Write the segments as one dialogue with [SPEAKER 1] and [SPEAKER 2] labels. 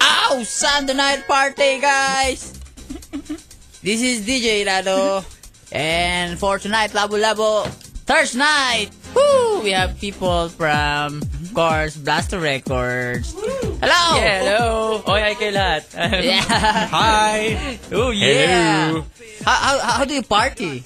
[SPEAKER 1] Wow! Sunday night party, guys! This is DJ Lado. And for tonight, Labo Labo, Thursday night! Woo! We have people from, of course, Blaster Records. Hello!
[SPEAKER 2] Yeah, hello. Oy, ay kay lahat.
[SPEAKER 1] Yeah.
[SPEAKER 3] Hi!
[SPEAKER 2] oh, yeah.
[SPEAKER 3] Hello.
[SPEAKER 1] How, how, how do you party?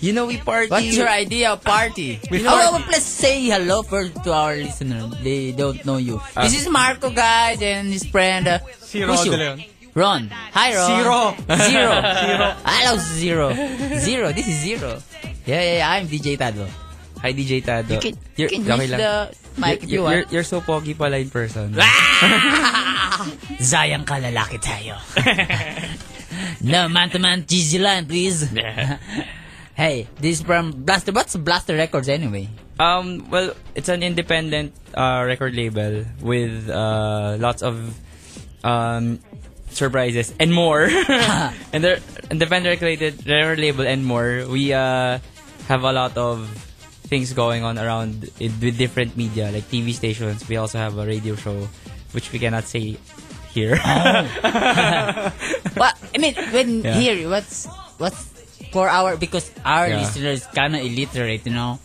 [SPEAKER 3] You know, we party.
[SPEAKER 1] What's your idea of party?
[SPEAKER 3] We
[SPEAKER 1] You know,
[SPEAKER 3] party.
[SPEAKER 1] let's say hello first to our listener. They don't know you.
[SPEAKER 2] Ah.
[SPEAKER 1] This is Marco, guys, and his friend. Uh,
[SPEAKER 3] Si
[SPEAKER 1] who's
[SPEAKER 3] Ron
[SPEAKER 1] you?
[SPEAKER 3] De Leon.
[SPEAKER 1] Ron. Hi, Ron.
[SPEAKER 3] Zero.
[SPEAKER 1] Zero.
[SPEAKER 3] Zero.
[SPEAKER 1] I love zero. Zero. This is zero. Yeah, yeah, yeah. I'm DJ Tado.
[SPEAKER 2] Hi, DJ Tado.
[SPEAKER 1] You can, you
[SPEAKER 2] You're-
[SPEAKER 1] can
[SPEAKER 2] okay
[SPEAKER 1] use
[SPEAKER 2] lang.
[SPEAKER 1] the mic
[SPEAKER 2] You're-
[SPEAKER 1] if you
[SPEAKER 2] you're,
[SPEAKER 1] want. Ah!
[SPEAKER 2] you're so pogi pala in person.
[SPEAKER 1] Zayang kalalaki tayo. no, man-to-man cheesy line, please. hey, this is from Blaster. What's Blaster Records anyway?
[SPEAKER 2] Um, well, it's an independent uh, record label with uh, lots of um, surprises and more. and they're independent related record label and more. We uh, have a lot of things going on around it with different media, like TV stations. We also have a radio show, which we cannot say here.
[SPEAKER 1] Oh. Well, I mean, when
[SPEAKER 2] Yeah.
[SPEAKER 1] here, what's what's for our because our
[SPEAKER 2] Yeah.
[SPEAKER 1] listeners kind of illiterate, you know.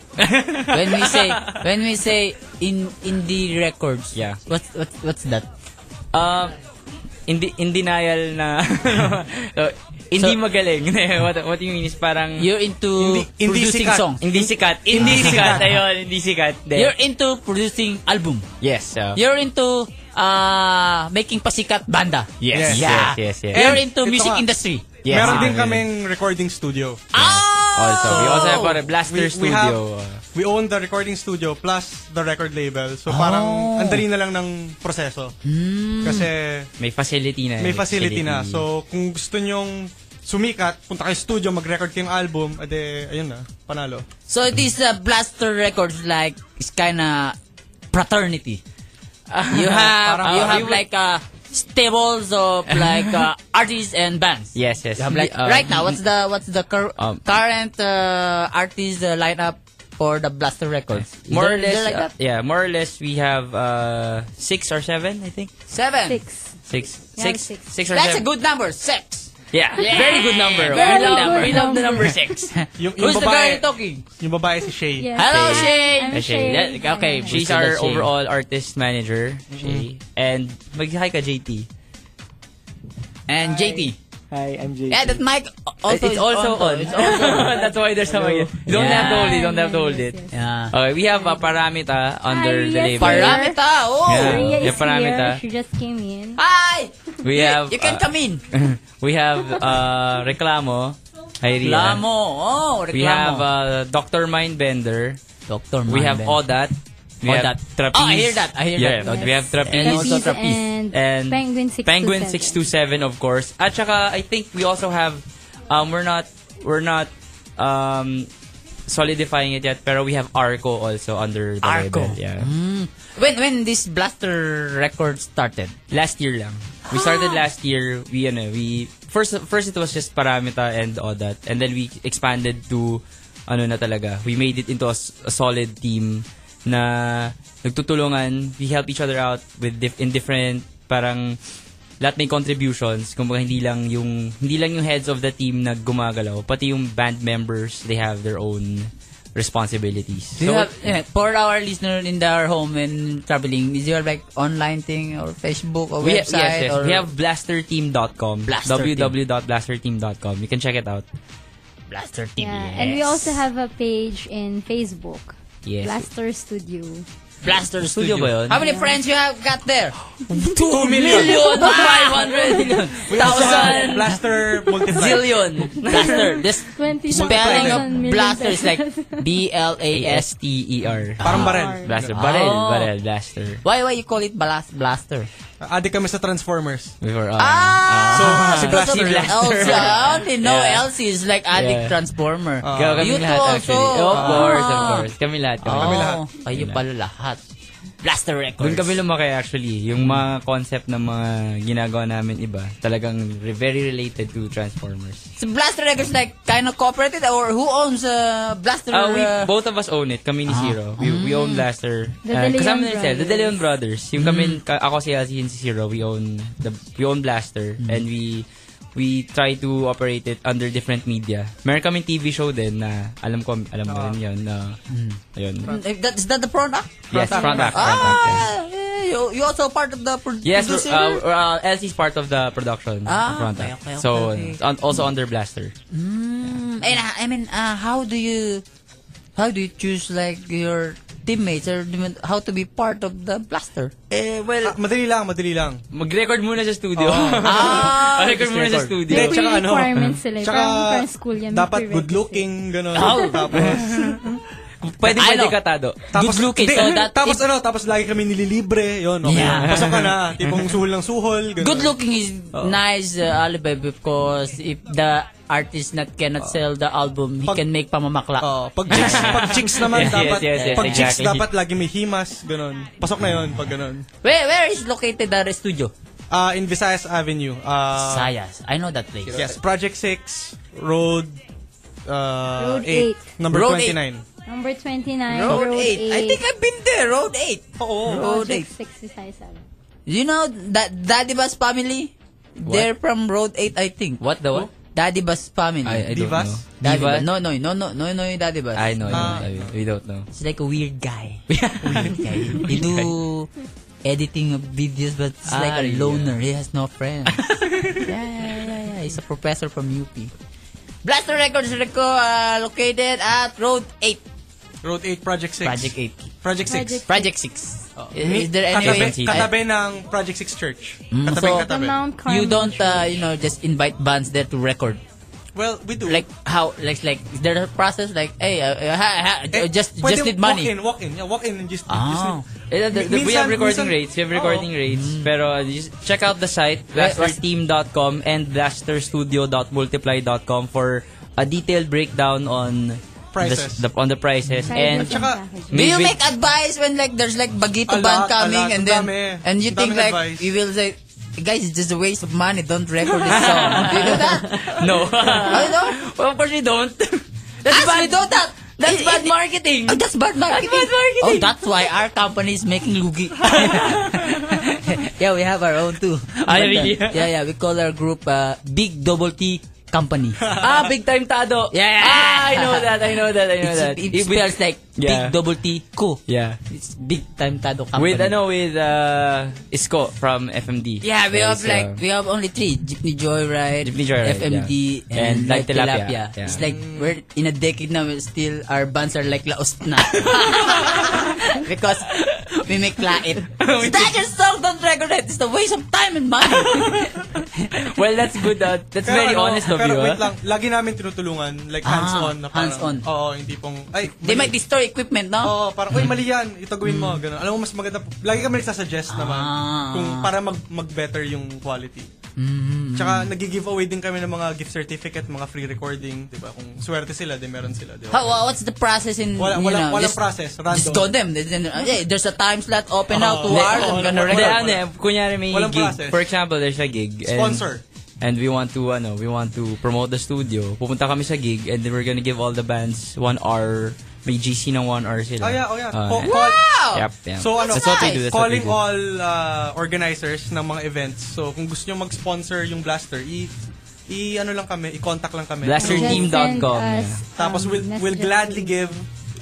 [SPEAKER 1] when we say when we say in indie records,
[SPEAKER 2] Yeah.
[SPEAKER 1] What's what's what's that?
[SPEAKER 2] Um, hindi in denial na so, hindi
[SPEAKER 1] So-
[SPEAKER 2] magaling. what what you mean is parang
[SPEAKER 1] You're into
[SPEAKER 3] Indie- indie
[SPEAKER 1] producing
[SPEAKER 3] sikat.
[SPEAKER 1] songs.
[SPEAKER 2] Hindi sikat. Hindi sikat. Ayun, hindi sikat. De.
[SPEAKER 1] You're into producing album.
[SPEAKER 2] yes. so-
[SPEAKER 1] You're into uh making pasikat banda.
[SPEAKER 2] Yes,
[SPEAKER 1] Yeah.
[SPEAKER 2] yes, yes, yes.
[SPEAKER 1] You're
[SPEAKER 3] And
[SPEAKER 1] into
[SPEAKER 3] ito
[SPEAKER 1] music
[SPEAKER 3] nga.
[SPEAKER 1] industry.
[SPEAKER 2] yes.
[SPEAKER 3] Meron din
[SPEAKER 2] Yes.
[SPEAKER 3] kaming recording studio.
[SPEAKER 1] Oh!
[SPEAKER 2] Also, we also have a
[SPEAKER 3] We, we
[SPEAKER 2] Blaster
[SPEAKER 3] have,
[SPEAKER 2] Studio.
[SPEAKER 3] we own the recording studio plus the record label. So
[SPEAKER 2] Oh.
[SPEAKER 3] parang ang dali na lang ng proseso.
[SPEAKER 1] Hmm.
[SPEAKER 2] Hmm.
[SPEAKER 3] Kasi
[SPEAKER 2] May facility na.
[SPEAKER 3] may facility na. So kung gusto nyong sumikat, punta kayo studio, mag-record kayong album, ade, ayun na, panalo.
[SPEAKER 1] So this uh, Blaster Records like is kinda fraternity. You have
[SPEAKER 2] Parang-
[SPEAKER 1] you
[SPEAKER 2] uh,
[SPEAKER 1] have
[SPEAKER 2] we would-
[SPEAKER 1] like uh, stables of like uh, artists and bands.
[SPEAKER 2] Yes, yes.
[SPEAKER 1] You have like
[SPEAKER 2] Uh,
[SPEAKER 1] right now what's the what's the cur-
[SPEAKER 2] Um,
[SPEAKER 1] current uh, artist uh, lineup for the Blaster Records? Is
[SPEAKER 2] more or
[SPEAKER 1] there- is
[SPEAKER 2] less,
[SPEAKER 1] there like
[SPEAKER 2] uh,
[SPEAKER 1] that?
[SPEAKER 2] yeah, more or less, we have uh, six or seven, I think.
[SPEAKER 1] Seven.
[SPEAKER 4] Six.
[SPEAKER 2] Six,
[SPEAKER 4] Yeah,
[SPEAKER 2] six,
[SPEAKER 4] six.
[SPEAKER 2] six or
[SPEAKER 1] That's a
[SPEAKER 2] seven.
[SPEAKER 1] good number. Six.
[SPEAKER 2] Yeah, very good number. we
[SPEAKER 1] Very good
[SPEAKER 2] love,
[SPEAKER 1] number.
[SPEAKER 2] We love the number six.
[SPEAKER 3] Yung, yung
[SPEAKER 1] Who's the guy
[SPEAKER 3] babae,
[SPEAKER 1] talking?
[SPEAKER 3] yung babae si Shay.
[SPEAKER 4] Yeah.
[SPEAKER 1] Hello,
[SPEAKER 2] Shay.
[SPEAKER 1] Shay.
[SPEAKER 4] I'm
[SPEAKER 2] Shay.
[SPEAKER 4] Shay.
[SPEAKER 2] Yeah,
[SPEAKER 1] okay,
[SPEAKER 4] Ano,
[SPEAKER 2] She's
[SPEAKER 1] Sila
[SPEAKER 2] our
[SPEAKER 1] Shay.
[SPEAKER 2] overall artist manager,
[SPEAKER 1] Mm-hmm.
[SPEAKER 2] Shay. And mag-hi ka, JT.
[SPEAKER 1] And JT.
[SPEAKER 5] Hi, I'm JT.
[SPEAKER 1] Yeah, that mic also
[SPEAKER 2] it's
[SPEAKER 1] is
[SPEAKER 2] also
[SPEAKER 1] on.
[SPEAKER 2] on.
[SPEAKER 1] It's also on.
[SPEAKER 2] That's why there's someone here. You don't
[SPEAKER 1] Yeah.
[SPEAKER 2] have to hold it. Don't have to hold
[SPEAKER 4] Yes,
[SPEAKER 2] it.
[SPEAKER 4] yes.
[SPEAKER 1] Yeah.
[SPEAKER 2] Okay, we have a paramita under
[SPEAKER 4] Hi,
[SPEAKER 2] the
[SPEAKER 4] yes,
[SPEAKER 2] label.
[SPEAKER 1] Paramita. Oh. Ah.
[SPEAKER 2] Yeah.
[SPEAKER 4] Maria
[SPEAKER 2] Yeah,
[SPEAKER 4] is
[SPEAKER 2] paramita.
[SPEAKER 4] here. She just came in.
[SPEAKER 1] Hi.
[SPEAKER 2] We have
[SPEAKER 1] You can
[SPEAKER 2] uh,
[SPEAKER 1] come in.
[SPEAKER 2] We have uh, Reclamo. Hi, Ria.
[SPEAKER 1] Reklamo. Oh, reklamo.
[SPEAKER 2] We have uh, Dr. Mindbender.
[SPEAKER 1] Dr.
[SPEAKER 2] We have Odat. We
[SPEAKER 1] Odat.
[SPEAKER 2] have Trapeze.
[SPEAKER 1] Oh, I hear that. I hear
[SPEAKER 2] yeah,
[SPEAKER 1] that.
[SPEAKER 2] We have Trapeze.
[SPEAKER 1] And also
[SPEAKER 4] Trapeze
[SPEAKER 1] trapeze.
[SPEAKER 4] and,
[SPEAKER 2] And
[SPEAKER 4] Penguin 627.
[SPEAKER 2] Penguin 627 of course. At saka I think we also have um we're not we're not um solidifying it yet pero we have Arco also under the
[SPEAKER 1] Arco. Hmm.
[SPEAKER 2] label. Yeah.
[SPEAKER 1] Mm. When when this Blaster record started?
[SPEAKER 2] Last year lang. We started
[SPEAKER 1] Ah.
[SPEAKER 2] last year. We ano, we first first it was just Paramita and all that and then we expanded to ano na talaga. We made it into a, s- a solid team na nagtutulungan, we help each other out with dif- in different parang lahat may contributions. Kumbaga hindi lang yung hindi lang yung heads of the team na gumagalaw, pati yung band members, they have their own responsibilities.
[SPEAKER 1] Do you
[SPEAKER 2] So,
[SPEAKER 1] have yeah, for our listener in their home and traveling? Is there like online thing or Facebook or
[SPEAKER 2] we, yes, yes.
[SPEAKER 1] website? Or
[SPEAKER 2] we have blasterteam.com.
[SPEAKER 1] Blaster Team.
[SPEAKER 2] www.blasterteam.com. You can check it out.
[SPEAKER 1] Blaster TV.
[SPEAKER 4] Yeah, and we
[SPEAKER 1] yes.
[SPEAKER 4] also have a page in Facebook.
[SPEAKER 2] Yes.
[SPEAKER 4] Blaster Studio.
[SPEAKER 1] Blaster
[SPEAKER 2] Studio
[SPEAKER 1] Studio.
[SPEAKER 2] ba yun?
[SPEAKER 1] How many friends you have got there?
[SPEAKER 2] Two
[SPEAKER 1] Million five hundred million
[SPEAKER 3] We also have
[SPEAKER 1] thousand
[SPEAKER 3] Blaster Multiply.
[SPEAKER 1] zillion Blaster. This
[SPEAKER 4] 20,000
[SPEAKER 1] spelling of
[SPEAKER 4] million
[SPEAKER 1] Blaster is like B L A S.
[SPEAKER 2] A-S-T-E-R.
[SPEAKER 3] Parang barel.
[SPEAKER 2] E Blaster.
[SPEAKER 1] Oh.
[SPEAKER 2] Barel. Barel. Blaster.
[SPEAKER 1] Why why you call it balas Blaster?
[SPEAKER 3] Adik kami sa Transformers.
[SPEAKER 2] We were, uh,
[SPEAKER 3] So,
[SPEAKER 1] Ah!
[SPEAKER 3] si
[SPEAKER 1] Because
[SPEAKER 3] Blaster
[SPEAKER 1] of ah,
[SPEAKER 3] lang.
[SPEAKER 1] Elsie. I only know
[SPEAKER 2] Yeah.
[SPEAKER 1] Elsie is like
[SPEAKER 2] Yeah.
[SPEAKER 1] addict
[SPEAKER 2] Ah.
[SPEAKER 1] transformer.
[SPEAKER 3] Ah.
[SPEAKER 2] Kaya kami
[SPEAKER 1] you
[SPEAKER 2] lahat
[SPEAKER 1] two
[SPEAKER 2] actually.
[SPEAKER 1] also.
[SPEAKER 2] Of course, of
[SPEAKER 1] Ah.
[SPEAKER 2] course. Kami lahat. Kami
[SPEAKER 1] Oh,
[SPEAKER 2] lahat.
[SPEAKER 1] kayo pala lahat. Blaster Records.
[SPEAKER 2] Doon kami lumaki actually. Yung mga concept ng mga ginagawa namin iba, talagang re- very related to Transformers.
[SPEAKER 1] So Blaster Records like kind of cooperated or who owns uh, Blaster?
[SPEAKER 2] Uh, we,
[SPEAKER 1] uh, Mm.
[SPEAKER 2] both of us own it. Kami ni Zero. We, we own Blaster.
[SPEAKER 4] The
[SPEAKER 2] Uh,
[SPEAKER 4] De
[SPEAKER 2] kasama
[SPEAKER 4] Leon
[SPEAKER 2] ni Cel. The De Leon Brothers. Yung kami, ka- ako si Elsie and si Zero, we own, the, we own Blaster. And we we try to operate it under different media. Meron kaming TV show din na alam ko, alam
[SPEAKER 1] Ah.
[SPEAKER 2] mo rin yun. na Ayun.
[SPEAKER 1] eh, that, is that the product?
[SPEAKER 2] Yes, front act. Front act, yes.
[SPEAKER 1] Ah, eh, you, you also part of the pro-
[SPEAKER 2] Yes,
[SPEAKER 1] producer?
[SPEAKER 2] uh, uh, Elsie's part of the production.
[SPEAKER 1] Ah,
[SPEAKER 2] front
[SPEAKER 1] okay,
[SPEAKER 2] end.
[SPEAKER 1] okay, okay,
[SPEAKER 2] so,
[SPEAKER 1] okay.
[SPEAKER 2] it's on- also under Blaster.
[SPEAKER 1] Mm, and uh, I mean, uh, how do you how do you choose like your teammates or dim- how to be part of the blaster?
[SPEAKER 3] Eh, well... madali lang, madali lang.
[SPEAKER 2] Mag-record muna sa studio.
[SPEAKER 1] Ah,
[SPEAKER 2] record muna sa
[SPEAKER 3] record.
[SPEAKER 2] studio.
[SPEAKER 4] Hindi,
[SPEAKER 3] Hindi,
[SPEAKER 4] kung
[SPEAKER 3] tsaka
[SPEAKER 4] yung
[SPEAKER 3] ano,
[SPEAKER 4] requirements sila.
[SPEAKER 3] Tsaka,
[SPEAKER 4] parang, parang school yan. may
[SPEAKER 3] dapat
[SPEAKER 4] prerequisite.
[SPEAKER 3] good looking, gano'n.
[SPEAKER 1] Oh.
[SPEAKER 3] Tapos,
[SPEAKER 2] Pwede, pwede
[SPEAKER 1] Ano?
[SPEAKER 2] katado.
[SPEAKER 3] tapos,
[SPEAKER 1] Good looking,
[SPEAKER 3] hindi,
[SPEAKER 1] so that
[SPEAKER 3] tapos
[SPEAKER 1] if-
[SPEAKER 3] ano, tapos lagi kami nililibre, yun, okay.
[SPEAKER 1] Yeah.
[SPEAKER 3] Pasok ka na, tipong suhol ng suhol, gano'n.
[SPEAKER 1] Good looking is nice uh, alibi because if the artist not cannot sell the album, he
[SPEAKER 3] Pag-
[SPEAKER 1] can make pamamakla.
[SPEAKER 3] Oh, pag chicks, pag chicks naman
[SPEAKER 2] Yes, yes,
[SPEAKER 3] dapat
[SPEAKER 2] yes, yes,
[SPEAKER 3] pag chicks
[SPEAKER 2] exactly.
[SPEAKER 3] dapat lagi may himas, ganun. Pasok na 'yon pag ganun.
[SPEAKER 1] Where where is located the studio?
[SPEAKER 3] Ah, in Visayas Avenue. Ah,
[SPEAKER 1] Sayas. I know that place.
[SPEAKER 3] yes, Project 6, Road uh,
[SPEAKER 4] Road
[SPEAKER 3] 8,
[SPEAKER 4] eight.
[SPEAKER 3] number
[SPEAKER 1] Road
[SPEAKER 3] 29.
[SPEAKER 4] Number 29,
[SPEAKER 1] Road,
[SPEAKER 4] Road, Oh, 8.
[SPEAKER 1] 8. I think I've been there. Road 8.
[SPEAKER 3] Oo.
[SPEAKER 1] Road 8. You know that Daddy Bus family? They're from Road 8, I think.
[SPEAKER 2] What the what?
[SPEAKER 1] Daddy Bus family.
[SPEAKER 2] I, I don't
[SPEAKER 3] Divas?
[SPEAKER 2] know.
[SPEAKER 1] Daddy
[SPEAKER 2] Diva?
[SPEAKER 1] Bus. No, no, no, no, no, no, Daddy Bus.
[SPEAKER 2] I know. I
[SPEAKER 3] Ah.
[SPEAKER 2] know. I- we don't know.
[SPEAKER 1] It's like a weird guy. weird guy. He do editing of videos, but it's like
[SPEAKER 2] Ah,
[SPEAKER 1] a
[SPEAKER 2] yeah.
[SPEAKER 1] loner. He has no friends. yeah, yeah, yeah, yeah. He's a professor from UP. Blaster Records Reco, uh, located at Road 8,
[SPEAKER 3] Road 8 Project 6.
[SPEAKER 1] Project 8,
[SPEAKER 3] Project 6.
[SPEAKER 4] Project-
[SPEAKER 1] Project 6.
[SPEAKER 3] Mi-
[SPEAKER 1] Is there any
[SPEAKER 3] katabi,
[SPEAKER 1] way?
[SPEAKER 2] Seven seats.
[SPEAKER 3] katabi ng Project 6 Church.
[SPEAKER 1] Mm,
[SPEAKER 3] Katabi,
[SPEAKER 1] so-
[SPEAKER 4] The
[SPEAKER 3] katabi.
[SPEAKER 4] Mount Carmel.
[SPEAKER 1] You don't, uh, you know, just invite bands there to record.
[SPEAKER 3] Well, we do.
[SPEAKER 1] Like how, like, like is there a process? Like, hey, uh, uh, ha, ha,
[SPEAKER 3] Eh,
[SPEAKER 1] just,
[SPEAKER 3] pwede
[SPEAKER 1] just need money.
[SPEAKER 3] Walk in, walk in. Yeah, walk in and just, just
[SPEAKER 1] Ah.
[SPEAKER 2] Eh, the- the- we
[SPEAKER 3] Minsan-
[SPEAKER 2] have recording
[SPEAKER 3] minsan- Oh.
[SPEAKER 2] rates. We have recording rates. Pero uh, just check out the site, blasterteam.com and blasterstudio.multiply.com for a detailed breakdown on
[SPEAKER 3] Prices.
[SPEAKER 2] The, the- on the prices.
[SPEAKER 4] And,
[SPEAKER 2] And
[SPEAKER 3] Tsaka,
[SPEAKER 1] Do you
[SPEAKER 2] Maybe-
[SPEAKER 1] make advice when like there's like
[SPEAKER 3] A
[SPEAKER 1] bagito band
[SPEAKER 3] lot, a
[SPEAKER 1] coming
[SPEAKER 3] lot.
[SPEAKER 1] and
[SPEAKER 3] Ang
[SPEAKER 1] then
[SPEAKER 3] dami.
[SPEAKER 1] and you
[SPEAKER 3] Ang
[SPEAKER 1] think
[SPEAKER 3] daming
[SPEAKER 1] like
[SPEAKER 3] advice.
[SPEAKER 1] you will say, guys, it's just a waste of money. Don't record this song. do you do that?
[SPEAKER 2] no. Ah,
[SPEAKER 1] I know.
[SPEAKER 2] well, of course we don't.
[SPEAKER 1] That's bad. do that.
[SPEAKER 2] That's
[SPEAKER 1] It-
[SPEAKER 2] bad
[SPEAKER 1] it-
[SPEAKER 2] marketing.
[SPEAKER 1] Oh, that's bad marketing.
[SPEAKER 2] bad marketing.
[SPEAKER 1] Oh, that's why our company is making lugi. yeah, we have our own too.
[SPEAKER 2] Ah,
[SPEAKER 1] But, uh,
[SPEAKER 2] really?
[SPEAKER 1] yeah, yeah. We call our group uh, Big Double T Company.
[SPEAKER 2] Ah, big time tado.
[SPEAKER 1] Yeah.
[SPEAKER 2] Ah, I know that. I know that. I know
[SPEAKER 1] It's,
[SPEAKER 2] that.
[SPEAKER 1] it
[SPEAKER 2] If we-
[SPEAKER 1] spells like
[SPEAKER 2] Yeah.
[SPEAKER 1] Big Double T Co.
[SPEAKER 2] Yeah.
[SPEAKER 1] It's Big Time Tado Company.
[SPEAKER 2] With ano with uh Isko from FMD.
[SPEAKER 1] Yeah, we
[SPEAKER 2] So,
[SPEAKER 1] have
[SPEAKER 2] it's,
[SPEAKER 1] like
[SPEAKER 2] uh,
[SPEAKER 1] we have only three: Jeepney Joyride,
[SPEAKER 2] Jeepney Joyride,
[SPEAKER 1] FMD,
[SPEAKER 2] yeah.
[SPEAKER 1] and,
[SPEAKER 2] And Light
[SPEAKER 1] like
[SPEAKER 2] Tilapia.
[SPEAKER 1] Tilapia.
[SPEAKER 2] Yeah.
[SPEAKER 1] It's like we're in a decade now. we're Still, our bands are like laos na because we make lait. That your song don't record it. It's a waste of time and money.
[SPEAKER 2] well, that's good. Uh, that's very
[SPEAKER 3] ano,
[SPEAKER 2] honest of
[SPEAKER 3] pero
[SPEAKER 2] you.
[SPEAKER 3] wait
[SPEAKER 2] ah.
[SPEAKER 3] lang, lagi namin tinutulungan, like
[SPEAKER 1] uh. Ah,
[SPEAKER 3] hands-on. na parang,
[SPEAKER 1] hands-on.
[SPEAKER 3] Oo, hindi pong, ay,
[SPEAKER 1] They
[SPEAKER 3] mali.
[SPEAKER 1] might destroy equipment, no?
[SPEAKER 3] Oo, Oh, parang, uy, mali yan, ito gawin mo, gano'n. Alam mo, mas maganda, lagi kami nagsasuggest naman,
[SPEAKER 1] Mm. Ah.
[SPEAKER 3] kung para mag, mag-better yung quality.
[SPEAKER 1] Mm-hmm.
[SPEAKER 3] Tsaka, nag-giveaway din kami ng mga gift certificate, mga free recording, di ba? Kung swerte sila, di meron sila, di ba?
[SPEAKER 1] How, uh, what's the process in
[SPEAKER 3] Wala-
[SPEAKER 1] you
[SPEAKER 3] wala-
[SPEAKER 1] know,
[SPEAKER 3] walang
[SPEAKER 1] just,
[SPEAKER 3] process,
[SPEAKER 1] Just
[SPEAKER 3] random.
[SPEAKER 1] go them. Hey, there's a time slot open now
[SPEAKER 3] Oo.
[SPEAKER 2] Oh,
[SPEAKER 1] two hours. I'm
[SPEAKER 3] Oo,
[SPEAKER 1] gonna
[SPEAKER 3] wala-
[SPEAKER 2] Hindi,
[SPEAKER 1] record.
[SPEAKER 2] ano, eh, kunyari may
[SPEAKER 3] Walang
[SPEAKER 2] gig.
[SPEAKER 3] process.
[SPEAKER 2] For example, there's a gig. And,
[SPEAKER 3] Sponsor.
[SPEAKER 2] And we want to ano, we want to promote the studio. Pupunta kami sa gig and then we're gonna give all the bands one hour. May GC ng one hour sila.
[SPEAKER 3] Oh, yeah, oh, yeah.
[SPEAKER 2] Uh,
[SPEAKER 3] Co-
[SPEAKER 2] and-
[SPEAKER 3] call-
[SPEAKER 1] Ah, Wow!
[SPEAKER 2] Yep, yep.
[SPEAKER 3] So ano,
[SPEAKER 2] that's what we
[SPEAKER 1] nice.
[SPEAKER 2] do. That's
[SPEAKER 3] calling
[SPEAKER 2] what we do.
[SPEAKER 3] all uh, organizers ng mga events. So kung gusto nyo mag-sponsor yung Blaster, i, i ano lang kami, i-contact lang kami.
[SPEAKER 2] Blaster
[SPEAKER 3] So,
[SPEAKER 2] team. team.com,
[SPEAKER 3] Tapos we'll,
[SPEAKER 1] Um,
[SPEAKER 3] we'll gladly give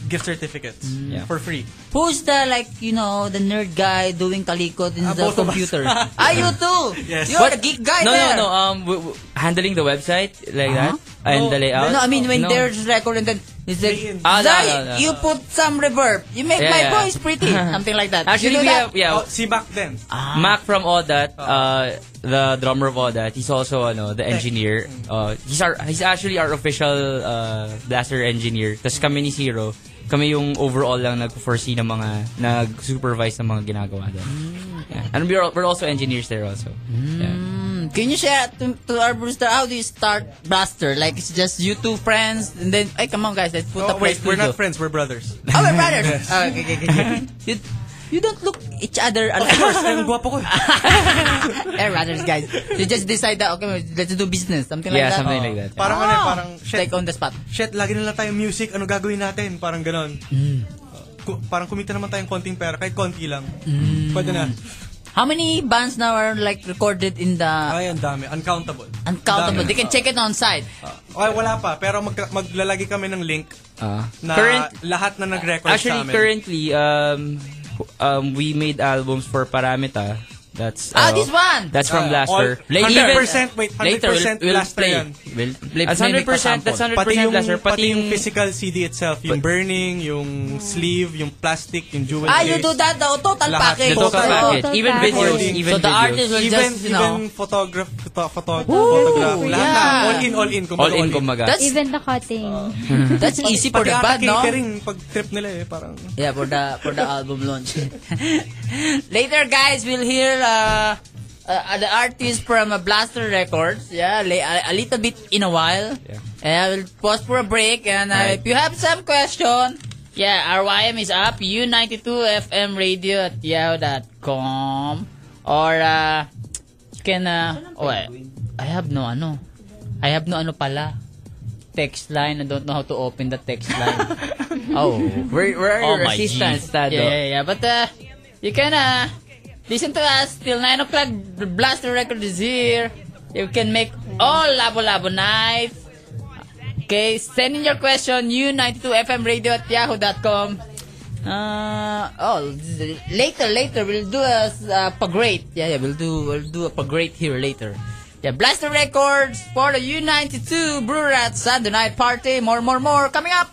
[SPEAKER 3] gift certificates
[SPEAKER 2] Mm, Yeah.
[SPEAKER 3] for free.
[SPEAKER 1] Who's the like you know the nerd guy doing talikot in
[SPEAKER 3] Ah,
[SPEAKER 1] the
[SPEAKER 3] both of us.
[SPEAKER 1] computer? ah, you too.
[SPEAKER 3] Yes.
[SPEAKER 1] You're the geek guy
[SPEAKER 2] no,
[SPEAKER 1] there.
[SPEAKER 2] no, no. Um, w- w- handling the website like that
[SPEAKER 1] Uh-huh.
[SPEAKER 2] and
[SPEAKER 3] No,
[SPEAKER 2] the layout.
[SPEAKER 1] No, I mean when there's record and then it's like,
[SPEAKER 3] Bring in.
[SPEAKER 2] Ah, no,
[SPEAKER 1] "Zai,
[SPEAKER 2] no, no.
[SPEAKER 1] you put some reverb. You make
[SPEAKER 2] Yeah,
[SPEAKER 1] my
[SPEAKER 2] yeah.
[SPEAKER 1] voice pretty. Something like that.
[SPEAKER 2] actually
[SPEAKER 1] you do
[SPEAKER 2] we
[SPEAKER 1] that?
[SPEAKER 2] have yeah.
[SPEAKER 3] Oh, si back then.
[SPEAKER 1] Ah.
[SPEAKER 2] Mac from Odat,
[SPEAKER 1] Oh.
[SPEAKER 2] uh, the drummer of Odat, he's also ano, the
[SPEAKER 1] Mm.
[SPEAKER 2] engineer. Uh, he's our, he's actually our official uh, blaster engineer. Tapos kami ni Zero, kami yung overall lang nag-foresee ng mga, nag-supervise ng mga ginagawa doon. Yeah. And we're, al- we're also engineers there also. Yeah.
[SPEAKER 1] Mm, Can you share to, to our Brewster how do you start Blaster? Like it's just you two friends and then hey come on guys let's put
[SPEAKER 3] Oh,
[SPEAKER 1] up
[SPEAKER 3] wait,
[SPEAKER 1] my
[SPEAKER 3] we're
[SPEAKER 1] studio.
[SPEAKER 3] not friends, we're brothers.
[SPEAKER 1] Oh, we're brothers. oh, okay, okay, okay. You, you don't look each other. Of
[SPEAKER 2] course, ay, ang gwapo ko.
[SPEAKER 1] Eh, rather, guys. You just decide that, okay, let's do business. Something
[SPEAKER 2] Yeah,
[SPEAKER 1] like that.
[SPEAKER 2] something
[SPEAKER 1] Oh.
[SPEAKER 2] like that.
[SPEAKER 3] Parang ano, eh, parang, shit,
[SPEAKER 1] Take on the spot.
[SPEAKER 3] shit, lagi nila tayong music, ano gagawin natin? Parang ganon.
[SPEAKER 2] Mm.
[SPEAKER 3] Ku- parang kumita naman tayong konting pera, kahit konti lang.
[SPEAKER 2] Mm.
[SPEAKER 3] Pwede na.
[SPEAKER 1] How many bands now are like recorded in the
[SPEAKER 3] Ay, ang dami. Uncountable.
[SPEAKER 1] uncountable?
[SPEAKER 3] Ang
[SPEAKER 1] They
[SPEAKER 3] dami.
[SPEAKER 1] can check it on site.
[SPEAKER 3] Ah, okay, wala pa. Pero magka- maglalagay kami ng link
[SPEAKER 2] Ah.
[SPEAKER 3] na
[SPEAKER 2] Current-
[SPEAKER 3] lahat na nag-record sa
[SPEAKER 2] Actually,
[SPEAKER 3] amin.
[SPEAKER 2] currently, um, um, we made albums for Paramita. That's
[SPEAKER 1] Ah,
[SPEAKER 2] uh,
[SPEAKER 1] this one!
[SPEAKER 2] That's from
[SPEAKER 3] Ah,
[SPEAKER 2] Blaster.
[SPEAKER 3] all- 100%, wait, 100% Blaster
[SPEAKER 2] play.
[SPEAKER 3] yan.
[SPEAKER 2] We'll play.
[SPEAKER 1] play-
[SPEAKER 2] That's
[SPEAKER 1] may make
[SPEAKER 2] 100%.
[SPEAKER 1] a sample.
[SPEAKER 2] That's 100%
[SPEAKER 3] pati yung,
[SPEAKER 2] Blaster.
[SPEAKER 3] pati yung physical CD itself, yung burning, yung sleeve, yung plastic, yung jewel
[SPEAKER 1] Ah, you
[SPEAKER 3] case.
[SPEAKER 1] do that, the total
[SPEAKER 3] Lahat.
[SPEAKER 2] the
[SPEAKER 1] package.
[SPEAKER 2] total
[SPEAKER 1] So,
[SPEAKER 2] package.
[SPEAKER 4] Total
[SPEAKER 2] Even
[SPEAKER 4] package.
[SPEAKER 2] videos. Even
[SPEAKER 1] So the
[SPEAKER 2] videos.
[SPEAKER 1] artist will
[SPEAKER 3] even
[SPEAKER 1] just, you
[SPEAKER 3] even
[SPEAKER 1] know,
[SPEAKER 3] photograph photo, photo, photograph lahat
[SPEAKER 1] yeah.
[SPEAKER 3] na all in all in kumbaga
[SPEAKER 2] All in, kumbaga.
[SPEAKER 1] That's-
[SPEAKER 4] Even the cutting.
[SPEAKER 3] Uh,
[SPEAKER 1] that's easy for
[SPEAKER 3] pati
[SPEAKER 1] the
[SPEAKER 3] ata
[SPEAKER 1] band, no?
[SPEAKER 3] catering pag trip nila eh parang
[SPEAKER 1] Yeah, for the for the album launch. Later, guys, we'll hear uh, uh, the artist from uh, Blaster Records. Yeah, la- a, a little bit in a while.
[SPEAKER 2] Yeah.
[SPEAKER 1] And I will pause for a break. And uh,
[SPEAKER 2] Alright.
[SPEAKER 1] if you have some question, yeah, RYM is up. U92 FM radio at yahoo.com. Or uh, you can uh, oh, I, I have no ano. I have no ano pala. Text line. I don't know how to open the text line. oh,
[SPEAKER 2] Where, where
[SPEAKER 1] Oh, my G. Yeah, yeah, yeah. But uh, you can uh, listen to us till 9 o'clock. The Blaster Record is here. You can make all Labo Labo Night. Okay, send in your question, u92fmradio at yahoo.com. Uh, oh, z- later, later, we'll do a s- uh, pag-rate. Yeah, yeah, we'll do, we'll do a pag-rate here later. Yeah, Blaster Records for the U92 Brew Rat Sunday Night Party. More, more, more coming up!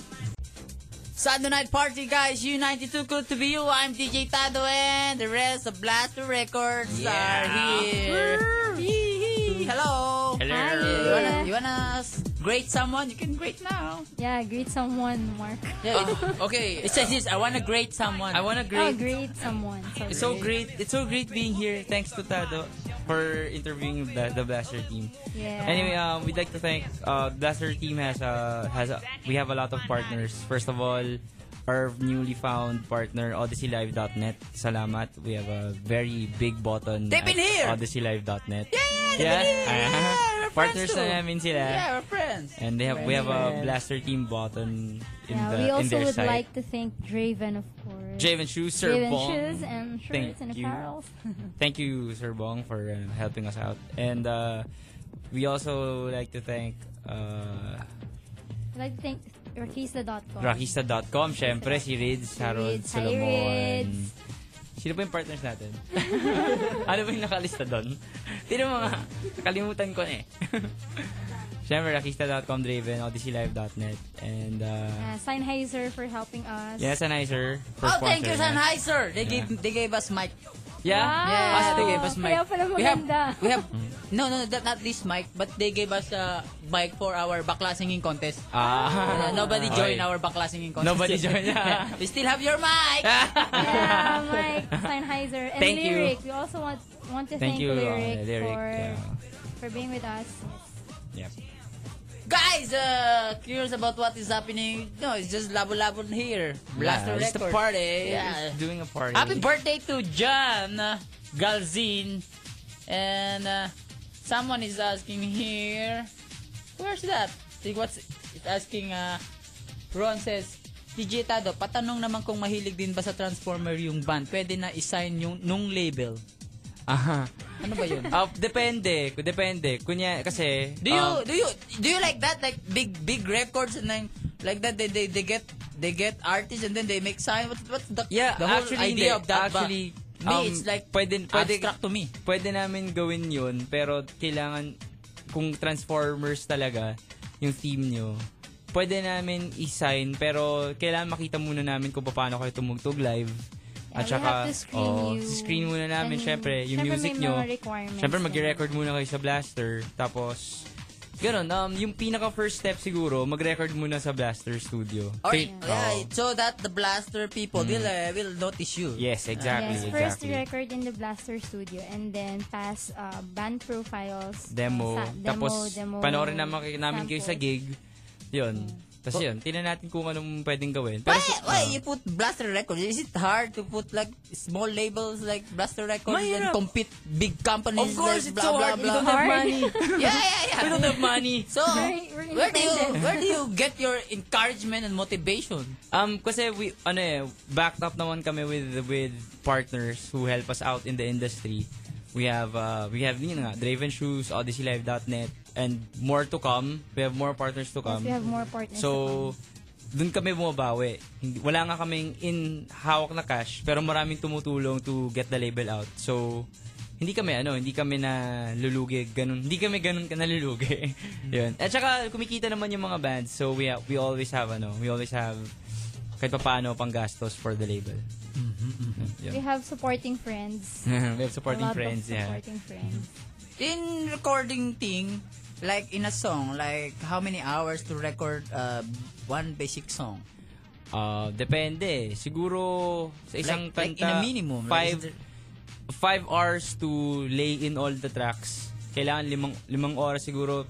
[SPEAKER 1] Sunday night party, guys. U92, good to be you. I'm DJ Tado and the rest of Blaster Records are here. Hee hee. Hello.
[SPEAKER 2] Hello.
[SPEAKER 1] Hi. You wanna, you wanna s- grade someone? You can grade now.
[SPEAKER 4] Yeah, greet someone, Mark.
[SPEAKER 1] Yeah, it- okay. It says this. I wanna grade someone.
[SPEAKER 2] I wanna
[SPEAKER 4] Oh,
[SPEAKER 2] great.
[SPEAKER 4] greet someone. Sorry.
[SPEAKER 2] It's so great. It's so great being here. Thanks to Tado for interviewing the, the Blaster team.
[SPEAKER 4] Yeah.
[SPEAKER 2] Anyway, um, we'd like to thank uh, Blaster team has uh, has a, we have a lot of partners. First of all, our newly found partner OdysseyLive.net. Salamat. We have a very big button.
[SPEAKER 1] They've been
[SPEAKER 2] at
[SPEAKER 1] here!
[SPEAKER 2] OdysseyLive.net.
[SPEAKER 1] yeah,
[SPEAKER 2] Yeah.
[SPEAKER 1] yeah, yeah. yeah, yeah,
[SPEAKER 2] Uh-huh.
[SPEAKER 1] yeah. We're
[SPEAKER 2] Partners
[SPEAKER 1] friends
[SPEAKER 2] na
[SPEAKER 1] too.
[SPEAKER 2] namin sila.
[SPEAKER 1] Yeah, we're friends.
[SPEAKER 2] And they have we have a Blaster team button in
[SPEAKER 4] yeah,
[SPEAKER 2] the
[SPEAKER 4] we
[SPEAKER 2] in
[SPEAKER 4] also
[SPEAKER 2] their
[SPEAKER 4] would
[SPEAKER 2] site.
[SPEAKER 4] like to thank Draven, of course.
[SPEAKER 2] Javen Shoes, Sir
[SPEAKER 4] Draven
[SPEAKER 2] Bong.
[SPEAKER 4] shoes and shirts
[SPEAKER 2] Thank
[SPEAKER 4] and
[SPEAKER 2] you.
[SPEAKER 4] apparels.
[SPEAKER 2] Thank you, Sir Bong, for uh, helping us out. And uh, we also would like to thank uh,
[SPEAKER 4] I'd like to thank Rakista.com.
[SPEAKER 2] Rakista.com, syempre, si Rids, Harold,
[SPEAKER 4] Rids. Hi,
[SPEAKER 2] Solomon.
[SPEAKER 4] Rids.
[SPEAKER 2] Sino ba yung partners natin? ano ba yung nakalista doon? Tino mga, kalimutan ko na eh. syempre, Rakista.com, Draven, OdysseyLive.net, and uh,
[SPEAKER 4] Uh, Sennheiser for helping us.
[SPEAKER 2] yeah, Sennheiser. for
[SPEAKER 1] Oh, thank you,
[SPEAKER 2] sponsoring.
[SPEAKER 1] Sennheiser. They gave they gave us mic.
[SPEAKER 2] Yeah?
[SPEAKER 1] Yeah,
[SPEAKER 2] Ah,
[SPEAKER 1] they
[SPEAKER 2] sige,
[SPEAKER 1] gave us mic.
[SPEAKER 4] Kaya pala
[SPEAKER 1] we have,
[SPEAKER 4] maganda.
[SPEAKER 1] we have, no, no, that, not this mic, but they gave us a mic for our bakla singing contest.
[SPEAKER 2] Ah.
[SPEAKER 1] Uh, nobody joined
[SPEAKER 2] Okay.
[SPEAKER 1] our bakla singing contest.
[SPEAKER 2] Nobody joined.
[SPEAKER 1] we still have your mic.
[SPEAKER 4] Yeah, Mike Steinheiser and
[SPEAKER 2] Thank you.
[SPEAKER 4] Lyric. We also want want to thank,
[SPEAKER 2] Thank you, uh,
[SPEAKER 4] Lyric,
[SPEAKER 2] Lyric,
[SPEAKER 4] for
[SPEAKER 2] yeah.
[SPEAKER 4] for being with us.
[SPEAKER 2] Yeah.
[SPEAKER 1] Guys, uh, curious about what is happening? No, it's just labo labo here. Blaster
[SPEAKER 2] it's the
[SPEAKER 1] record.
[SPEAKER 2] party.
[SPEAKER 1] Yeah.
[SPEAKER 2] Just doing a party.
[SPEAKER 1] Happy birthday to John uh, Galzin. And uh, someone is asking here, where's that? Like, what's it's asking, uh, Ron says, DJ Tado, patanong naman kung mahilig din ba sa Transformer yung band. Pwede na isign yung nung label.
[SPEAKER 2] Aha.
[SPEAKER 1] Ano ba yun?
[SPEAKER 2] Ah, Uh-huh. depende. Depende. Kunya, kasi...
[SPEAKER 1] Do you
[SPEAKER 2] um,
[SPEAKER 1] do you do you like that like big big records and then like that they they, they get they get artists and then they make sign what what's the
[SPEAKER 2] yeah,
[SPEAKER 1] the whole
[SPEAKER 2] actually,
[SPEAKER 1] idea
[SPEAKER 2] hindi.
[SPEAKER 1] of that ba?
[SPEAKER 2] actually,
[SPEAKER 1] me
[SPEAKER 2] um,
[SPEAKER 1] it's like
[SPEAKER 2] pwede, pwede,
[SPEAKER 1] abstract to me
[SPEAKER 2] Pwede namin gawin yun, pero kailangan, kung Transformers talaga, yung theme nyo, pwede namin i-sign, pero kailangan makita muna namin kung paano kayo tumugtog live. At
[SPEAKER 4] Yeah, we
[SPEAKER 2] saka,
[SPEAKER 4] have to screen
[SPEAKER 2] oo,
[SPEAKER 4] you.
[SPEAKER 2] screen muna namin,
[SPEAKER 4] And
[SPEAKER 2] syempre, yung
[SPEAKER 4] syempre
[SPEAKER 2] music
[SPEAKER 4] may
[SPEAKER 2] nyo.
[SPEAKER 4] mga requirements
[SPEAKER 2] Syempre,
[SPEAKER 4] na.
[SPEAKER 2] mag-record muna kayo sa Blaster. Tapos, ganun, um, yung pinaka first step siguro, mag-record muna sa Blaster Studio. Fa-
[SPEAKER 1] or yeah,
[SPEAKER 2] oo. Mm.
[SPEAKER 1] so that the blaster people will uh, will notice you
[SPEAKER 2] Yes, exactly,
[SPEAKER 4] yes, first
[SPEAKER 2] exactly.
[SPEAKER 4] record in the Blaster Studio and then pass uh, band profiles.
[SPEAKER 2] demo.
[SPEAKER 4] sa- demo,
[SPEAKER 2] Tapos,
[SPEAKER 4] demo,
[SPEAKER 2] panoorin naman kayo- namin kayo sa
[SPEAKER 4] samples.
[SPEAKER 2] gig. Yun. Tapos yun, tingnan natin kung anong pwedeng gawin.
[SPEAKER 1] Why,
[SPEAKER 2] sa- ah.
[SPEAKER 1] why you put Blaster Records? Is it hard to put like small labels like Blaster Records
[SPEAKER 2] Mahirap.
[SPEAKER 1] and compete big
[SPEAKER 2] Of
[SPEAKER 1] companies?
[SPEAKER 2] course,
[SPEAKER 1] like,
[SPEAKER 2] it's
[SPEAKER 1] blah,
[SPEAKER 2] so
[SPEAKER 1] blah,
[SPEAKER 2] hard. We
[SPEAKER 1] blah.
[SPEAKER 2] don't have
[SPEAKER 4] Hard.
[SPEAKER 2] money.
[SPEAKER 1] yeah, yeah, yeah.
[SPEAKER 2] We don't have money.
[SPEAKER 1] So,
[SPEAKER 4] Very- very
[SPEAKER 1] where do you
[SPEAKER 4] independent.
[SPEAKER 1] where do you get your encouragement and motivation?
[SPEAKER 2] Um, kasi we, ano eh, backed up naman kami with, with partners who help us out in the industry. We have, uh, we have, yun nga, Draven Shoes, OdysseyLive.net, and more to come. We have more partners to
[SPEAKER 4] Yes,
[SPEAKER 2] come.
[SPEAKER 4] we have more partners
[SPEAKER 2] So, dun kami bumabawi. Hindi- Wala nga kaming in hawak na cash, pero maraming tumutulong to get the label out. So, hindi kami ano, hindi kami na lulugi ganun. Hindi kami ganun ka nalulugi. 'Yun. At saka kumikita naman yung mga bands. So we ha- we always have ano, we always have kahit paano panggastos for the label.
[SPEAKER 4] We have supporting friends.
[SPEAKER 2] we have
[SPEAKER 4] A
[SPEAKER 2] supporting
[SPEAKER 4] lot of
[SPEAKER 2] friends, yeah.
[SPEAKER 4] supporting friends.
[SPEAKER 1] Mm-hmm. In recording thing, like in a song, like how many hours to record uh, one basic song?
[SPEAKER 2] Ah, depende. Siguro sa isang
[SPEAKER 1] Like- like
[SPEAKER 2] kanta,
[SPEAKER 1] in a minimum, like,
[SPEAKER 2] five,
[SPEAKER 1] is there-
[SPEAKER 2] five hours to lay in all the tracks. Kailangan limang, limang oras siguro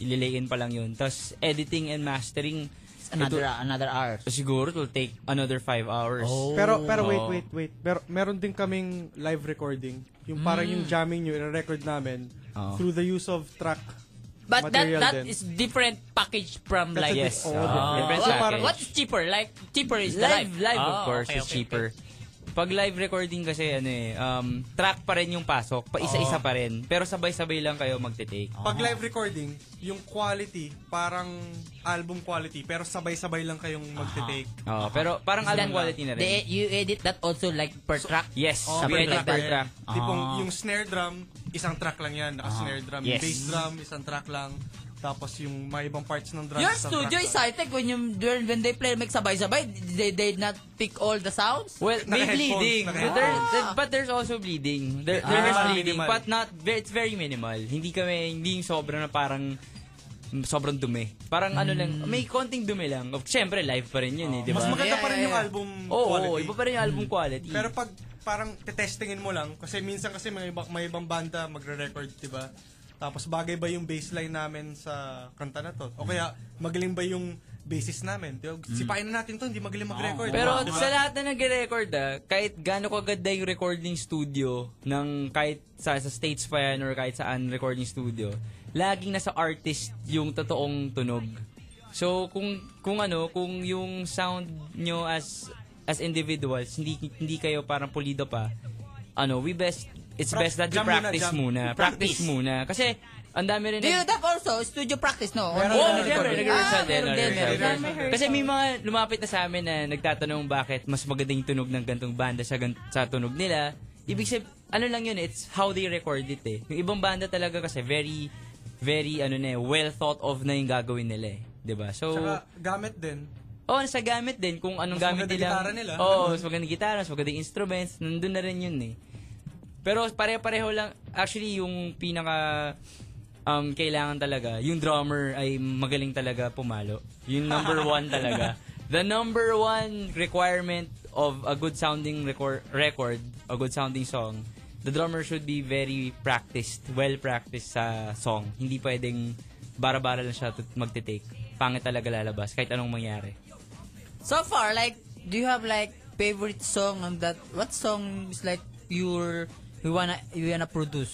[SPEAKER 2] ililay in pa lang yun. Tapos editing and mastering,
[SPEAKER 1] Another
[SPEAKER 2] ito-
[SPEAKER 1] another hour.
[SPEAKER 2] siguro it will take another five hours.
[SPEAKER 1] Oh.
[SPEAKER 3] Pero pero wait
[SPEAKER 2] Oo.
[SPEAKER 3] wait wait. Pero meron din kaming live recording. Yung parang yung
[SPEAKER 1] Mm.
[SPEAKER 3] jamming nyo, i-record namin
[SPEAKER 2] Oo.
[SPEAKER 3] through the use of track
[SPEAKER 5] But that
[SPEAKER 3] material
[SPEAKER 5] that
[SPEAKER 3] din.
[SPEAKER 5] is different package from
[SPEAKER 3] That's
[SPEAKER 5] like
[SPEAKER 3] a oh,
[SPEAKER 2] Yes.
[SPEAKER 3] bit odd.
[SPEAKER 1] Oh.
[SPEAKER 2] Ah. Different
[SPEAKER 3] So
[SPEAKER 2] package.
[SPEAKER 3] parang-
[SPEAKER 5] what's cheaper? Like cheaper is the
[SPEAKER 2] Live, live of
[SPEAKER 3] Ah,
[SPEAKER 5] Oh,
[SPEAKER 2] course,
[SPEAKER 5] okay,
[SPEAKER 2] is
[SPEAKER 5] okay,
[SPEAKER 2] cheaper. Pag live recording kasi ano eh, um, track pa rin yung pasok, pa isa-isa pa rin. Pero sabay-sabay lang kayo magte-take.
[SPEAKER 3] Ah. Pag live recording, yung quality, parang album quality, pero sabay-sabay lang kayong magte-take.
[SPEAKER 2] Oo, pero parang album quality na rin.
[SPEAKER 1] They, you edit that also like per track?
[SPEAKER 2] Yes,
[SPEAKER 1] Oh,
[SPEAKER 2] we
[SPEAKER 1] per
[SPEAKER 2] edit
[SPEAKER 1] track. Ah.
[SPEAKER 2] per track.
[SPEAKER 3] Tipong yung snare drum, isang track lang yan. Naka-snare drum.
[SPEAKER 2] Ah. Yes.
[SPEAKER 3] Bass drum, isang track lang. Tapos yung mga ibang parts ng drum,
[SPEAKER 1] Your
[SPEAKER 3] isang
[SPEAKER 1] studio
[SPEAKER 3] track
[SPEAKER 1] is
[SPEAKER 3] lang.
[SPEAKER 1] high-tech when, you, when when they play make sabay-sabay, they did not pick all the sounds?
[SPEAKER 2] Well, may
[SPEAKER 3] Naka-headphones,
[SPEAKER 2] bleeding.
[SPEAKER 3] naka-headphones.
[SPEAKER 2] There, there- but there's also bleeding. There, there is
[SPEAKER 3] Minimal,
[SPEAKER 2] bleeding,
[SPEAKER 3] minimal.
[SPEAKER 2] but not, ve- it's very minimal. Hindi kami, hindi yung sobrang na parang mm, sobrang dumi. Parang ano lang, may konting dumi lang. Of- Siyempre, live pa rin yun eh, di ba?
[SPEAKER 3] Hmm. Mas maganda pa rin
[SPEAKER 1] Yeah,
[SPEAKER 3] yung
[SPEAKER 1] yeah.
[SPEAKER 3] album
[SPEAKER 2] Oo,
[SPEAKER 3] quality.
[SPEAKER 2] oh, iba pa rin yung album quality.
[SPEAKER 3] Pero pag parang tetestingin mo lang, kasi minsan kasi may, iba, may ibang banda magre-record, di ba? Tapos bagay ba yung bassline namin sa kanta na to? O kaya magaling ba yung bassist namin? Di ba?
[SPEAKER 2] Mm.
[SPEAKER 3] Sipain na natin to, hindi magaling mag-record.
[SPEAKER 2] Pero
[SPEAKER 3] di ba?
[SPEAKER 2] sa lahat na nag-record ah, kahit gaano kaganda yung recording studio ng kahit sa, sa States pa yan or kahit saan recording studio, laging nasa artist yung totoong tunog. So kung kung ano, kung yung sound nyo as as individuals, hindi hindi kayo parang pulido pa. Ano, we best it's
[SPEAKER 3] Pra-
[SPEAKER 2] best that you
[SPEAKER 3] jam muna,
[SPEAKER 2] practice
[SPEAKER 3] jam.
[SPEAKER 2] muna. Practice muna kasi ang dami rin
[SPEAKER 1] Do you
[SPEAKER 2] ng-
[SPEAKER 1] that also? Studio practice, no?
[SPEAKER 3] Meron
[SPEAKER 2] Oo,
[SPEAKER 3] Ano,
[SPEAKER 2] oh, siyempre,
[SPEAKER 3] recording?
[SPEAKER 2] nag-rehearsal
[SPEAKER 1] Ah,
[SPEAKER 2] din.
[SPEAKER 1] meron din,
[SPEAKER 2] nag-rehearsal.
[SPEAKER 3] meron
[SPEAKER 4] din.
[SPEAKER 2] Kasi may mga lumapit na sa amin na nagtatanong bakit mas magandang tunog ng gantong banda sa, gan- sa tunog nila. Ibig sabihin, ano lang yun, it's how they record it eh. Yung ibang banda talaga kasi very, very, ano na eh, well thought of na yung gagawin nila eh. 'Di ba So,
[SPEAKER 3] Tsaka gamit din.
[SPEAKER 2] oh, nasa gamit din kung anong
[SPEAKER 3] Mas
[SPEAKER 2] gamit
[SPEAKER 3] maganda
[SPEAKER 2] nila.
[SPEAKER 3] gitara nila. Mm-hmm.
[SPEAKER 2] Oo, mas magandang gitara, mas magandang instruments, nandun na rin yun eh. Pero pare-pareho lang, actually yung pinaka um, kailangan talaga, yung drummer ay magaling talaga pumalo. Yung number one talaga. The number one requirement of a good sounding record, record a good sounding song, the drummer should be very practiced, well practiced sa song. Hindi pwedeng bara-bara lang siya tut- magte-take. Pangit talaga lalabas, kahit anong mangyari.
[SPEAKER 1] So far, like, do you have like favorite song on that? What song is like your you wanna you wanna produce?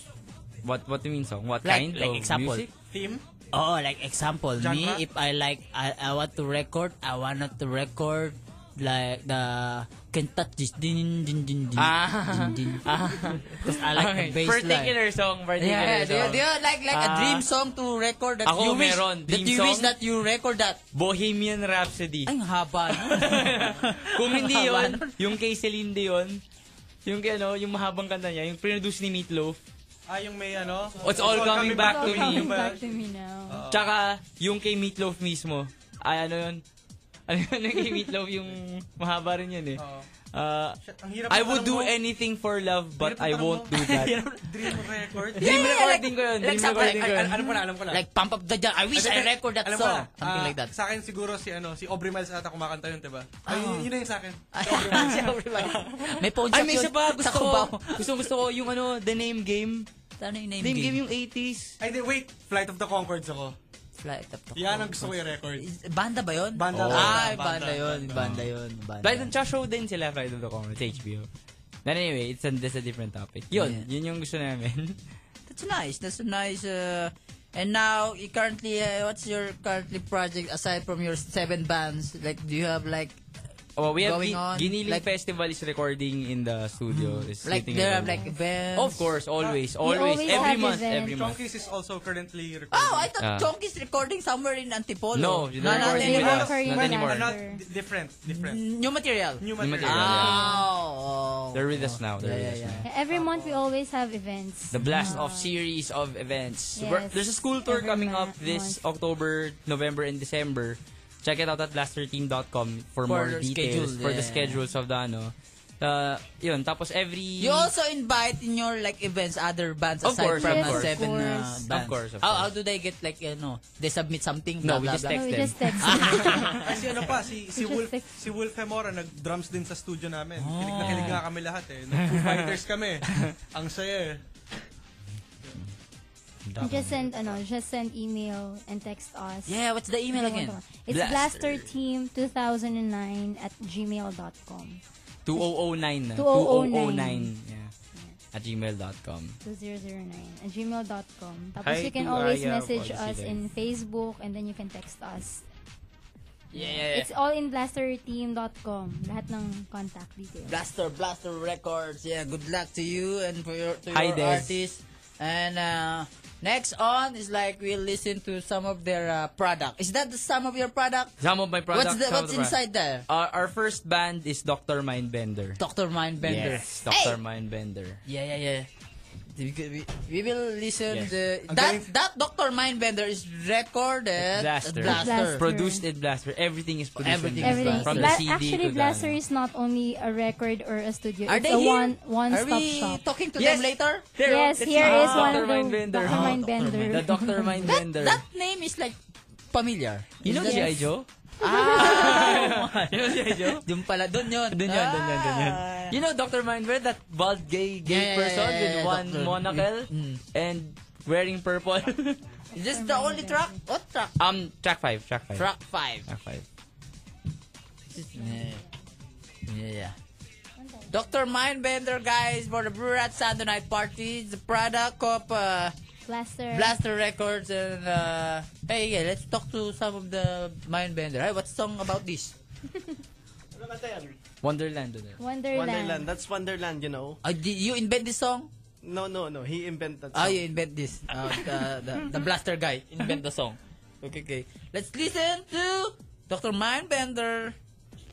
[SPEAKER 2] What what do you mean song? What
[SPEAKER 1] Like-
[SPEAKER 2] kind
[SPEAKER 1] like
[SPEAKER 2] of
[SPEAKER 1] example.
[SPEAKER 2] music?
[SPEAKER 3] Theme?
[SPEAKER 1] Oh, like example,
[SPEAKER 3] Genre?
[SPEAKER 1] me if I like I, I want to record, I wanted to record like the can touch this din din din din.
[SPEAKER 2] Ah.
[SPEAKER 1] din, din. Cause I like the bass
[SPEAKER 2] particular song, particular
[SPEAKER 1] Yeah, yeah. Do you,
[SPEAKER 2] song.
[SPEAKER 1] do you like like a
[SPEAKER 2] Ah.
[SPEAKER 1] dream song to record that
[SPEAKER 2] Ako
[SPEAKER 1] you wish
[SPEAKER 2] meron,
[SPEAKER 1] that
[SPEAKER 2] dream
[SPEAKER 1] you wish
[SPEAKER 2] song?
[SPEAKER 1] that you record that?
[SPEAKER 2] Bohemian Rhapsody.
[SPEAKER 1] Ay, ang haba.
[SPEAKER 2] Kung hindi
[SPEAKER 1] Haba
[SPEAKER 2] yon,
[SPEAKER 1] nun.
[SPEAKER 2] yung kay Celine Dion, yung kay ano, yung mahabang kanta niya, yung produce ni Meatloaf,
[SPEAKER 3] Ah, yung may ano?
[SPEAKER 2] It's all coming back to
[SPEAKER 4] So,
[SPEAKER 2] me.
[SPEAKER 4] coming back to me now.
[SPEAKER 2] tsaka yung kay Meatloaf mismo. Ay, ano yun? Ano yun yung kay Meatloaf, yung mahaba rin yun eh.
[SPEAKER 3] Oo.
[SPEAKER 2] Ah,
[SPEAKER 3] Shit, ang hirap
[SPEAKER 2] I
[SPEAKER 3] ng
[SPEAKER 2] would
[SPEAKER 3] tanong
[SPEAKER 2] do
[SPEAKER 3] mo.
[SPEAKER 2] anything for love, but
[SPEAKER 3] Hirap ng
[SPEAKER 2] I
[SPEAKER 3] tanong
[SPEAKER 2] won't
[SPEAKER 3] mo.
[SPEAKER 2] do that.
[SPEAKER 3] Dream record?
[SPEAKER 2] Dream recording ko yun.
[SPEAKER 1] like
[SPEAKER 2] Dream
[SPEAKER 1] something
[SPEAKER 2] recording
[SPEAKER 1] like-
[SPEAKER 2] ko yun.
[SPEAKER 3] Alam ko na, alam ko na.
[SPEAKER 1] like pump up the jam. I wish I record that
[SPEAKER 3] Alam ko
[SPEAKER 1] song.
[SPEAKER 3] na.
[SPEAKER 1] Something
[SPEAKER 3] Ah,
[SPEAKER 1] like that. Ah.
[SPEAKER 3] Sa akin siguro si ano, si Aubrey Miles ata kumakanta yun, 'di ba? Ay, yun na yung sa akin.
[SPEAKER 1] Si Aubrey Miles. may phone
[SPEAKER 2] Ay,
[SPEAKER 1] shop
[SPEAKER 2] may
[SPEAKER 1] yun.
[SPEAKER 2] isa pa. Gusto
[SPEAKER 1] Sa
[SPEAKER 2] ko,
[SPEAKER 1] Cubao.
[SPEAKER 2] gusto, gusto ko yung ano, The Name Game.
[SPEAKER 1] Ano yung name
[SPEAKER 2] Name
[SPEAKER 1] game?
[SPEAKER 2] Game yung 80s.
[SPEAKER 3] Ay, di, wait. Flight of the Conchords ako.
[SPEAKER 1] Fly at Taptok.
[SPEAKER 3] Yan ang gusto ko i-record.
[SPEAKER 1] Is- Banda ba yun?
[SPEAKER 3] Banda,
[SPEAKER 1] Oh.
[SPEAKER 3] banda,
[SPEAKER 1] Ay, banda
[SPEAKER 3] banda,
[SPEAKER 1] yun. Banda yun. Banda.
[SPEAKER 2] Flight of Chow show din sila, Flight of the Common. It's HBO. But anyway, it's a, that's a different topic. Yun,
[SPEAKER 1] Yeah.
[SPEAKER 2] yun yung gusto namin.
[SPEAKER 1] That's nice. That's a nice. Uh, and now, you currently, uh, what's your currently project aside from your seven bands? Like, do you have like,
[SPEAKER 2] Oh, we have
[SPEAKER 1] Going
[SPEAKER 2] Gi-
[SPEAKER 1] on,
[SPEAKER 2] Giniling
[SPEAKER 1] like- Hmm.
[SPEAKER 2] Festival is recording in the studio. Is
[SPEAKER 1] like
[SPEAKER 2] sitting
[SPEAKER 1] there
[SPEAKER 2] in
[SPEAKER 1] have
[SPEAKER 2] the-
[SPEAKER 1] like events?
[SPEAKER 2] Of course,
[SPEAKER 4] We
[SPEAKER 2] always, always,
[SPEAKER 4] always
[SPEAKER 2] every
[SPEAKER 4] have
[SPEAKER 2] month,
[SPEAKER 4] events.
[SPEAKER 2] every month.
[SPEAKER 3] Chonkies is also currently recording.
[SPEAKER 1] Oh, I
[SPEAKER 2] Ah.
[SPEAKER 1] thought Chonky's recording somewhere in Antipolo.
[SPEAKER 2] No, they're
[SPEAKER 1] not
[SPEAKER 2] recording with
[SPEAKER 4] Recording with us.
[SPEAKER 2] us. Not anymore.
[SPEAKER 1] anymore.
[SPEAKER 3] Not, di- different, different.
[SPEAKER 1] New material.
[SPEAKER 3] New
[SPEAKER 2] material.
[SPEAKER 3] material.
[SPEAKER 1] Oh, oh.
[SPEAKER 2] They're with us now. They're
[SPEAKER 1] Ah. Yeah,
[SPEAKER 2] with us
[SPEAKER 1] yeah, yeah.
[SPEAKER 2] now.
[SPEAKER 4] Yeah, Diba? every month we always have events.
[SPEAKER 2] The blast
[SPEAKER 1] Ah.
[SPEAKER 2] off series of events.
[SPEAKER 4] Yes.
[SPEAKER 2] We're- There's a school tour
[SPEAKER 4] Every
[SPEAKER 2] coming up
[SPEAKER 4] month.
[SPEAKER 2] this October, November, and December. Check it out at blasterteam.com for,
[SPEAKER 1] For
[SPEAKER 2] more
[SPEAKER 1] the
[SPEAKER 2] details
[SPEAKER 1] schedule,
[SPEAKER 2] for the
[SPEAKER 1] yeah.
[SPEAKER 2] schedules of the ano. Uh, yun, tapos every
[SPEAKER 1] You also invite in your like events other bands
[SPEAKER 2] Of
[SPEAKER 1] aside
[SPEAKER 2] course,
[SPEAKER 1] from
[SPEAKER 2] of
[SPEAKER 1] the
[SPEAKER 2] course.
[SPEAKER 1] seven
[SPEAKER 4] Of
[SPEAKER 1] uh,
[SPEAKER 4] course.
[SPEAKER 2] Of
[SPEAKER 1] bands.
[SPEAKER 2] course, of
[SPEAKER 1] How,
[SPEAKER 2] course.
[SPEAKER 1] how do they get like you know they submit something?
[SPEAKER 2] No,
[SPEAKER 1] blah,
[SPEAKER 2] we
[SPEAKER 1] blah,
[SPEAKER 2] just
[SPEAKER 1] blah,
[SPEAKER 2] text
[SPEAKER 4] So we
[SPEAKER 1] blah.
[SPEAKER 2] them.
[SPEAKER 4] just text them.
[SPEAKER 3] Kasi ano pa, si, si, Wolf,
[SPEAKER 4] Interesting.
[SPEAKER 3] si Wolf Hemora nag-drums din sa studio namin.
[SPEAKER 2] Ah.
[SPEAKER 3] Kilig na kilig nga kami lahat eh. Nag-Foo Fighters kami. Ang saya eh.
[SPEAKER 4] just send, ano, just send email and text us.
[SPEAKER 1] Yeah, what's the email again?
[SPEAKER 4] It's
[SPEAKER 2] Blaster.
[SPEAKER 4] blasterteam2009 at gmail.com.
[SPEAKER 2] 2009 na.
[SPEAKER 4] 2009.
[SPEAKER 2] 2009. Yeah. At gmail.com.
[SPEAKER 4] 2009 at gmail.com. Tapos
[SPEAKER 2] Hi
[SPEAKER 4] you can
[SPEAKER 2] to
[SPEAKER 4] always
[SPEAKER 2] Aya
[SPEAKER 4] message
[SPEAKER 2] Policy
[SPEAKER 4] us
[SPEAKER 2] Live.
[SPEAKER 4] in Facebook and then you can text us.
[SPEAKER 1] Eh.
[SPEAKER 2] Yeah.
[SPEAKER 4] It's all in blasterteam.com. Lahat ng contact details.
[SPEAKER 1] Blaster, Blaster Records. Yeah, good luck to you and for your to
[SPEAKER 2] Hi,
[SPEAKER 1] your
[SPEAKER 2] Des.
[SPEAKER 1] artists. And uh, next on is like we'll listen to some of their uh, product. Is that the sum of your product?
[SPEAKER 2] Some of my products.
[SPEAKER 1] what's the,
[SPEAKER 2] some of
[SPEAKER 1] what's
[SPEAKER 2] the products.
[SPEAKER 1] inside there?
[SPEAKER 2] Uh, our first band is Dr. Mindbender.
[SPEAKER 1] Doctor Mindbender.
[SPEAKER 2] Yes, Dr. Mindbender.
[SPEAKER 1] Yeah, yeah, yeah. We, we, we will listen
[SPEAKER 2] Yes.
[SPEAKER 1] the,
[SPEAKER 3] Ang
[SPEAKER 1] that
[SPEAKER 3] galing-
[SPEAKER 1] that Doctor Mindbender is recorded
[SPEAKER 2] Blaster.
[SPEAKER 1] at Blaster.
[SPEAKER 4] Blaster.
[SPEAKER 2] Produced at Blaster. Everything is produced
[SPEAKER 1] Everything
[SPEAKER 2] at
[SPEAKER 1] is
[SPEAKER 4] Everything.
[SPEAKER 2] Blaster. From the
[SPEAKER 4] Bla-
[SPEAKER 2] CD
[SPEAKER 4] actually,
[SPEAKER 2] to the,
[SPEAKER 4] Blaster
[SPEAKER 2] ano.
[SPEAKER 4] is not only a record or a studio.
[SPEAKER 1] Are
[SPEAKER 4] it's
[SPEAKER 1] they
[SPEAKER 4] a
[SPEAKER 1] here?
[SPEAKER 4] one one
[SPEAKER 1] Are
[SPEAKER 4] stop
[SPEAKER 1] we
[SPEAKER 4] shop.
[SPEAKER 1] talking to
[SPEAKER 2] Yes.
[SPEAKER 1] them later?
[SPEAKER 4] Yes,
[SPEAKER 2] That's
[SPEAKER 4] here
[SPEAKER 2] not
[SPEAKER 4] is one
[SPEAKER 2] Ah,
[SPEAKER 4] of
[SPEAKER 2] Dr.
[SPEAKER 4] the
[SPEAKER 2] Mindbender.
[SPEAKER 4] Dr.
[SPEAKER 2] Oh,
[SPEAKER 4] Mindbender.
[SPEAKER 2] The Dr.
[SPEAKER 1] That,
[SPEAKER 2] Mindbender.
[SPEAKER 1] that name is like familiar.
[SPEAKER 2] you know
[SPEAKER 1] Is that-
[SPEAKER 2] G.I. Joe?
[SPEAKER 1] Ah!
[SPEAKER 2] You know G.I. Joe?
[SPEAKER 1] Doon pala, doon yun.
[SPEAKER 2] Dun yun, dun yun, dun yun.
[SPEAKER 1] Ah.
[SPEAKER 2] You know Dr. Mindbender, that bald gay gay
[SPEAKER 1] Yeah, yeah,
[SPEAKER 2] person
[SPEAKER 1] yeah,
[SPEAKER 2] with
[SPEAKER 1] yeah,
[SPEAKER 2] one
[SPEAKER 1] doctor.
[SPEAKER 2] monocle and wearing purple?
[SPEAKER 1] Is this the only track? What track?
[SPEAKER 2] um, track 5, track 5.
[SPEAKER 1] Track 5.
[SPEAKER 2] Track 5.
[SPEAKER 1] Yeah. Yeah, yeah. Dr. Mindbender, guys, for the Brew Rat Sunday Night Party. It's the product of uh,
[SPEAKER 4] Blaster.
[SPEAKER 1] Blaster Records and... Uh, hey, yeah, let's talk to some of the Mindbender. Hey, what's song about this?
[SPEAKER 6] Ano kanta yan?
[SPEAKER 2] Wonderland. dun yun.
[SPEAKER 4] Wonderland.
[SPEAKER 6] Wonderland. That's Wonderland, you know?
[SPEAKER 1] Uh, did you invent this song?
[SPEAKER 6] No, no, no. He invented
[SPEAKER 1] Ah,
[SPEAKER 6] song.
[SPEAKER 1] you invent this. Uh, the, the, the blaster guy. Invent the song. Okay, okay. Let's listen to Dr. Mindbender.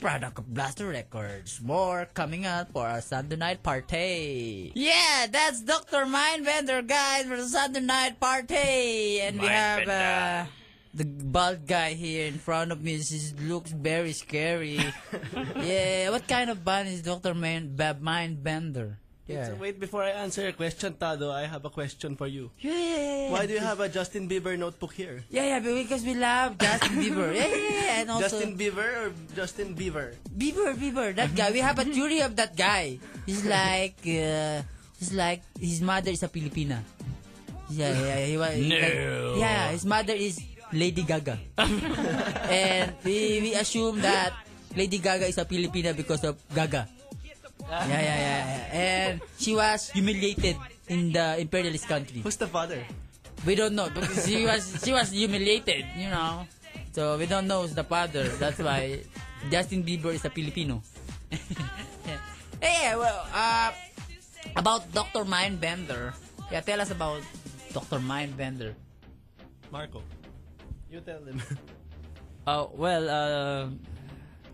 [SPEAKER 1] Product of Blaster Records. More coming up for our Sunday night party. Yeah, that's Dr. Mindbender, guys, for the Sunday night party. And we have uh, the bald guy here in front of me. He looks very scary. yeah, what kind of band is Dr. Mind- Ba- Mindbender?
[SPEAKER 6] It's-
[SPEAKER 1] Yeah.
[SPEAKER 6] Wait, before I answer your question, Tado, I have a question for you.
[SPEAKER 1] Yeah, yeah, yeah, yeah.
[SPEAKER 6] Why do you have a Justin Bieber notebook here?
[SPEAKER 1] Yeah, yeah, but because we love Justin Bieber. Yeah, yeah, yeah. And also,
[SPEAKER 6] Justin Bieber or Justin Bieber?
[SPEAKER 1] Bieber, Bieber, that guy. We have a theory of that guy. He's like, uh, he's like, his mother is a Filipina. Yeah, yeah, he was.
[SPEAKER 2] No.
[SPEAKER 1] like- yeah, his mother is Lady Gaga. and we, we assume that Lady Gaga is a Filipina because of Gaga. Yeah, yeah, yeah. yeah. And she was humiliated in the imperialist country.
[SPEAKER 6] Who's the father?
[SPEAKER 1] We don't know because she was she was humiliated, you know. So we don't know who's the father. That's why Justin Bieber is a Filipino. yeah, well, uh, about Dr. Mindbender. Yeah, tell us about Dr. Mindbender.
[SPEAKER 6] Marco. You tell him.
[SPEAKER 2] Uh, well, uh,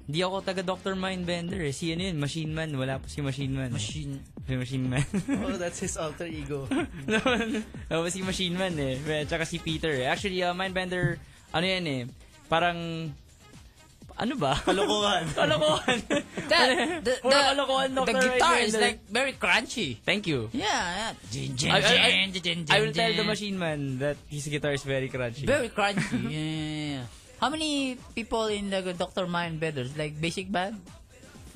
[SPEAKER 2] hindi ako taga Dr. Mindbender. eh. Si ano yun, Machine Man. Wala pa si Machine Man. eh.
[SPEAKER 1] Machine.
[SPEAKER 2] Si Machine Man.
[SPEAKER 6] oh, that's his alter ego.
[SPEAKER 7] Ano
[SPEAKER 2] Wala pa si Machine Man eh. Well, Tsaka si Peter eh. Actually, uh, Mindbender, ano yan eh, parang, ano ba?
[SPEAKER 6] Kalokohan.
[SPEAKER 2] Kalokohan.
[SPEAKER 1] The, the,
[SPEAKER 2] Puro kalokohan,
[SPEAKER 1] the,
[SPEAKER 2] Dr.
[SPEAKER 1] guitar is
[SPEAKER 2] Mindbender.
[SPEAKER 1] like very crunchy.
[SPEAKER 2] Thank you.
[SPEAKER 1] Yeah, yeah. Jin, jin,
[SPEAKER 2] I, I, I,
[SPEAKER 1] jin, jin, jin,
[SPEAKER 2] I will tell the
[SPEAKER 1] jin.
[SPEAKER 2] Machine Man that his guitar is very crunchy.
[SPEAKER 1] Very crunchy. yeah, yeah, yeah. How many people in the Dr. Mindbender? Like basic band?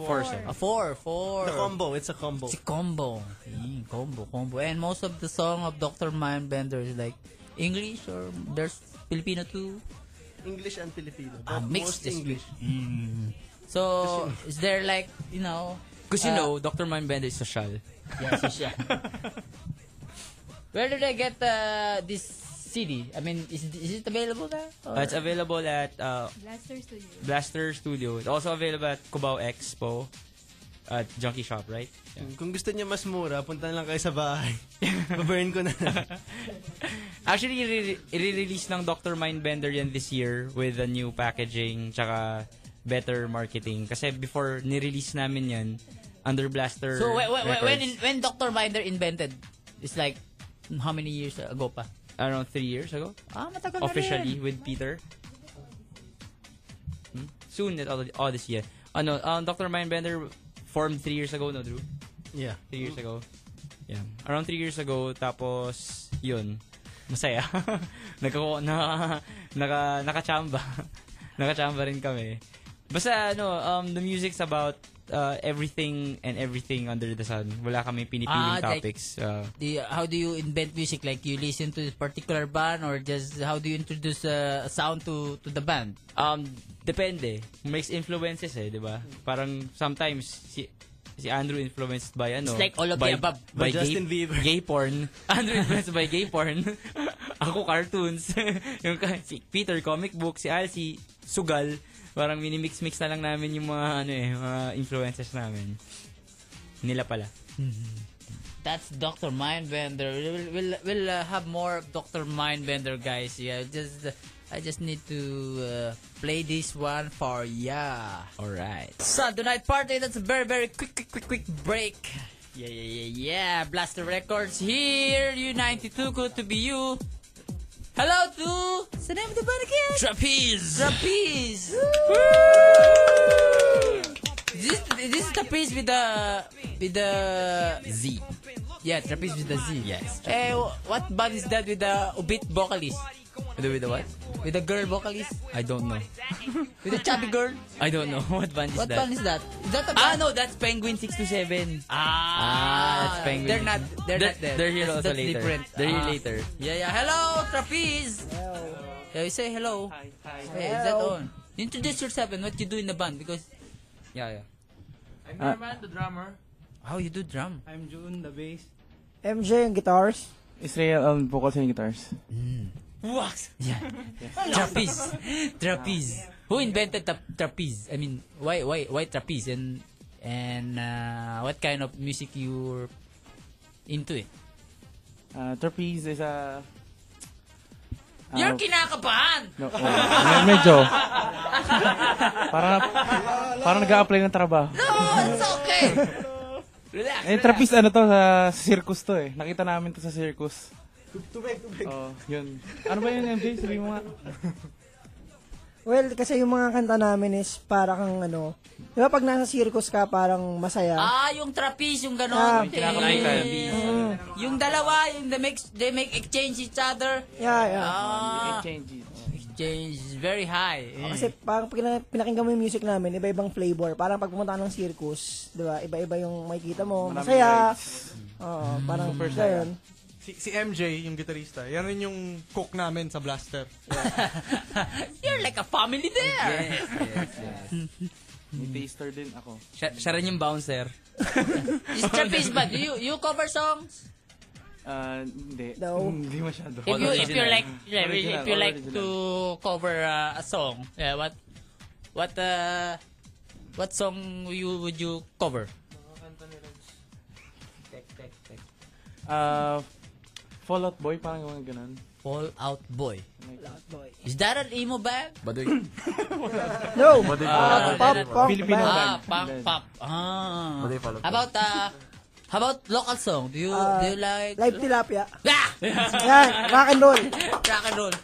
[SPEAKER 2] Four. siya.
[SPEAKER 1] Uh, four, four.
[SPEAKER 6] The combo. It's a combo.
[SPEAKER 1] It's a combo. Mm, combo, combo. And most of the song of Dr. Mindbender is like English or there's Filipino too?
[SPEAKER 6] English and Filipino.
[SPEAKER 1] Ah,
[SPEAKER 6] But
[SPEAKER 1] mixed
[SPEAKER 6] most
[SPEAKER 1] is
[SPEAKER 6] English.
[SPEAKER 1] Mm.
[SPEAKER 2] Mm.
[SPEAKER 1] So, is there like, you know,
[SPEAKER 2] Because you
[SPEAKER 1] uh,
[SPEAKER 2] know, Dr. Manbenda is social.
[SPEAKER 1] Yes, siya. Where did I get uh, this CD? I mean, is, is it available there? Or-
[SPEAKER 2] Uh, it's available at uh,
[SPEAKER 4] Blaster Studio.
[SPEAKER 2] Blaster Studio. It's also available at Cubao Expo at Junkie Shop, right? Yeah.
[SPEAKER 6] Kung gusto niya mas mura, punta na lang kayo sa bahay. Baburn ko na.
[SPEAKER 2] Actually, re- i-release ng Dr. Mindbender yan this year with a new packaging tsaka better marketing. Kasi before, nirelease namin yan under Blaster
[SPEAKER 1] so, wh- wh- wh- when
[SPEAKER 2] Records.
[SPEAKER 1] in- when Dr. Minder invented, it's like, hmm, how many years ago pa?
[SPEAKER 2] Around three years ago.
[SPEAKER 1] Ah, matagal na rin.
[SPEAKER 2] officially with Peter. Hmm? Soon at Od- Odyssey. Yeah. Ano, um, Dr. Mindbender formed three years ago, no, Drew?
[SPEAKER 6] yeah.
[SPEAKER 2] Three years ago. Yeah. Around three years ago, tapos, yun. Masaya. Nagkaku- na, naka, nakachamba. nakachamba rin kami. Basta, ano, um, the music's about uh, everything and everything under the sun. Wala kami
[SPEAKER 1] Ah,
[SPEAKER 2] pinipiling
[SPEAKER 1] like-
[SPEAKER 2] topics. Uh,
[SPEAKER 1] Do you- how do you invent music? Like, you listen to this particular band or just how do you introduce uh, a sound to, to the band?
[SPEAKER 2] Um, depende. Mixed influences eh, di ba? Parang sometimes si si Andrew influenced by ano?
[SPEAKER 1] It's like all of
[SPEAKER 2] by,
[SPEAKER 1] the above.
[SPEAKER 6] By
[SPEAKER 2] By, Justin
[SPEAKER 6] Justin
[SPEAKER 2] gay,
[SPEAKER 6] Bieber.
[SPEAKER 2] Gay porn. Andrew influenced by gay porn. Ako cartoons. yung ka- si Peter comic book, si Al si Sugal. Parang minimix-mix na lang namin yung mga ano eh, mga influences namin. Nila pala.
[SPEAKER 1] That's Dr. Mindbender. We'll, we'll, we'll uh, have more of Dr. Mindbender, guys. Yeah, just uh, I just need to uh, play this one for ya. All right. So tonight party. That's a very very quick quick quick quick break. Yeah yeah yeah yeah. Blaster Records here. U92. Good to be you. Hello to sa name of the band again. Trapeze. Trapeze. This this is trapeze with the with the Z. Yeah, trapeze with the Z. Yes. Eh, wh- what band is that with the ubit vocalist? With the, with the what? With the girl vocalist?
[SPEAKER 2] I don't know.
[SPEAKER 1] With the chubby girl?
[SPEAKER 2] I don't know. What band is
[SPEAKER 1] What
[SPEAKER 2] that?
[SPEAKER 1] band is that? Is that a
[SPEAKER 2] Ah,
[SPEAKER 1] band?
[SPEAKER 2] no, that's Penguin 627.
[SPEAKER 1] Ah,
[SPEAKER 2] that's Penguin.
[SPEAKER 1] They're not. They're,
[SPEAKER 2] They're-
[SPEAKER 1] not there.
[SPEAKER 2] they're here also
[SPEAKER 1] that's, that's
[SPEAKER 2] later.
[SPEAKER 1] Different.
[SPEAKER 2] They're here
[SPEAKER 1] Ah.
[SPEAKER 2] later.
[SPEAKER 1] Yeah, yeah. Hello, trapeze. Hello. Yeah, you say hello. Hi, hi. Hey, is that on? Introduce yourself and what you do in the band because.
[SPEAKER 2] Yeah, yeah.
[SPEAKER 8] I'm
[SPEAKER 9] Ah.
[SPEAKER 8] Norman, the drummer.
[SPEAKER 1] How you do drum?
[SPEAKER 8] I'm June, the bass.
[SPEAKER 7] MJ yung guitars. Israel on vocals and guitars.
[SPEAKER 1] Mm. Wax. Yeah. trapeze. Trapeze. Who invented the trapeze? I mean, why why why trapeze and and uh, what kind of music you're into it?
[SPEAKER 7] Uh, trapeze is a... Uh,
[SPEAKER 1] You're kinakabahan.
[SPEAKER 7] no, oh, med- medyo. para na, para nag-a-apply ng trabaho.
[SPEAKER 1] No, it's okay. Relax.
[SPEAKER 7] Eh, trapeze ano to, sa circus to eh. Nakita namin to sa circus. Tubig, tubig. Oh, yun. Ano ba yun, MJ? Sabi mo nga.
[SPEAKER 9] Well, kasi yung mga kanta namin is para kang ano, di ba pag nasa circus ka parang masaya?
[SPEAKER 1] Ah, yung trapeze, yung gano'n.
[SPEAKER 9] Ah,
[SPEAKER 1] Okay. Mm.
[SPEAKER 2] kinakabahan ka.
[SPEAKER 1] Yung dalawa, yung they make, they make exchange each other.
[SPEAKER 9] yeah, yeah.
[SPEAKER 1] Ah,
[SPEAKER 7] Changes.
[SPEAKER 1] exchange is very high. Eh.
[SPEAKER 9] Oh, kasi parang pag pina- pinakinggan mo yung music namin, iba-ibang flavor. Parang pag pumunta ka ng circus, di ba, iba-iba yung makikita mo,
[SPEAKER 7] Maraming
[SPEAKER 9] masaya.
[SPEAKER 7] rights.
[SPEAKER 9] Oo, Oh, parang ano
[SPEAKER 7] Super saya.
[SPEAKER 9] ganun.
[SPEAKER 3] Si, si MJ, yung gitarista, yan rin yung cook namin sa blaster.
[SPEAKER 1] You're like a family there.
[SPEAKER 2] Yes, yes, yes.
[SPEAKER 7] May taster din ako.
[SPEAKER 2] Hmm. Siya, siya rin yung bouncer.
[SPEAKER 1] It's trapeze, but do you, you cover songs?
[SPEAKER 7] Ah, hindi.
[SPEAKER 9] No.
[SPEAKER 7] Hindi masyado.
[SPEAKER 1] If you, if you
[SPEAKER 2] Original.
[SPEAKER 1] like, yeah,
[SPEAKER 7] Original,
[SPEAKER 1] if you like to
[SPEAKER 7] original.
[SPEAKER 1] cover uh, a song, yeah, what, what, uh, what song you would you cover?
[SPEAKER 7] Uh, Fallout Boy, parang yung mga ganun.
[SPEAKER 1] Fall Out Boy.
[SPEAKER 9] Boy.
[SPEAKER 1] Is that an emo band?
[SPEAKER 9] No! Ah, pop, pop,
[SPEAKER 7] Filipino
[SPEAKER 9] band.
[SPEAKER 1] Ah,
[SPEAKER 7] band.
[SPEAKER 1] pop,
[SPEAKER 7] Band.
[SPEAKER 1] pop. Ah. How about uh, how about local song? Do you
[SPEAKER 9] Ah,
[SPEAKER 1] do you like
[SPEAKER 9] Live tilapia.
[SPEAKER 1] Ah!
[SPEAKER 9] Yan, rock and roll.
[SPEAKER 1] Rock and roll.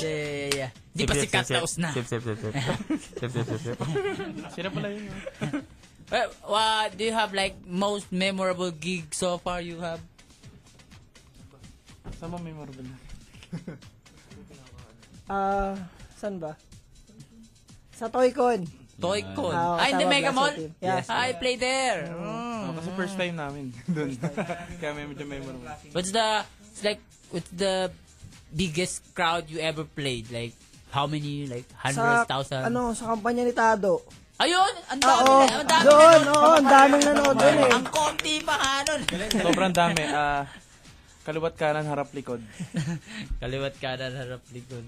[SPEAKER 1] Yeah, yeah, yeah, yeah. Di pa sikat taos na.
[SPEAKER 2] Sip, sip, sip, sip. Sip, sip, sip, sip.
[SPEAKER 7] Sira pala yun. ah.
[SPEAKER 1] Well, what do you have like most memorable gig so far you have?
[SPEAKER 7] Saan ba memorable na?
[SPEAKER 9] Ah, saan ba? Sa Toycon.
[SPEAKER 1] Toycon.
[SPEAKER 9] Ah,
[SPEAKER 1] Ah, in the
[SPEAKER 9] tama,
[SPEAKER 1] Mega
[SPEAKER 9] Black
[SPEAKER 1] Mall?
[SPEAKER 9] Soul Team.
[SPEAKER 1] Yes.
[SPEAKER 9] Yes.
[SPEAKER 1] I play there. Mm.
[SPEAKER 7] Oh, kasi first time namin doon. Kaya may medyo memorable.
[SPEAKER 1] What's the, it's like, what's the biggest crowd you ever played? Like, how many? Like,
[SPEAKER 9] Sa,
[SPEAKER 1] hundreds, thousand?
[SPEAKER 9] ano, sa kampanya ni Tado. Ah,
[SPEAKER 1] Ayun! Ang dami
[SPEAKER 9] Oo,
[SPEAKER 1] na! Ang dami na!
[SPEAKER 9] doon, oo, ang daming nanood doon eh.
[SPEAKER 1] Ang konti pa nga nun.
[SPEAKER 7] Sobrang dami. Ah, kaliwat kanan, harap likod.
[SPEAKER 1] Kaliwat kanan, harap likod.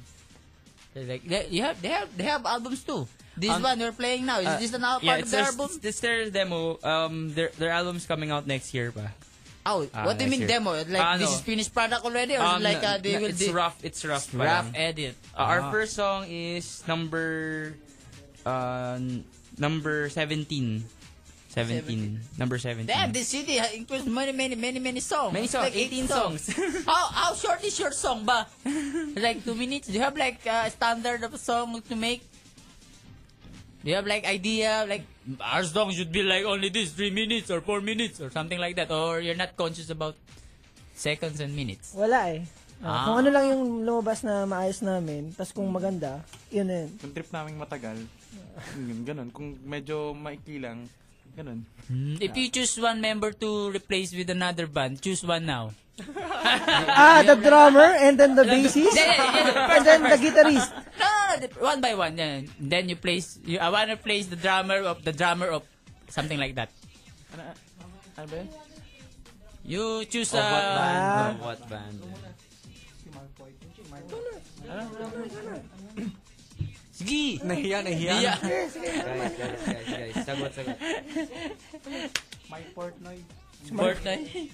[SPEAKER 1] They're like, they, you have, they have, they have albums too. This one you're playing now, is
[SPEAKER 2] Um, Uh,
[SPEAKER 1] this another
[SPEAKER 2] yeah,
[SPEAKER 1] part of
[SPEAKER 2] it's
[SPEAKER 1] the
[SPEAKER 2] their,
[SPEAKER 1] album?
[SPEAKER 2] It's their demo. Um, their, their album's coming out next year pa.
[SPEAKER 1] Oh,
[SPEAKER 2] Ah,
[SPEAKER 1] what do you
[SPEAKER 2] next
[SPEAKER 1] mean
[SPEAKER 2] year.
[SPEAKER 1] demo? Like,
[SPEAKER 2] Ah,
[SPEAKER 1] this
[SPEAKER 2] no.
[SPEAKER 1] is finished product already? Or is it
[SPEAKER 2] Um,
[SPEAKER 1] like, uh,
[SPEAKER 2] na-
[SPEAKER 1] they will
[SPEAKER 2] it's
[SPEAKER 1] do
[SPEAKER 2] rough. It's rough. pa
[SPEAKER 1] rough
[SPEAKER 2] lang.
[SPEAKER 1] edit?
[SPEAKER 2] Uh, Our
[SPEAKER 1] Ah.
[SPEAKER 7] Ah.
[SPEAKER 2] first song is number uh, n- number 17. 17. Number 17.
[SPEAKER 1] Damn, this CD ha- includes many, many, many, many songs.
[SPEAKER 2] Many songs,
[SPEAKER 1] Like, eight
[SPEAKER 2] 18 songs.
[SPEAKER 1] how how short is your song ba? like two minutes? Do you have like a standard of a song to make? Do you have like idea? Like our song should be like only this three minutes or four minutes or something like that. Or you're not conscious about seconds and minutes.
[SPEAKER 9] Wala eh.
[SPEAKER 1] Ah.
[SPEAKER 9] Kung ano lang yung lumabas na maayos namin, tapos kung maganda, yun na yun.
[SPEAKER 7] Yung trip naming matagal, yun, ganun. Kung medyo maikli lang, ganun.
[SPEAKER 1] If you choose one member to replace with another band, choose one now.
[SPEAKER 9] Ah, the drummer, and then the bassist,
[SPEAKER 1] Yeah, yeah, yeah.
[SPEAKER 9] and then the guitarist.
[SPEAKER 1] No, no, no. the- One by one. Yeah. Then you place. You, I wanna place the drummer of the drummer of something like that.
[SPEAKER 7] Ano ba yun?
[SPEAKER 1] You choose
[SPEAKER 2] Of what
[SPEAKER 1] uh,
[SPEAKER 2] band?
[SPEAKER 9] Ah.
[SPEAKER 2] Of what band?
[SPEAKER 1] Sige.
[SPEAKER 6] Nahiya, nahiya.
[SPEAKER 1] Yeah.
[SPEAKER 2] guys, guys, guys, guys. Sagot, sagot.
[SPEAKER 1] Important.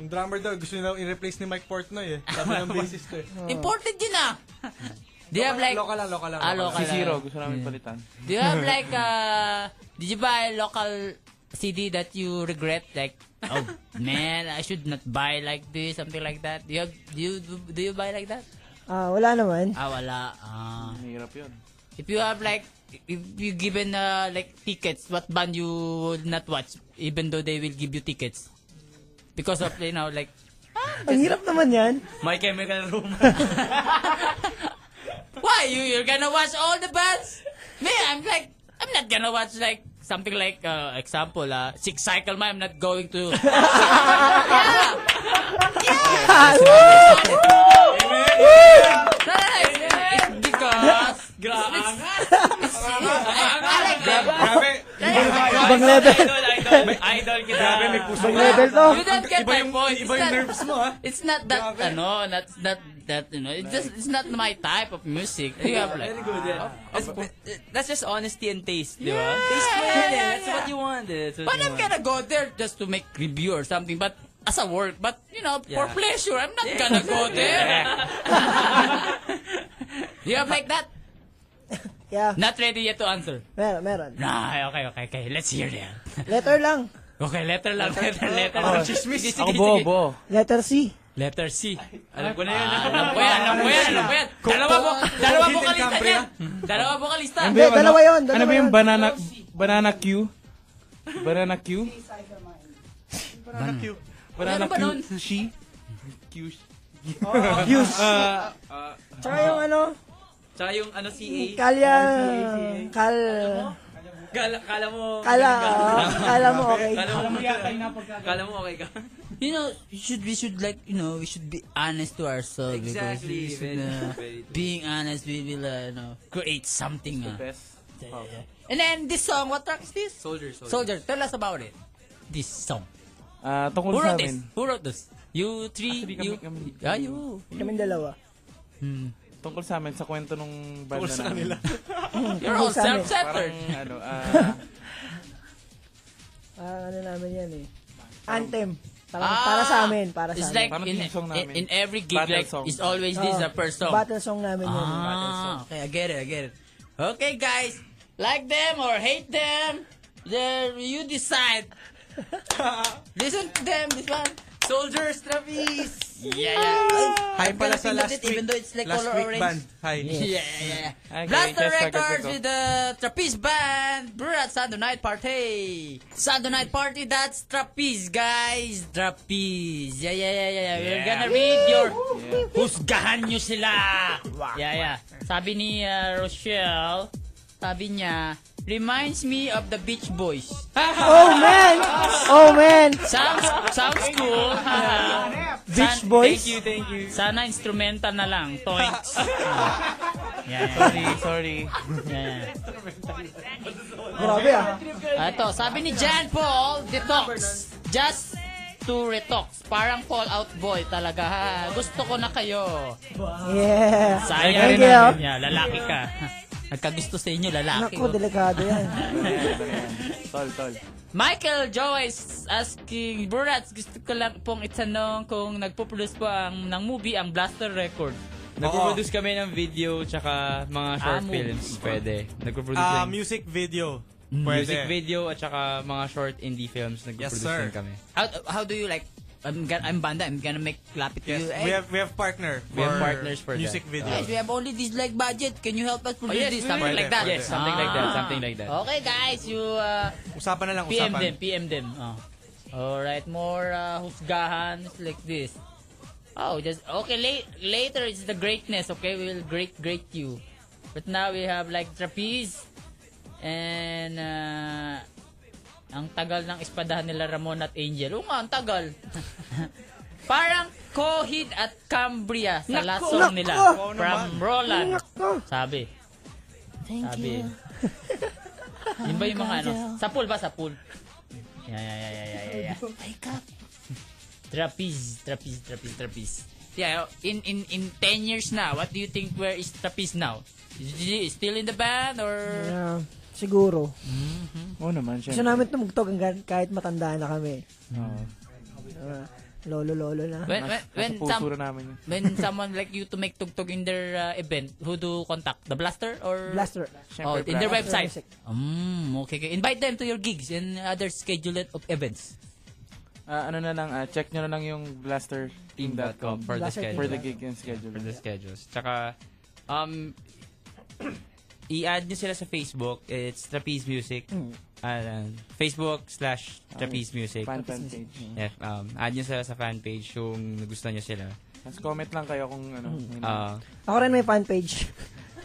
[SPEAKER 3] Yung drummer daw, gusto nila i-replace ni Mike Portnoy eh. Sabi ng bassist ko eh.
[SPEAKER 1] Important yun ah. Do you have like
[SPEAKER 3] Local lang, local lang.
[SPEAKER 1] Ah, local
[SPEAKER 7] Si
[SPEAKER 1] lang. ah,
[SPEAKER 7] Zero, gusto namin palitan.
[SPEAKER 1] do you have like uh did you buy local CD that you regret like oh man I should not buy like this something like that do you have, do you do you buy like that
[SPEAKER 9] Ah, wala naman.
[SPEAKER 1] ah wala ah
[SPEAKER 7] Mahirap yun.
[SPEAKER 1] if you have like if you given uh, like tickets what band you would not watch even though they will give you tickets because of you know like
[SPEAKER 9] Ang hirap naman yan.
[SPEAKER 2] My Chemical Romance.
[SPEAKER 1] Why you you're gonna watch all the bands? Me, I'm like I'm not gonna watch like something like uh, example uh, Six Cycle Man. I'm not going to. yeah.
[SPEAKER 9] Ah, woo!
[SPEAKER 1] No, no, no, it's, it's because Grabe. I, I like them.
[SPEAKER 3] Grabe,
[SPEAKER 9] Ibang level.
[SPEAKER 2] idol, idol kita.
[SPEAKER 3] grabe, may puso
[SPEAKER 9] Ibang level to.
[SPEAKER 1] You don't get
[SPEAKER 3] Iba
[SPEAKER 1] my
[SPEAKER 3] yung,
[SPEAKER 1] point.
[SPEAKER 3] iba
[SPEAKER 1] It's
[SPEAKER 3] yung
[SPEAKER 1] not-
[SPEAKER 3] nerves mo ha.
[SPEAKER 1] It's not that
[SPEAKER 3] Grabe.
[SPEAKER 1] ano, not not that you know. It's just it's not my type of music. You have like
[SPEAKER 2] That's, that's just honesty and taste, di ba? Taste mo yun eh. That's what you want. eh. That's what
[SPEAKER 1] But
[SPEAKER 2] you
[SPEAKER 1] I'm
[SPEAKER 2] want.
[SPEAKER 1] gonna go there just to make review or something. But as a work, but you know, for
[SPEAKER 2] Yeah.
[SPEAKER 1] pleasure, I'm not gonna go there. you have like that?
[SPEAKER 9] Yeah,
[SPEAKER 1] Not ready yet to answer.
[SPEAKER 9] meron, meron.
[SPEAKER 1] Nah, okay, okay, okay. Let's hear that.
[SPEAKER 9] Letter lang.
[SPEAKER 1] Okay, letter lang, letter, letter.
[SPEAKER 7] Oh,
[SPEAKER 1] Chismis.
[SPEAKER 7] Ako, bo, bo.
[SPEAKER 9] Letter C.
[SPEAKER 1] Letter C.
[SPEAKER 2] Alam ko na yun.
[SPEAKER 1] Ah, Alam ko yan, alam ko yan, alam ko yan. Dalawa po, dalawa po kalista yan. Dalawa po kalista.
[SPEAKER 7] Ano
[SPEAKER 9] Hindi,
[SPEAKER 7] ba yun?
[SPEAKER 9] dalawa
[SPEAKER 7] Ano-
[SPEAKER 9] yun,
[SPEAKER 7] ah. Ano
[SPEAKER 9] dalawa
[SPEAKER 7] ba yung
[SPEAKER 9] yun.
[SPEAKER 7] banana, banana Q? Banana Q?
[SPEAKER 3] Parang cute.
[SPEAKER 7] Banana
[SPEAKER 1] Meron ba nun?
[SPEAKER 7] Q? She? Q?
[SPEAKER 2] Oh.
[SPEAKER 9] Views.
[SPEAKER 7] Ah,
[SPEAKER 9] Oh. Tsaka yung ano,
[SPEAKER 2] Tsaka yung ano, CA.
[SPEAKER 9] kalya,
[SPEAKER 1] Oh,
[SPEAKER 9] kal,
[SPEAKER 2] Kala, kala mo,
[SPEAKER 9] kala, oh, kala mo okay.
[SPEAKER 2] kala mo, kala mo okay ka.
[SPEAKER 1] You know, you should we should like you know we should be honest to ourselves. because we
[SPEAKER 2] Exactly. Very
[SPEAKER 1] should, uh,
[SPEAKER 2] true, very true.
[SPEAKER 1] being honest, we will uh, you know create something. uh.
[SPEAKER 7] best.
[SPEAKER 1] And then this song, what track is this?
[SPEAKER 2] Soldier, soldier.
[SPEAKER 1] Soldier, tell us about it. This song.
[SPEAKER 7] Ah,
[SPEAKER 1] Who
[SPEAKER 7] tungkol
[SPEAKER 1] wrote
[SPEAKER 7] sa
[SPEAKER 1] this?
[SPEAKER 7] amin.
[SPEAKER 1] Who wrote this? You three,
[SPEAKER 7] Actually, kami-
[SPEAKER 1] you,
[SPEAKER 7] kami. Hmm.
[SPEAKER 1] ah, you.
[SPEAKER 9] Kaming dalawa.
[SPEAKER 7] Tungkol sa amin, sa kwento nung banda
[SPEAKER 3] sa
[SPEAKER 7] namin.
[SPEAKER 3] kanila.
[SPEAKER 1] You're all
[SPEAKER 9] Kami sa amin.
[SPEAKER 1] self-centered.
[SPEAKER 7] Parang, ano, ah,
[SPEAKER 9] Parang ano namin yan eh. Anthem. Parang
[SPEAKER 1] Oh. Ah,
[SPEAKER 9] para sa amin, para sa
[SPEAKER 1] It's
[SPEAKER 9] amin.
[SPEAKER 1] like
[SPEAKER 7] Parang
[SPEAKER 1] in,
[SPEAKER 7] theme song
[SPEAKER 1] in,
[SPEAKER 7] namin.
[SPEAKER 1] in every gig,
[SPEAKER 7] Battle
[SPEAKER 1] like
[SPEAKER 7] song.
[SPEAKER 1] it's always this
[SPEAKER 9] Oo.
[SPEAKER 1] the first song.
[SPEAKER 9] Battle song namin yun. eh.
[SPEAKER 1] Ah, okay, I get it, I get it. Okay, guys, like them or hate them, there you decide. Listen to them, this one. Soldiers, Travis. Yeah, yeah.
[SPEAKER 3] Hi pala sa last
[SPEAKER 1] it,
[SPEAKER 3] week.
[SPEAKER 1] even though it's like
[SPEAKER 3] Last
[SPEAKER 1] color
[SPEAKER 3] week
[SPEAKER 1] orange.
[SPEAKER 3] band. Hi.
[SPEAKER 1] Yeah, yeah, yeah.
[SPEAKER 7] Okay,
[SPEAKER 1] Iya, Blast the
[SPEAKER 7] yes, I got
[SPEAKER 1] records
[SPEAKER 7] the go.
[SPEAKER 1] with the Trapeze Band. We're at Sunday Night Party. Sunday Night Party, that's Trapeze, guys. Trapeze. Yeah, yeah, yeah, yeah. yeah. We're gonna read your... Husgahan nyo sila! Yeah, yeah. Sabi ni uh, Rochelle, sabi niya, Reminds me of the Beach Boys.
[SPEAKER 9] Oh, man! Oh, man!
[SPEAKER 1] Sounds, sounds cool.
[SPEAKER 9] Beach
[SPEAKER 1] San-
[SPEAKER 9] Boys?
[SPEAKER 1] Thank you, thank you. Sana instrumental na lang. Toinks. yeah,
[SPEAKER 7] Sorry, sorry.
[SPEAKER 1] yeah,
[SPEAKER 9] Grabe ah.
[SPEAKER 1] yeah. Ito, sabi ni Jan Paul, detox. Just to retox. Parang fallout boy talaga ha. Gusto ko na kayo.
[SPEAKER 9] Yeah.
[SPEAKER 1] Sayang.
[SPEAKER 9] Thank you.
[SPEAKER 1] Yeah, lalaki ka. Nagkagusto sa inyo, lalaki.
[SPEAKER 9] Naku, delikado yan.
[SPEAKER 7] Tol, tol.
[SPEAKER 1] Michael Joyce asking, Burats, gusto ko lang pong itanong kung nagpo-produce po ang, ng movie ang Blaster Record.
[SPEAKER 2] Nagpo-produce kami ng video tsaka mga short
[SPEAKER 1] Ah,
[SPEAKER 2] films. Pwede. Nagpo-produce
[SPEAKER 3] Ah,
[SPEAKER 2] ng
[SPEAKER 3] music video.
[SPEAKER 2] Mm. music
[SPEAKER 3] Pwede.
[SPEAKER 2] video at tsaka mga short indie films. Nagpo-produce
[SPEAKER 3] sir.
[SPEAKER 2] din kami.
[SPEAKER 1] How, how do you like, I'm, gonna, I'm banda, I'm gonna make lapit to
[SPEAKER 3] Yes,
[SPEAKER 1] you.
[SPEAKER 3] we
[SPEAKER 1] Eh,
[SPEAKER 3] have we have partner.
[SPEAKER 2] We have
[SPEAKER 3] for
[SPEAKER 2] partners for that.
[SPEAKER 3] music video.
[SPEAKER 1] Guys, we have only this like budget. Can you help us produce
[SPEAKER 2] yes,
[SPEAKER 1] this?
[SPEAKER 2] we
[SPEAKER 3] will.
[SPEAKER 1] Something like that.
[SPEAKER 2] Yes, something like that.
[SPEAKER 1] Ah.
[SPEAKER 2] Something like that.
[SPEAKER 1] Okay, guys, you uh,
[SPEAKER 3] Usapan na lang,
[SPEAKER 1] PM
[SPEAKER 3] usapan.
[SPEAKER 1] them, PM them. Oh. Alright, more uh, husgahan like this. Oh, just okay. La- later it's the greatness. Okay, we will great great you. But now we have like trapeze and uh, ang tagal ng espadahan nila Ramon at Angel. Oo nga, ang tagal. Parang Cohid at Cambria sa last song nila from Roland. Sabi. Sabi. Yun ba yung mga ano? Sa pool ba? Sa pool. Yeah, yeah, yeah, yeah, yeah, yeah, yeah. Trapeze, trapeze, trapeze, trapeze. Yeah, in in in 10 years now, what do you think where is trapeze now? Is he still in the band or
[SPEAKER 9] Yeah, siguro.
[SPEAKER 7] Oo naman,
[SPEAKER 9] Gusto
[SPEAKER 7] syempre.
[SPEAKER 9] namin tumugtog hanggang kahit matanda na kami.
[SPEAKER 7] Oo.
[SPEAKER 9] Ah, Lolo, lolo na.
[SPEAKER 1] when when,
[SPEAKER 7] Nasa
[SPEAKER 1] when some,
[SPEAKER 7] puso na namin yun.
[SPEAKER 1] when someone like you to make tugtog in their uh, event, who do contact? The Blaster or
[SPEAKER 9] Blaster.
[SPEAKER 1] Oh,
[SPEAKER 7] Syempre,
[SPEAKER 1] in their
[SPEAKER 9] Blaster Music.
[SPEAKER 1] website. Mm, okay, okay. Invite them to your gigs and other scheduled of events.
[SPEAKER 7] Ah, ano na lang, ah, check nyo na lang yung blasterteam.com
[SPEAKER 2] for the
[SPEAKER 9] Blaster
[SPEAKER 2] schedule.
[SPEAKER 7] for the gig and schedule.
[SPEAKER 2] for the schedules. Tsaka, um, i-add nyo sila sa Facebook. It's Trapeze Music.
[SPEAKER 7] Hmm.
[SPEAKER 2] Ah, Facebook slash Trapeze Music.
[SPEAKER 7] Ah, Fan fan page.
[SPEAKER 2] Yeah, um, add nyo sila sa fan page kung gusto nyo sila.
[SPEAKER 7] Tapos comment lang kayo kung ano.
[SPEAKER 1] Hmm.
[SPEAKER 7] may-
[SPEAKER 2] Ah,
[SPEAKER 9] Ako rin may fan page.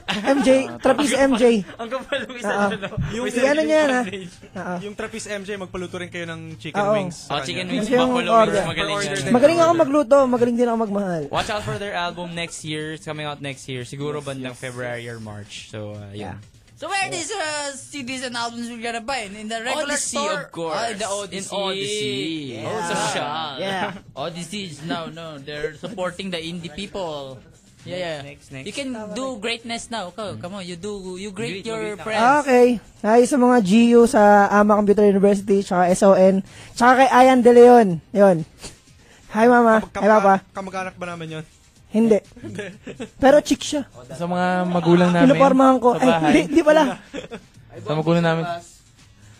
[SPEAKER 9] MJ, Trapeze MJ.
[SPEAKER 2] ang kapal mo
[SPEAKER 9] Ah, ah.
[SPEAKER 3] Yung,
[SPEAKER 9] Sige, ano niya na? Oo.
[SPEAKER 3] yung Trapeze MJ, magpaluto rin kayo ng chicken
[SPEAKER 9] Ah, Oo.
[SPEAKER 3] wings.
[SPEAKER 2] Oh,
[SPEAKER 3] sa
[SPEAKER 2] chicken
[SPEAKER 3] kanya.
[SPEAKER 2] wings,
[SPEAKER 9] Kasi yung
[SPEAKER 2] buffalo
[SPEAKER 9] order.
[SPEAKER 2] wings, magaling
[SPEAKER 3] Per order
[SPEAKER 2] yan.
[SPEAKER 3] din.
[SPEAKER 9] Magaling ako magluto, magaling din ako magmahal.
[SPEAKER 2] Watch out for their album next year. It's coming out next year. Siguro bandang February or March. So, uh, yun.
[SPEAKER 1] So where these uh, CDs and albums we're gonna buy? In the regular
[SPEAKER 2] Odyssey,
[SPEAKER 1] store?
[SPEAKER 2] of course.
[SPEAKER 1] Oh, in the Odyssey.
[SPEAKER 2] In Odyssey.
[SPEAKER 1] Yeah.
[SPEAKER 2] Oh, sa shop.
[SPEAKER 1] Yeah. Odyssey is now, no, they're supporting the indie people. Yeah, yeah.
[SPEAKER 2] Next, next.
[SPEAKER 1] You can do greatness now. Come, come on, you do, you great
[SPEAKER 2] Do it,
[SPEAKER 1] your
[SPEAKER 2] do it now.
[SPEAKER 1] friends.
[SPEAKER 9] Okay. Hi sa mga GU sa Ama Computer University, tsaka SON, tsaka kay Ayan De Leon. Yun. Hi mama.
[SPEAKER 3] Kamag-
[SPEAKER 9] Hi papa.
[SPEAKER 3] Kamag-anak ba namin yun?
[SPEAKER 9] Hindi. Pero chick siya.
[SPEAKER 7] Sa mga magulang namin.
[SPEAKER 9] Pinupormahan ko.
[SPEAKER 7] Sa bahay.
[SPEAKER 9] Ay, hindi, hindi pala.
[SPEAKER 7] Sa magulang namin.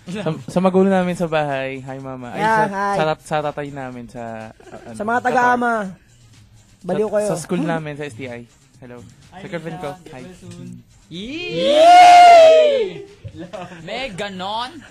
[SPEAKER 7] Sa, sa magulang namin sa bahay. Hi, mama. Ay,
[SPEAKER 9] Yeah,
[SPEAKER 7] sa,
[SPEAKER 9] hi.
[SPEAKER 7] Sa, tat- sa tatay namin. Sa, uh, ano,
[SPEAKER 9] Sa mga taga-ama.
[SPEAKER 7] Sa,
[SPEAKER 9] Baliw kayo. Hmm.
[SPEAKER 7] sa school namin, sa STI. Hello. Sa girlfriend ko. Hi.
[SPEAKER 1] May ganon.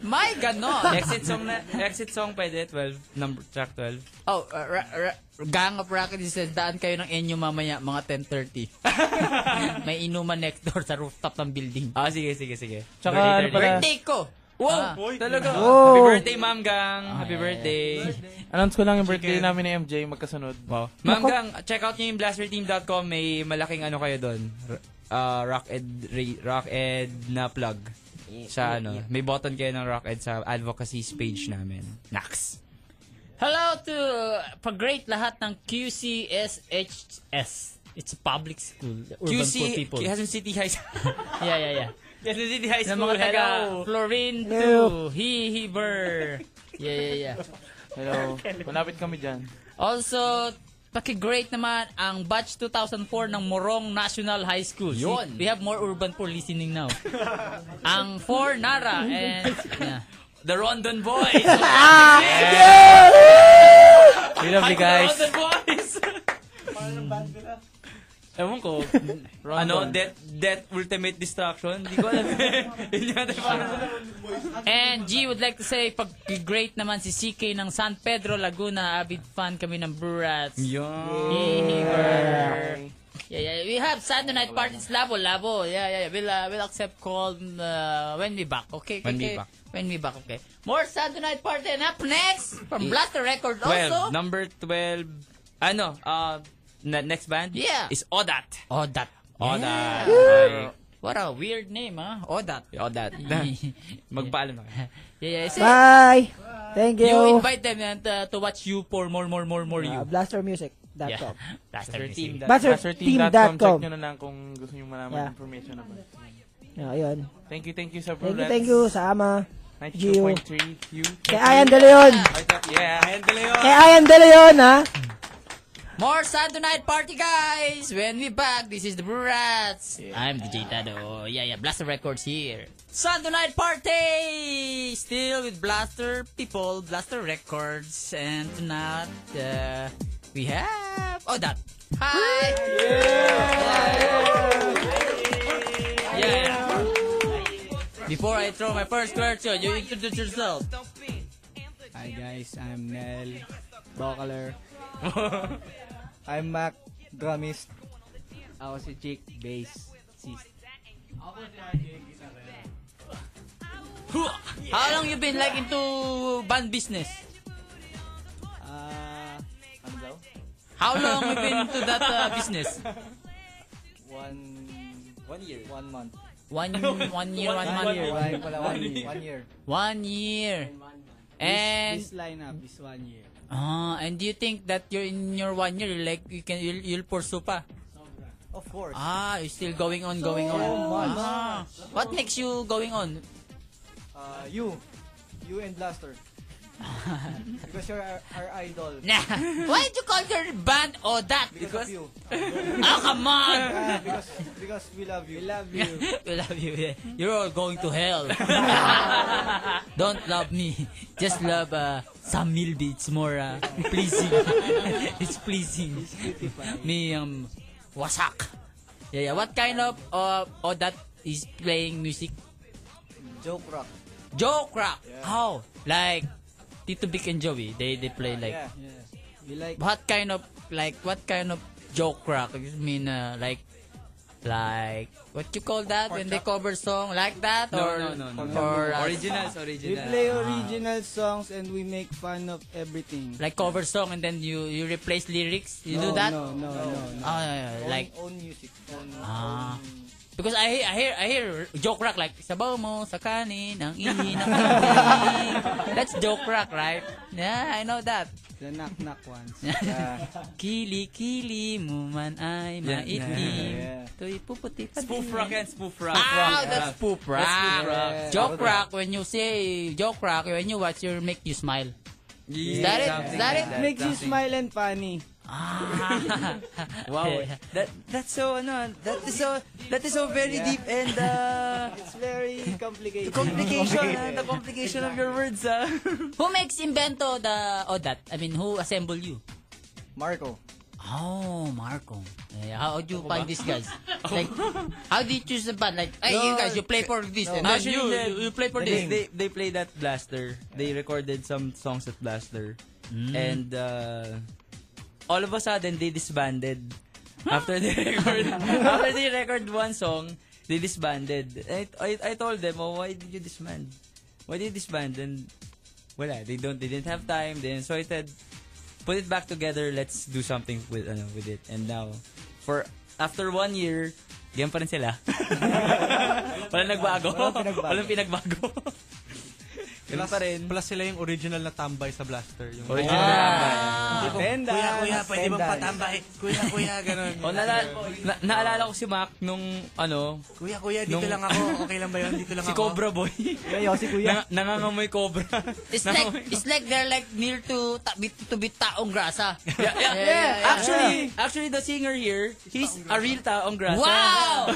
[SPEAKER 1] May ganon.
[SPEAKER 2] Exit song na, exit song pwede, 12, number, track 12.
[SPEAKER 1] Oh, uh, ra- ra- Gang of Rocket is daan kayo ng inyo mamaya mga 10.30. May inuman next door sa rooftop ng building.
[SPEAKER 2] Ah, sige, sige, sige.
[SPEAKER 7] Tsaka,
[SPEAKER 2] Birthday,
[SPEAKER 7] ano pala,
[SPEAKER 1] Birthday ko! Ah. Wow!
[SPEAKER 3] Uy,
[SPEAKER 2] Talaga.
[SPEAKER 9] Wow.
[SPEAKER 2] Happy birthday, Ma'am Gang. Happy birthday.
[SPEAKER 7] announce ko lang yung birthday namin ni MJ. Magkasunod. Wow.
[SPEAKER 2] Ma'am Gang, check out nyo yung blasterteam.com. May malaking ano kayo doon. R- ah, rock ed, re- rock ed na plug. Sa ano. May button kayo ng rock ed sa advocacy page namin. Nax.
[SPEAKER 1] Hello to uh, pag-great lahat ng QCSHS. It's a public school. Urban poor
[SPEAKER 2] QC,
[SPEAKER 1] people.
[SPEAKER 2] Quezon City High School.
[SPEAKER 1] Yeah, yeah, yeah.
[SPEAKER 2] Quezon City High
[SPEAKER 1] Ng
[SPEAKER 2] School,
[SPEAKER 1] mga taga
[SPEAKER 2] hello.
[SPEAKER 1] Florin to Hihiber. Yeah, yeah, yeah.
[SPEAKER 7] Hello. Malapit kami dyan.
[SPEAKER 1] Also, paki-great naman ang batch 2004 ng Morong National High School. Yun. we have more urban poor listening now. ang 4 Nara and yeah.
[SPEAKER 2] The Rondon Boys. Ah,
[SPEAKER 7] We love you guys.
[SPEAKER 2] The Rondon Boys. Ewan ko. ano, Death, Death Ultimate Destruction? Hindi ko alam. Hindi natin parang-
[SPEAKER 1] And G would like to say, pag-great naman si CK ng San Pedro, Laguna. Avid fan kami ng Brats.
[SPEAKER 2] Yun.
[SPEAKER 1] Hihiber. Yeah, yeah. We Perhaps Sunday night parties, labo, labo. Yeah, yeah, yeah. We'll, uh, we'll accept call uh, when we back, okay?
[SPEAKER 2] When
[SPEAKER 1] okay.
[SPEAKER 2] we back.
[SPEAKER 1] When we back, okay. More Sunday night party. And up next, from
[SPEAKER 2] Eh,
[SPEAKER 1] Blaster Record
[SPEAKER 2] 12.
[SPEAKER 1] also.
[SPEAKER 2] Number 12. Ano? Uh, na- next band?
[SPEAKER 1] Yeah.
[SPEAKER 2] Is Odat.
[SPEAKER 1] Odat.
[SPEAKER 2] Odat.
[SPEAKER 1] Yeah. What a weird name, huh? Odat.
[SPEAKER 2] Ay, Odat. Magpaalam na kayo.
[SPEAKER 1] Yeah, yeah. See,
[SPEAKER 9] Bye! Thank you!
[SPEAKER 1] you invite them and, uh, to watch you for more, more, more, more
[SPEAKER 9] Uh,
[SPEAKER 1] you.
[SPEAKER 9] blastermusic.com.
[SPEAKER 1] Yeah. Blaster team.
[SPEAKER 9] Buzzerteam.com.
[SPEAKER 7] Buzzerteam.com. Check nyo na ano lang kung gusto nyo malaman
[SPEAKER 9] Yeah.
[SPEAKER 7] information naman.
[SPEAKER 9] Yeah, ayun.
[SPEAKER 7] Thank you, thank you sa
[SPEAKER 9] Thank you,
[SPEAKER 7] Brulats.
[SPEAKER 9] thank you sa ama. Gio.
[SPEAKER 7] 92.3 Q.
[SPEAKER 9] Kay Ayan De Leon.
[SPEAKER 7] Yeah.
[SPEAKER 9] Kay Ayan De Leon, ha?
[SPEAKER 1] More Sunday night party, guys! When we back, this is the Brew Rats. I'm DJ Tado. Yeah, yeah, Blaster Records here. Sunday night party! Still with Blaster people, Blaster Records, and tonight, uh, we have... Oh, that. Hi! Yeah. Yeah. Before I throw my first question, you introduce yourself.
[SPEAKER 10] Hi guys, I'm Nel, vocaler. I'm Mac, drummist. Ako si Chick, bass.
[SPEAKER 1] How long you been like into band business?
[SPEAKER 10] Ah, ano daw?
[SPEAKER 1] How long you been into that uh, business?
[SPEAKER 10] One... One year? One month.
[SPEAKER 1] One one year, one, month.
[SPEAKER 10] year. One, pala, one, year. One year.
[SPEAKER 1] One year. And
[SPEAKER 10] This, this lineup is one year.
[SPEAKER 1] ah, and do you think that you're in your one year you're like you can you'll, you'll pursue pa?
[SPEAKER 10] Of course.
[SPEAKER 1] Ah, you're still going on, going on.
[SPEAKER 10] much.
[SPEAKER 1] Ah, what makes you going on?
[SPEAKER 10] Uh, you. You and Blaster. Because you're our, our idol.
[SPEAKER 1] Nah. Why did you call your band or that?
[SPEAKER 10] Because, of you.
[SPEAKER 1] oh come on.
[SPEAKER 10] Ah, because, because we love you. We love you.
[SPEAKER 1] we love you. yeah. You're all going to hell. Don't love me. Just love uh, some Milby. It's more uh, pleasing. it's pleasing. me um wasak. Yeah, yeah. What kind of uh, or that is playing music?
[SPEAKER 10] Joke rock.
[SPEAKER 1] Joke rock. How? Like Tito Vic and Joey. They they play like
[SPEAKER 10] Yeah. yeah. We like
[SPEAKER 1] what kind of like what kind of joke rock? You mean uh, like like what you call that when they cover song like that
[SPEAKER 2] No,
[SPEAKER 1] or
[SPEAKER 2] no, no, no.
[SPEAKER 1] or uh,
[SPEAKER 2] Originals,
[SPEAKER 10] We
[SPEAKER 2] originals.
[SPEAKER 10] play
[SPEAKER 1] Ah.
[SPEAKER 10] original songs and we make fun of everything.
[SPEAKER 1] like cover song and then you you replace lyrics? You do that?
[SPEAKER 10] No, no, no. no.
[SPEAKER 1] Ah, yeah, yeah,
[SPEAKER 10] Own-
[SPEAKER 1] like
[SPEAKER 10] own music. Own,
[SPEAKER 1] Ah.
[SPEAKER 10] own-
[SPEAKER 1] because I hear I hear I hear joke rock like sabaw mo sa kanin ang ihi ng kanin. That's joke rock, right? Yeah, I know that.
[SPEAKER 10] the knock knock ones.
[SPEAKER 1] Kili-kili mo man ay
[SPEAKER 2] Yeah,
[SPEAKER 1] maitim.
[SPEAKER 10] yeah.
[SPEAKER 1] To'y puputi pa
[SPEAKER 2] Spoof
[SPEAKER 1] din.
[SPEAKER 2] rock yan, spoof rock.
[SPEAKER 1] Ah,
[SPEAKER 2] Yeah.
[SPEAKER 1] that's poop rock.
[SPEAKER 2] rock.
[SPEAKER 1] Joke rock, when you say joke rock, when you watch, you make you smile.
[SPEAKER 2] Is
[SPEAKER 1] that it? Is that it?
[SPEAKER 10] Makes you smile and funny.
[SPEAKER 1] Ah.
[SPEAKER 2] Wow. That that's so ano, ah, that is so that is so very deep and uh
[SPEAKER 10] It's very complicated.
[SPEAKER 2] complication, ah, the complication of your words. ah.
[SPEAKER 1] who makes invento the or that? I mean, who assemble you?
[SPEAKER 10] Marco.
[SPEAKER 1] Oh, Marco. Eh, how do you find these guys?
[SPEAKER 10] Oh.
[SPEAKER 1] Like, how do you choose the band? Like, hey, you guys, you play for this, and then you,
[SPEAKER 2] Actually,
[SPEAKER 1] you, you play for
[SPEAKER 2] they,
[SPEAKER 1] this.
[SPEAKER 2] they they play that blaster. They recorded some songs at blaster. And uh all of a sudden they disbanded after they record after they record one song, they disbanded. I, I I told them, "Oh, why did you disband? Why did you disband?" And wala, they don't they didn't have time. Then so I said, "Put it back together. Let's do something with ano with it." And now for after one year, ganyan pa rin sila. Walang nagbago. Walang pinagbago. Ganun pa rin.
[SPEAKER 3] Plus sila yung original na tambay sa blaster. Yung
[SPEAKER 2] Original
[SPEAKER 10] Tenda. Kuya, kuya, pwede bang patambay?
[SPEAKER 3] Kuya, kuya, ganun.
[SPEAKER 2] O, naala- na- naalala ko si Mac nung, ano,
[SPEAKER 3] Kuya, kuya,
[SPEAKER 2] dito Nung- lang
[SPEAKER 3] ako. Okay lang ba yun? Dito lang
[SPEAKER 2] si Cobra Boy.
[SPEAKER 10] Kuya, si kuya.
[SPEAKER 2] Nang- nangangamoy Cobra.
[SPEAKER 1] It's like, it's like they're like near to ta- bit to bit taong grasa.
[SPEAKER 2] yeah, yeah,
[SPEAKER 1] Yeah,
[SPEAKER 2] yeah.
[SPEAKER 1] yeah, yeah.
[SPEAKER 2] Actually, actually, the singer here, he's a real taong grasa.
[SPEAKER 1] Wow!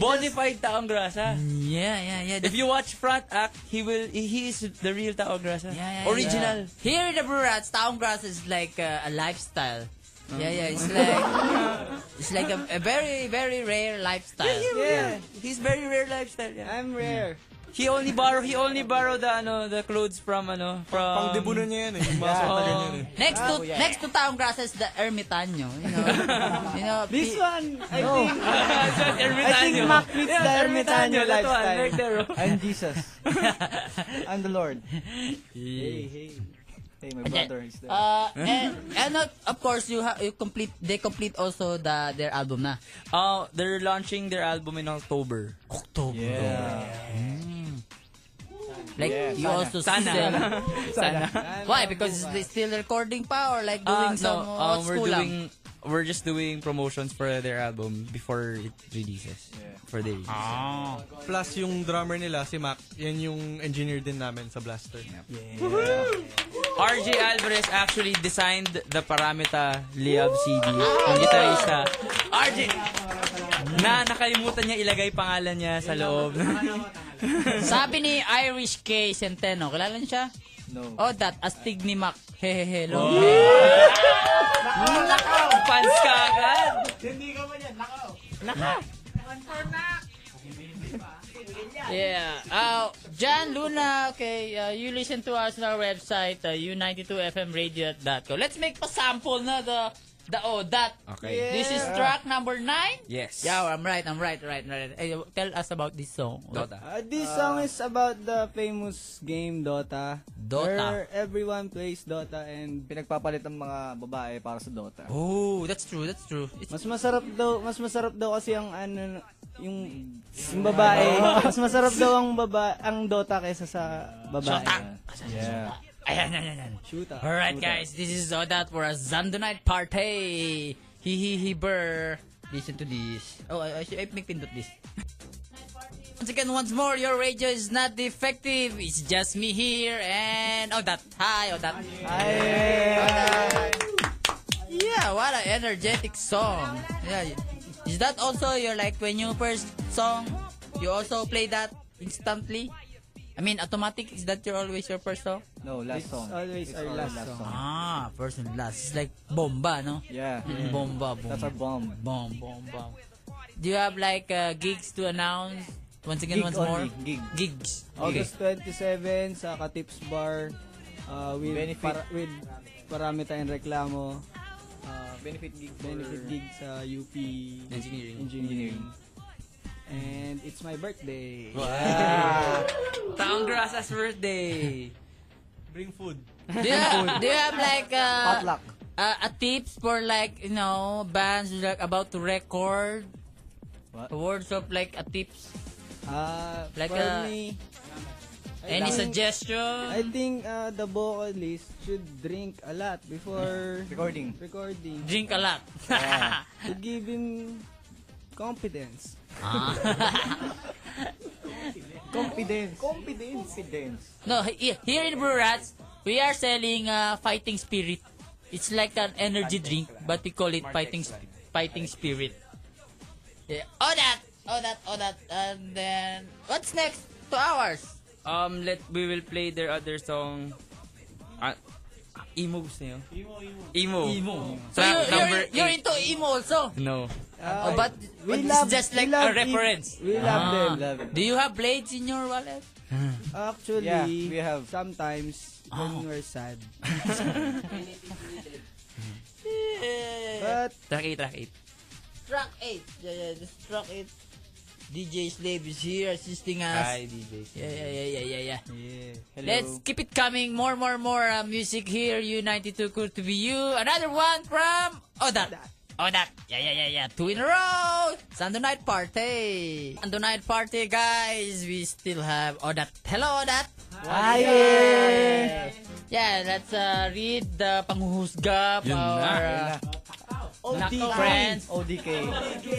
[SPEAKER 2] Bonified taong grasa.
[SPEAKER 1] yeah, yeah, yeah.
[SPEAKER 2] If you watch front act, he will, he is the real taong grasa.
[SPEAKER 1] Yeah, yeah,
[SPEAKER 2] Original.
[SPEAKER 1] yeah. Here in the Brurats, town grass is like uh, a lifestyle.
[SPEAKER 2] Mm.
[SPEAKER 1] Yeah, yeah, it's like it's like a, a very very rare lifestyle.
[SPEAKER 2] He's very rare lifestyle. Yeah.
[SPEAKER 1] Mm.
[SPEAKER 10] I'm rare.
[SPEAKER 2] He only borrow he only borrow the ano the clothes from ano from
[SPEAKER 3] Pangdebunan niya yan eh. Yung mga
[SPEAKER 2] Yeah.
[SPEAKER 3] sota
[SPEAKER 2] Oo.
[SPEAKER 3] ganyan eh.
[SPEAKER 1] Next to
[SPEAKER 2] Bravo yan.
[SPEAKER 1] next to town grass is the ermitanyo. You know, you know
[SPEAKER 10] This one, I
[SPEAKER 1] No.
[SPEAKER 10] think,
[SPEAKER 2] That's
[SPEAKER 10] I think
[SPEAKER 2] Ermitanyo.
[SPEAKER 10] Mac meets
[SPEAKER 2] Yeah,
[SPEAKER 10] the
[SPEAKER 2] Ermitanyo,
[SPEAKER 10] Ermitanyo
[SPEAKER 2] that one,
[SPEAKER 10] lifestyle.
[SPEAKER 2] right there, oh.
[SPEAKER 10] I'm Jesus. I'm the Lord. Hey,
[SPEAKER 2] Yeah.
[SPEAKER 10] hey. Hey, my brother is there.
[SPEAKER 1] Uh, and, and uh, of course you have you complete they complete also the their album na.
[SPEAKER 2] Uh, they're launching their album in October.
[SPEAKER 1] October.
[SPEAKER 2] Yeah.
[SPEAKER 1] Like you also
[SPEAKER 2] Sana.
[SPEAKER 1] still
[SPEAKER 2] Sana.
[SPEAKER 1] Why? Because they still recording pa or like doing
[SPEAKER 2] Uh, no,
[SPEAKER 1] some
[SPEAKER 2] um,
[SPEAKER 1] old
[SPEAKER 2] we're
[SPEAKER 1] school lang?
[SPEAKER 2] doing we're just doing promotions for their album before it releases. For the release.
[SPEAKER 7] Ah.
[SPEAKER 3] Plus yung drummer nila, si Mac, yan yung engineer din namin sa Blaster.
[SPEAKER 2] RJ Alvarez actually designed the Paramita Liab CD. Ang gitarista. RJ! Na nakalimutan niya ilagay pangalan niya sa loob.
[SPEAKER 1] Sabi ni Irish K. Centeno, kilala niyo siya?
[SPEAKER 10] No.
[SPEAKER 1] Oh, that astig ni Mac. Hehehe, hello.
[SPEAKER 2] Nakaw! Fans ka agad!
[SPEAKER 1] Yeah. Uh, Jan Luna, okay, uh, you listen to us on our website, uh, u92fmradio.com. Let's make pa sample na the the oh that.
[SPEAKER 2] Okay.
[SPEAKER 1] This is track number 9.
[SPEAKER 2] Yes.
[SPEAKER 1] Yeah, I'm right, I'm right, right, right. Eh, tell us about this song.
[SPEAKER 2] Dota.
[SPEAKER 10] Uh, this song is about the famous game Dota. Where
[SPEAKER 1] Dota.
[SPEAKER 10] everyone plays Dota and pinagpapalit ang mga babae para sa Dota.
[SPEAKER 1] Oh, that's true, that's true. It's,
[SPEAKER 10] Mas masarap daw, mas masarap daw kasi ang ano yung yung babae.
[SPEAKER 1] Oh.
[SPEAKER 10] mas masarap daw ang baba ang Dota kaysa sa babae.
[SPEAKER 1] Shota.
[SPEAKER 10] Yeah.
[SPEAKER 1] ayan, ayan, ayan.
[SPEAKER 10] Shota.
[SPEAKER 1] Alright,
[SPEAKER 10] Shota.
[SPEAKER 1] guys, this is all that for a Zando night party. Hee hee hee brr. Listen to this. Oh, I, I should I make pindot this. Once again, once more, your radio is not defective. It's just me here and oh that hi, oh that. Yeah, what an energetic song. Yeah, is that also your like when you first song, you also play that instantly? I mean, automatic. Is that your always your first song?
[SPEAKER 10] No, last song. Always our last, song.
[SPEAKER 1] Ah, first and last. It's like bomba, no?
[SPEAKER 10] Yeah.
[SPEAKER 1] Bomba, bomba.
[SPEAKER 10] That's our bomb.
[SPEAKER 1] Bomb, bomb, bomb. Do you have like uh, gigs to announce? Once
[SPEAKER 10] Gig
[SPEAKER 1] again, once
[SPEAKER 10] only,
[SPEAKER 1] more.
[SPEAKER 10] gig.
[SPEAKER 1] Gigs. Okay.
[SPEAKER 10] August 27 sa Katips Bar uh, with para- with Paramita and Reklamo. Uh, benefit gig benefit gig sa UP
[SPEAKER 2] Engineering.
[SPEAKER 10] Engineering.
[SPEAKER 1] Mm.
[SPEAKER 10] And it's my birthday.
[SPEAKER 2] Taong Grassas birthday.
[SPEAKER 3] Bring food.
[SPEAKER 1] Do you, do you have like uh,
[SPEAKER 10] Potluck.
[SPEAKER 1] uh, a tips for like you know bands who's, like about to record?
[SPEAKER 10] What?
[SPEAKER 1] Words of like a tips.
[SPEAKER 10] Ah,
[SPEAKER 1] Like
[SPEAKER 10] for
[SPEAKER 1] a-
[SPEAKER 10] me, I think-
[SPEAKER 1] Any
[SPEAKER 10] I
[SPEAKER 1] suggestion?
[SPEAKER 10] think uh, the vocalist should drink a lot before recording. Recording.
[SPEAKER 1] Drink a lot.
[SPEAKER 10] to give him confidence.
[SPEAKER 1] Ah.
[SPEAKER 10] confidence. Confidence. Confidence.
[SPEAKER 1] No, he- here in Brew Rats, we are selling uh, Fighting Spirit. It's like an energy drink, but we call it Fighting sp- Fighting Spirit. Yeah. Oh that, oh that, oh that, and then what's next? Two hours.
[SPEAKER 2] Um, let we will play their other song. Ah, Emo's na yun? Emo, emo.
[SPEAKER 1] So you,
[SPEAKER 2] Track
[SPEAKER 1] you're,
[SPEAKER 2] number
[SPEAKER 1] you're
[SPEAKER 2] eight.
[SPEAKER 1] into emo also.
[SPEAKER 2] No.
[SPEAKER 10] Ah,
[SPEAKER 1] oh, but, but it's just like a reference.
[SPEAKER 10] We love them.
[SPEAKER 1] Ah. Do you have blades in your wallet?
[SPEAKER 10] Actually,
[SPEAKER 6] Yeah, we have.
[SPEAKER 10] sometimes
[SPEAKER 1] Oh.
[SPEAKER 10] when we're sad.
[SPEAKER 1] Yeah.
[SPEAKER 10] But
[SPEAKER 2] Track 8, track 8.
[SPEAKER 1] Truck 8. Yeah, yeah, this truck 8. DJ Slave is here assisting us.
[SPEAKER 2] Hi, DJ.
[SPEAKER 1] Yeah, yeah, yeah, yeah, yeah, yeah.
[SPEAKER 10] hello.
[SPEAKER 1] Let's keep it coming. More, more, more uh, music here. U92 Cool to be you. Another one from Odat. Odat. Oh, Yeah, yeah, yeah, yeah. Two in a row. Sunday night party. Sunday night party, guys. We still have Odat. Hello, Odat. Hi. Yeah, let's uh, read the panghuhusga of
[SPEAKER 2] Yun na.
[SPEAKER 1] our uh, nako, friends.
[SPEAKER 10] ODK.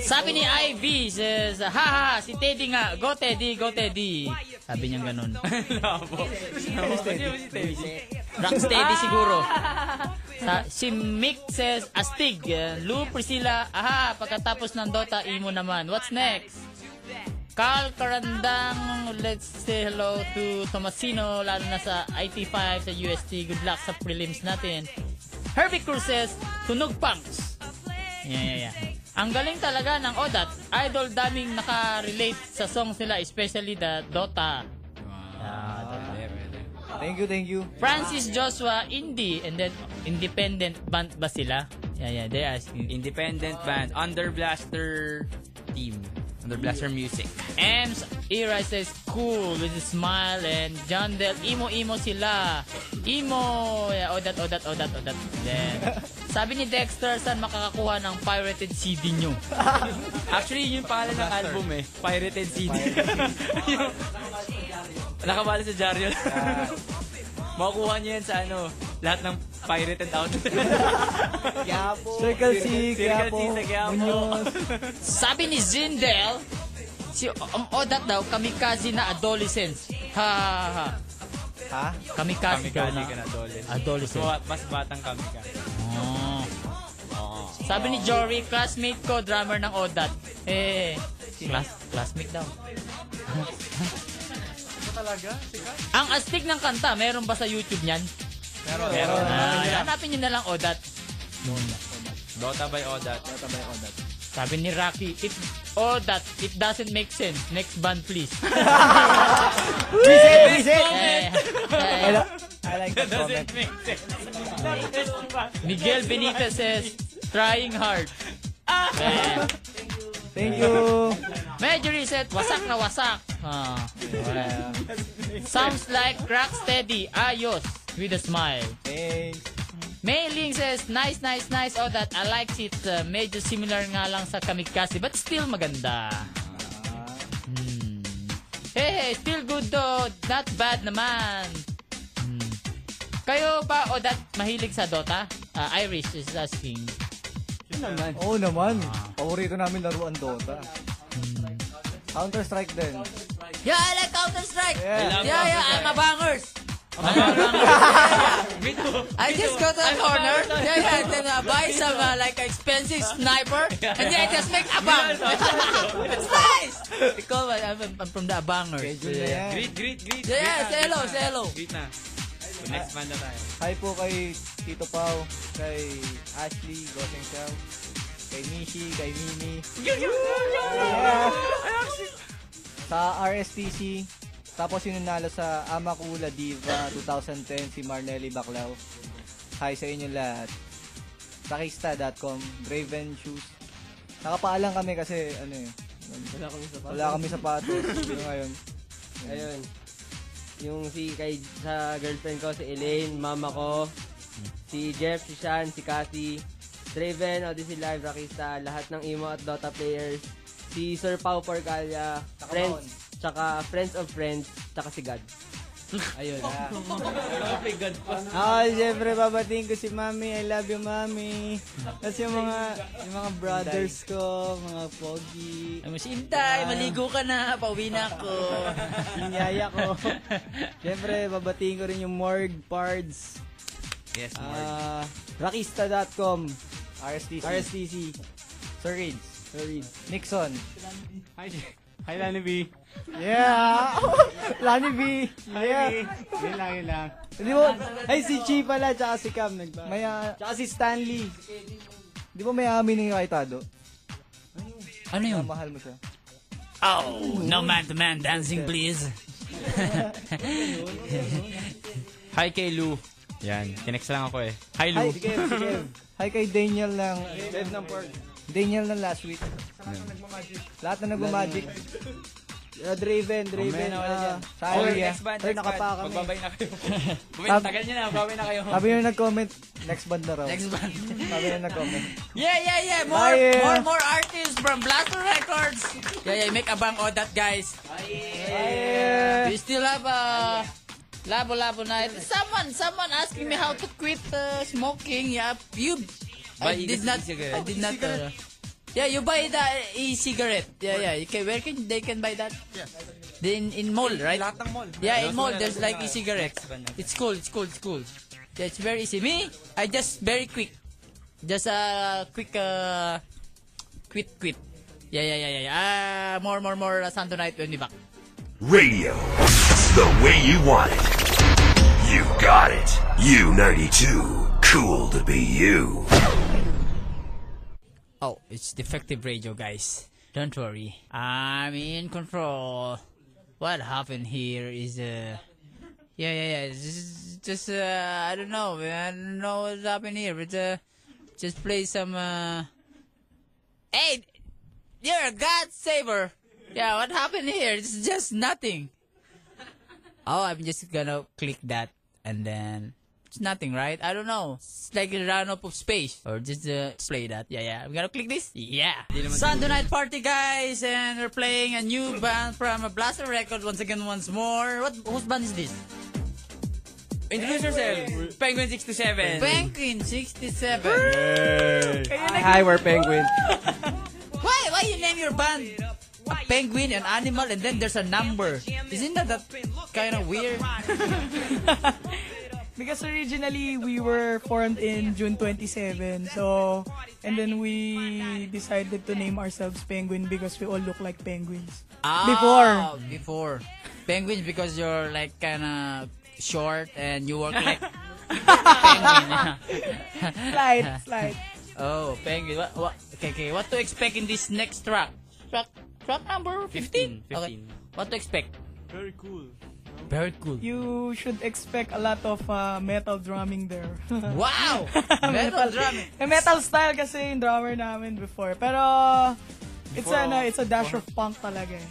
[SPEAKER 1] Sabi ni Ivy, says, ha ha, ha, si Teddy nga, go Teddy, go Teddy. Sabi niya ganun. Rock Teddy siguro. Sa, si Mick says, astig. Uh, Lou Priscilla, aha, pagkatapos ng Dota, imo naman. What's next? Carl Carandang, let's say hello to Tomasino, lalo na sa IT5 sa UST. Good luck sa prelims natin. Herbie Cruz says, tunog punks. Yeah, yeah, yeah. Ang galing talaga ng Odat. Idol daming nakarelate sa songs nila, especially the Dota.
[SPEAKER 10] Thank you, thank you.
[SPEAKER 5] Francis Joshua, indie. And then, independent band ba sila? Yeah, yeah, they're asking.
[SPEAKER 2] Independent band. Under Blaster team. Under Blaster Music.
[SPEAKER 5] Ems Ira says cool with a smile and John Del emo emo sila. Emo. Yeah, odat odat odat odat. Then, sabi ni Dexter saan makakakuha ng pirated CD nyo?
[SPEAKER 2] Actually, yun yung pangalan ng album eh. Pirated CD. Yung- Nakabala sa Jaryo. Makukuha niyo yan sa ano, lahat ng pirated outlet.
[SPEAKER 10] Gapo.
[SPEAKER 2] Circle C, Quiapo, Muñoz.
[SPEAKER 5] Sabi ni Zindel, si ang odat daw kamikaze na adolescence. Ha ha ha.
[SPEAKER 10] Ha?
[SPEAKER 5] Kamikaze, daw
[SPEAKER 2] Kamikaze
[SPEAKER 5] na.
[SPEAKER 2] ka na, Dolis.
[SPEAKER 5] Adolescent.
[SPEAKER 2] Mas, mas batang kami ka.
[SPEAKER 5] Oh. Sabi ni Jory, classmate ko, drummer ng Odat. Eh, class, classmate daw.
[SPEAKER 3] Ano Talaga? Sikat?
[SPEAKER 5] Ang astig ng kanta, meron ba sa YouTube niyan?
[SPEAKER 2] Meron. Meron.
[SPEAKER 5] Ah, hanapin niyo na lang Odat.
[SPEAKER 2] Dota by Odat. Dota by Odat.
[SPEAKER 5] Sabi ni Rocky, it, Odat, it doesn't make sense. Next band, please.
[SPEAKER 9] Reset, reset!
[SPEAKER 5] Eh, eh,
[SPEAKER 9] Hello?
[SPEAKER 10] I like that comment.
[SPEAKER 5] Miguel Benitez says, trying hard. Eh,
[SPEAKER 10] Thank you.
[SPEAKER 5] Major reset, wasak na wasak. Ah, wala. Sounds like crack steady, ayos, with a smile.
[SPEAKER 10] Thanks.
[SPEAKER 5] Mailing says, nice, nice, nice, oh that, I liked it. Uh, medyo similar nga lang sa kamikaze, but still maganda. Hmm. Hey, hey, still good though, not bad naman. Hmm. Kayo ba, oh that, mahilig sa Dota? Ah, Irish is asking.
[SPEAKER 10] Oo naman. Paborito namin laruan Dota. Counter-Strike din.
[SPEAKER 1] Yeah, I like Counter-Strike.
[SPEAKER 10] Yeah.
[SPEAKER 1] Yeah, yeah, I'm a bangers.
[SPEAKER 5] Me too.
[SPEAKER 1] I just go to the
[SPEAKER 5] I'm a
[SPEAKER 1] corner.
[SPEAKER 5] banger.
[SPEAKER 1] Yeah, yeah, then uh, buy some uh, like expensive sniper, and then I just make a bang. it's nice. Because I'm, I'm from the bangers.
[SPEAKER 10] Medyo na yan.
[SPEAKER 2] Greet, greet, greet.
[SPEAKER 1] Yeah, yeah,
[SPEAKER 2] Greet na,
[SPEAKER 1] say hello,
[SPEAKER 2] greet na.
[SPEAKER 1] say hello.
[SPEAKER 2] Greet na. So next man na tayo.
[SPEAKER 10] Hi po kay Tito Pau, kay Ashley Gosengchao, kay Mishi, kay Mini. Yeah. Sa RSTC, tapos yung nanalo sa Amakula Diva 2010 si Marnelli Baclaw. Hi sa inyo lahat. Takista.com, Draven Shoes. Nakapaalang kami kasi ano eh,
[SPEAKER 6] Wala kami sa
[SPEAKER 10] wala kami sapatos. Yun ngayon.
[SPEAKER 6] Ayun. Yung si kay sa girlfriend ko, si Elaine, mama ko, si Jeff, si Sean, si Cathy, Draven, Odyssey Live, Rakista, lahat ng emo at Dota players, si Sir Pau Porcalia, friends, tsaka friends of friends, tsaka si God. Ayun.
[SPEAKER 10] Ah, syempre babatiin ko si Mami. I love you, Mami. Tapos yung mga, yung mga brothers ko, mga pogi,
[SPEAKER 1] Ay, mas Intay, maligo ka na, pauwi na ako.
[SPEAKER 10] yung yaya ko. Syempre, babatiin ko rin yung Morg Pards.
[SPEAKER 2] Yes, Mark.
[SPEAKER 10] Ah, Rakista.com,
[SPEAKER 6] RSTC.
[SPEAKER 10] RSTC, Sir Reeds, Sir Reeds, Nixon.
[SPEAKER 6] Hi, hi Lani B.
[SPEAKER 10] Yeah! Lani B! Yeah!
[SPEAKER 6] Yun lang, yun lang.
[SPEAKER 10] Di ba, ay si Chi pala, tsaka si Cam. Nagba- May, ah, tsaka si Stanley. Di ba may amin yung kay Tado?
[SPEAKER 5] Ano yun?
[SPEAKER 10] Ah, mahal mo siya.
[SPEAKER 5] Oh, no man-to-man dancing, please.
[SPEAKER 2] Hi kay Lou. Yan, kinext lang ako eh.
[SPEAKER 10] Hi,
[SPEAKER 2] Hi Lou.
[SPEAKER 10] si Kev, si Kev. Hi kay Daniel ng... Kev ng Park. Daniel ng last week. Lahat na nagmamagic. Uh, Draven, Draven.
[SPEAKER 2] Mamaya na wala
[SPEAKER 10] Uh,
[SPEAKER 2] dyan.
[SPEAKER 10] sorry ah.
[SPEAKER 2] next band,
[SPEAKER 10] Sir,
[SPEAKER 2] next band.
[SPEAKER 10] nakapa kami.
[SPEAKER 2] Oh, Magbabay na kayo. Bumay,
[SPEAKER 10] Tab-
[SPEAKER 2] tagal niyo na, babay na kayo.
[SPEAKER 10] Sabi nyo nag-comment, next band na raw.
[SPEAKER 1] Next one.
[SPEAKER 10] Sabi nyo nag-comment.
[SPEAKER 1] Yeah, yeah, yeah. More,
[SPEAKER 10] Bye, yeah.
[SPEAKER 1] more, more artists from Blaster Records. Yeah, yeah. Make a bang all that, guys.
[SPEAKER 10] Yeah.
[SPEAKER 1] We still have uh, Labo Labo Night. Someone, someone asking me how to quit uh, smoking. Yeah, you.
[SPEAKER 2] Buy
[SPEAKER 1] I did not.
[SPEAKER 2] e-cigarette.
[SPEAKER 1] I did not. Uh, yeah, you buy the e-cigarette. Yeah, yeah. Okay, where can they can buy that?
[SPEAKER 3] Yes.
[SPEAKER 1] In in mall, right?
[SPEAKER 3] Lahat ng mall.
[SPEAKER 1] Yeah, in mall there's like e-cigarette. It's cool, it's cool, it's cool. Yeah, it's very easy. Me, I just very quick. Just uh quick uh quit quit. Yeah, yeah, yeah, yeah, yeah. Ah, more more more uh, Santo night when we back.
[SPEAKER 11] Radio. The way you want it. You got it. U92. Cool to be you.
[SPEAKER 1] Oh, it's defective radio, guys. Don't worry. I'm in control. what happened here is uh yeah yeah yeah it's just, just uh I don't know man. I don't know what happened here but uh just play some uh hey you're a god saver yeah what happened here it's just nothing oh I'm just gonna click that and then it's nothing right I don't know it's like a run up of space or just uh, play that yeah yeah I'm gonna click this yeah Sunday night party, guys, and we're playing a new band from a Blaster Record once again, once more. What whose band is this?
[SPEAKER 2] Introduce yourself. Penguin 67.
[SPEAKER 1] Penguin 67.
[SPEAKER 6] Hi, we're Penguin.
[SPEAKER 1] Why why you name your band a penguin, an animal, and then there's a number? Isn't that that kind of weird?
[SPEAKER 12] Because originally we were formed in June 27, so and then we decided to name ourselves Penguin because we all look like penguins.
[SPEAKER 1] Ah,
[SPEAKER 12] Before.
[SPEAKER 1] Before. Penguins because you're like kinda short and you work like
[SPEAKER 12] Slide, slide.
[SPEAKER 1] Oh, penguin. What, what, okay, okay. What to expect in this next track? Track, track number 15? 15. Okay. What to expect?
[SPEAKER 12] Very cool.
[SPEAKER 1] Very cool.
[SPEAKER 12] You should expect a lot of uh, metal drumming there.
[SPEAKER 1] wow! Metal drumming.
[SPEAKER 12] May metal style kasi yung drummer namin before. Pero, it's,
[SPEAKER 1] Before, Mm.
[SPEAKER 12] ano, it's a dash of punk talaga eh.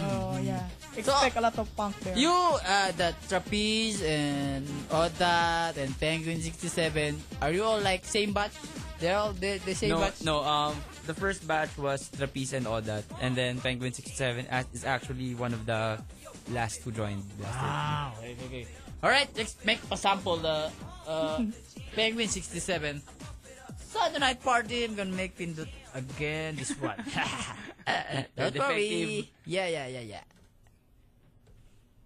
[SPEAKER 12] So, yeah. Expect a lot of punk there.
[SPEAKER 1] You, uh, the trapeze and Odat and Penguin 67, are you all like same batch? They're all the, the same
[SPEAKER 2] no,
[SPEAKER 1] batch?
[SPEAKER 2] no. Um, the first batch was Trapeze and all that, and then Penguin 67 a- is actually one of the last who joined.
[SPEAKER 1] Wow. Okay, okay. Alright, let's make a sample. The uh, Penguin 67. Sunday night party, I'm gonna make Pindut again this one. Uh, Don't worry. Yeah, yeah, yeah, yeah.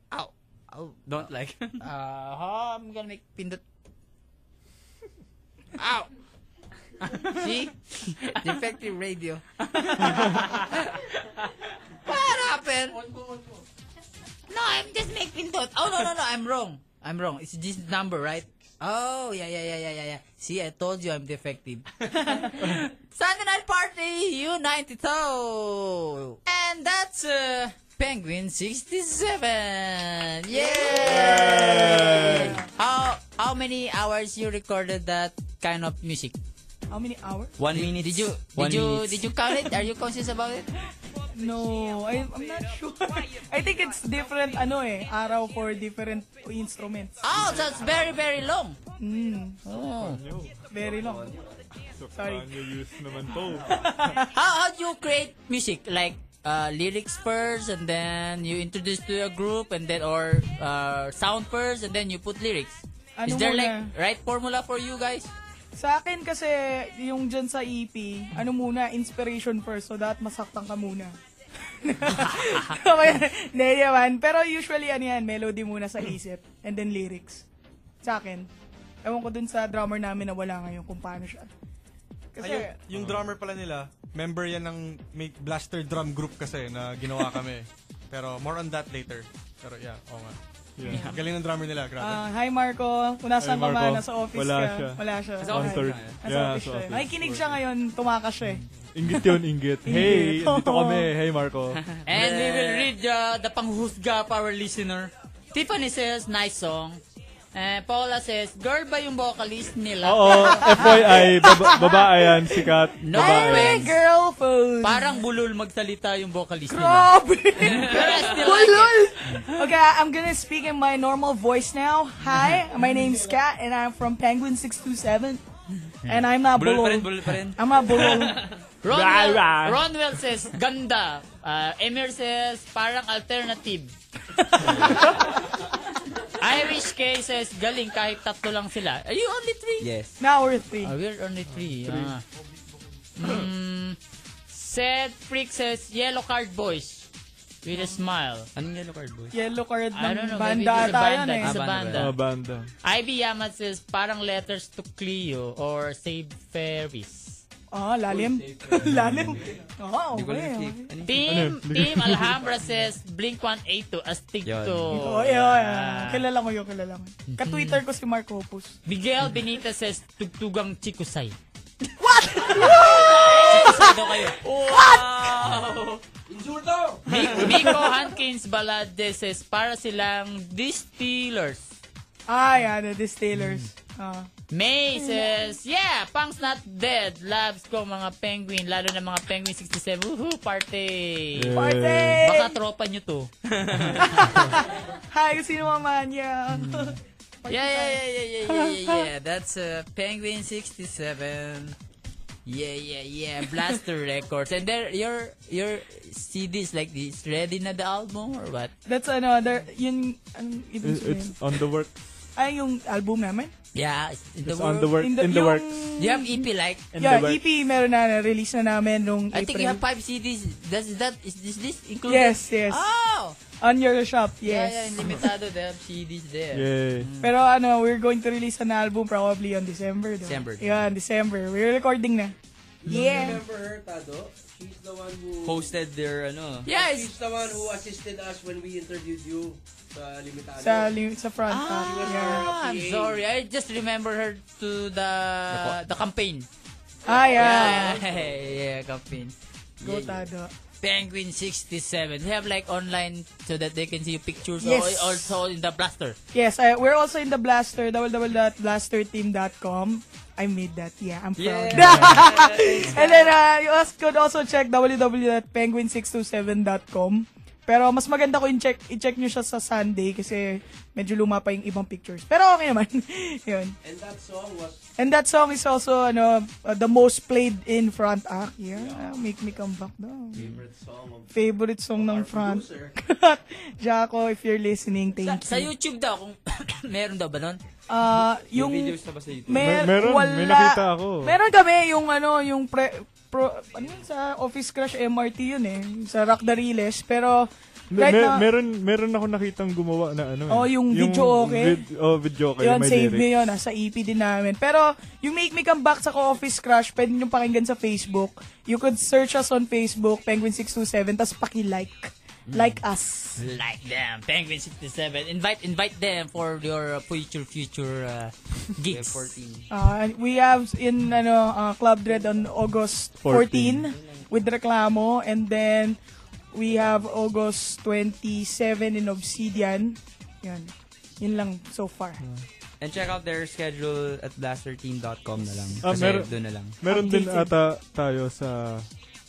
[SPEAKER 1] Ow. Ow.
[SPEAKER 2] Don't like.
[SPEAKER 1] uh, I'm gonna make Pindut. Ow. See? Defective radio. what happened? No, I'm just making thought. Oh, no, no, no, I'm wrong. I'm wrong. It's this number, right? Oh, yeah, yeah, yeah, yeah, yeah, yeah. See, I told you I'm defective. Sunday night party, U92. And that's uh, Penguin 67. Yay! How, how many hours you recorded that kind of music?
[SPEAKER 12] How many hours?
[SPEAKER 2] One minute.
[SPEAKER 1] Did you
[SPEAKER 2] One
[SPEAKER 1] did you
[SPEAKER 2] minute.
[SPEAKER 1] did you count it? Are you conscious about it?
[SPEAKER 12] No, I, I'm not sure. I think it's different, ano eh, araw for different instruments.
[SPEAKER 1] Oh, that's very, very long. Oh.
[SPEAKER 12] Mm. Very long. Sorry.
[SPEAKER 13] use naman to.
[SPEAKER 1] how how do you create music? Like uh, lyrics first, and then you introduce to your group, and then or uh, sound first, and then you put lyrics.
[SPEAKER 12] Ano
[SPEAKER 1] Is there
[SPEAKER 12] muna?
[SPEAKER 1] like right formula for you guys?
[SPEAKER 12] Sa akin kasi, yung dyan sa EP, ano muna, inspiration first. So, dapat masaktan ka muna. Hindi naman. Pero usually, ano yan, melody muna sa isip. And then lyrics. Sa akin. Ewan ko dun sa drummer namin na wala ngayon kung paano siya. Kasi,
[SPEAKER 3] Ayun, yung drummer pala nila, member yan ng may blaster drum group kasi na ginawa kami. Pero more on that later. Pero yeah, oo nga.
[SPEAKER 13] Yeah.
[SPEAKER 3] Galing ng drummer
[SPEAKER 12] ah,
[SPEAKER 3] nila, grabe.
[SPEAKER 12] hi Marco. Kung nasaan
[SPEAKER 3] Hi,
[SPEAKER 12] ka
[SPEAKER 3] Marco.
[SPEAKER 12] man, nasa office
[SPEAKER 13] Wala
[SPEAKER 12] ka.
[SPEAKER 13] siya.
[SPEAKER 12] Wala siya.
[SPEAKER 13] Nasa office
[SPEAKER 12] Okay.
[SPEAKER 13] siya.
[SPEAKER 12] Nasa
[SPEAKER 13] Yeah,
[SPEAKER 12] office
[SPEAKER 13] nasa
[SPEAKER 12] siya.
[SPEAKER 13] office.
[SPEAKER 12] Nakikinig siya ngayon, tumakas siya eh.
[SPEAKER 13] Ingit yun, ingit. Hey, dito kami. Hey, Marco.
[SPEAKER 1] And we will read uh, the panghusga for our listener. Tiffany says, nice song. Eh, Paula says, girl ba yung vocalist nila?
[SPEAKER 13] Oo, FYI, baba, babae yan, sikat.
[SPEAKER 1] No
[SPEAKER 13] babae.
[SPEAKER 1] offense.
[SPEAKER 12] Girlfriend.
[SPEAKER 1] Parang bulol magsalita yung vocalist nila.
[SPEAKER 12] Grabe! Bulol! okay, I'm gonna speak in my normal voice now. Hi, my name's Kat, and I'm from Penguin 627. And I'm not
[SPEAKER 2] Bulol pa
[SPEAKER 12] bulol.
[SPEAKER 2] rin, bulol pa rin.
[SPEAKER 12] I'm not bulol.
[SPEAKER 5] Ronwell,
[SPEAKER 12] Rah, rah.
[SPEAKER 5] Ronwell says, ganda. Uh, Emir says, parang alternative. Irish K says, galing kahit tatlo lang sila. Are you only three?
[SPEAKER 2] Yes.
[SPEAKER 12] Now we're three.
[SPEAKER 1] Ah, we're only three.
[SPEAKER 5] Three.
[SPEAKER 1] ah.
[SPEAKER 5] Mm, Seth Freak says, yellow card boys. With a smile.
[SPEAKER 2] Anong yellow card boys?
[SPEAKER 12] Yellow card
[SPEAKER 5] I don't know,
[SPEAKER 12] ng
[SPEAKER 5] maybe it's a
[SPEAKER 12] banda ata
[SPEAKER 5] banda,
[SPEAKER 12] yun eh.
[SPEAKER 5] it's a banda.
[SPEAKER 13] Ah, banda.
[SPEAKER 5] Ivy Yamat says, parang letters to Cleo or Save Ferris.
[SPEAKER 12] Ah, lalim. lalim. Oo,
[SPEAKER 5] Hindi ko alam
[SPEAKER 12] okay.
[SPEAKER 5] if- Team,
[SPEAKER 12] Ano?
[SPEAKER 5] team Alhambra says, Blink-182, a stick to... Ah.
[SPEAKER 12] Oo, yun, yun. Kilala ko yun, kilala ko. yun.
[SPEAKER 5] Mm-hmm.
[SPEAKER 12] Ka-Twitter ko si Mark Opus.
[SPEAKER 5] Miguel Benita says, tugtugang chikusay.
[SPEAKER 12] What?
[SPEAKER 5] Chikusay daw kayo.
[SPEAKER 12] What?
[SPEAKER 5] Insulto! Nico Hankins Balades says, para silang distillers.
[SPEAKER 12] Ah, yeah, the distillers.
[SPEAKER 5] Mm.
[SPEAKER 12] Ah.
[SPEAKER 5] May says, yeah, Pang's not dead. Loves ko mga penguin, lalo na mga penguin 67. Woohoo, party!
[SPEAKER 12] Yeah. Party!
[SPEAKER 5] Baka tropa nyo to.
[SPEAKER 12] Hi, sino man yeah.
[SPEAKER 5] Mm.
[SPEAKER 1] Yeah, yeah, yeah, yeah, yeah, yeah, yeah, yeah. That's uh, Penguin 67. Yeah, yeah, yeah. Blaster Records. And there, your your CD is like this. Ready na the album or what?
[SPEAKER 12] That's another, yun, anong ibig sabihin?
[SPEAKER 13] It's on the work.
[SPEAKER 12] Ay, yung album namin?
[SPEAKER 1] Yeah, it's in the
[SPEAKER 13] It's on the work.
[SPEAKER 1] works.
[SPEAKER 13] In the, works.
[SPEAKER 1] You have EP like?
[SPEAKER 12] yeah, EP meron na, release na namin nung
[SPEAKER 1] I think you have
[SPEAKER 12] April.
[SPEAKER 1] five CDs. Does that is this, this included?
[SPEAKER 12] Yes, yes.
[SPEAKER 1] Oh,
[SPEAKER 12] On your shop, yes.
[SPEAKER 1] yeah, yeah. Limitado, they have CDs there.
[SPEAKER 12] Pero ano, we're going to release an album probably on December. Though.
[SPEAKER 1] December.
[SPEAKER 12] Yeah, December. We're recording na. Yeah.
[SPEAKER 6] Remember her, Tado? She's the one who...
[SPEAKER 2] Hosted their, ano.
[SPEAKER 6] Yes. She's the one who assisted us when we interviewed you sa Limitado.
[SPEAKER 12] Sa, lim- sa front.
[SPEAKER 6] She was our
[SPEAKER 1] Ah, I'm
[SPEAKER 6] PA.
[SPEAKER 1] sorry. I just remember her to the the, campaign.
[SPEAKER 12] Ah, yeah.
[SPEAKER 1] Yeah, yeah, yeah, campaign.
[SPEAKER 12] Go,
[SPEAKER 1] Yeah, yeah.
[SPEAKER 12] Tado.
[SPEAKER 1] Penguin 67. They have like online so that they can see your pictures
[SPEAKER 12] Yes.
[SPEAKER 1] or also in the blaster.
[SPEAKER 12] Yes, I, we're also in the Blaster, www.blasterteam.com. I made that. Yeah, I'm proud. And then, uh, you also could also check www.penguin627.com. Pero mas maganda ko i-check, i-check nyo siya sa Sunday kasi medyo luma pa yung ibang pictures. Pero okay naman. Yun.
[SPEAKER 6] And that song was...
[SPEAKER 12] And that song is also ano, uh, the most played in front act. Yeah, Uh, make me come back daw.
[SPEAKER 6] Favorite song of...
[SPEAKER 12] Favorite song ng front.
[SPEAKER 6] producer.
[SPEAKER 12] Jaco, if you're listening, thank
[SPEAKER 1] Sa
[SPEAKER 12] you.
[SPEAKER 1] YouTube daw, kung meron daw ba nun?
[SPEAKER 12] Ah, yung
[SPEAKER 2] May videos na ba sa YouTube?
[SPEAKER 12] mer-
[SPEAKER 13] Mer- meron.
[SPEAKER 12] wala.
[SPEAKER 13] May nakita ako.
[SPEAKER 12] Meron kami yung ano, yung pre, pro, ano yun sa Office Crush MRT yun eh, sa Rock Dariles, pero
[SPEAKER 13] Mer-
[SPEAKER 12] right
[SPEAKER 13] mer-
[SPEAKER 12] now,
[SPEAKER 13] meron meron ako nakitang gumawa na ano. eh.
[SPEAKER 12] Oh, yung video okay?
[SPEAKER 13] vid- oh, video okay.
[SPEAKER 12] yun,
[SPEAKER 13] may
[SPEAKER 12] save
[SPEAKER 13] lyrics.
[SPEAKER 12] me yun, ah, nasa EP din namin. Pero, yung Make Me Come Back sa Office Crush, pwede nyo pakinggan sa Facebook. You could search us on Facebook, Penguin627, tas paki-like. Like us.
[SPEAKER 1] Like them, Penguin 67. Invite invite them for your future future uh, gigs.
[SPEAKER 12] Uh, we have in ano uh, Club Dread on August 14, with Reclamo and then we have August 27 in Obsidian. Yun. Yun lang so far.
[SPEAKER 2] And check out their schedule at blasterteam.com na lang.
[SPEAKER 13] Ah,
[SPEAKER 2] Kasi
[SPEAKER 13] meron,
[SPEAKER 2] doon na lang.
[SPEAKER 13] meron din
[SPEAKER 12] Updated.
[SPEAKER 13] ata tayo sa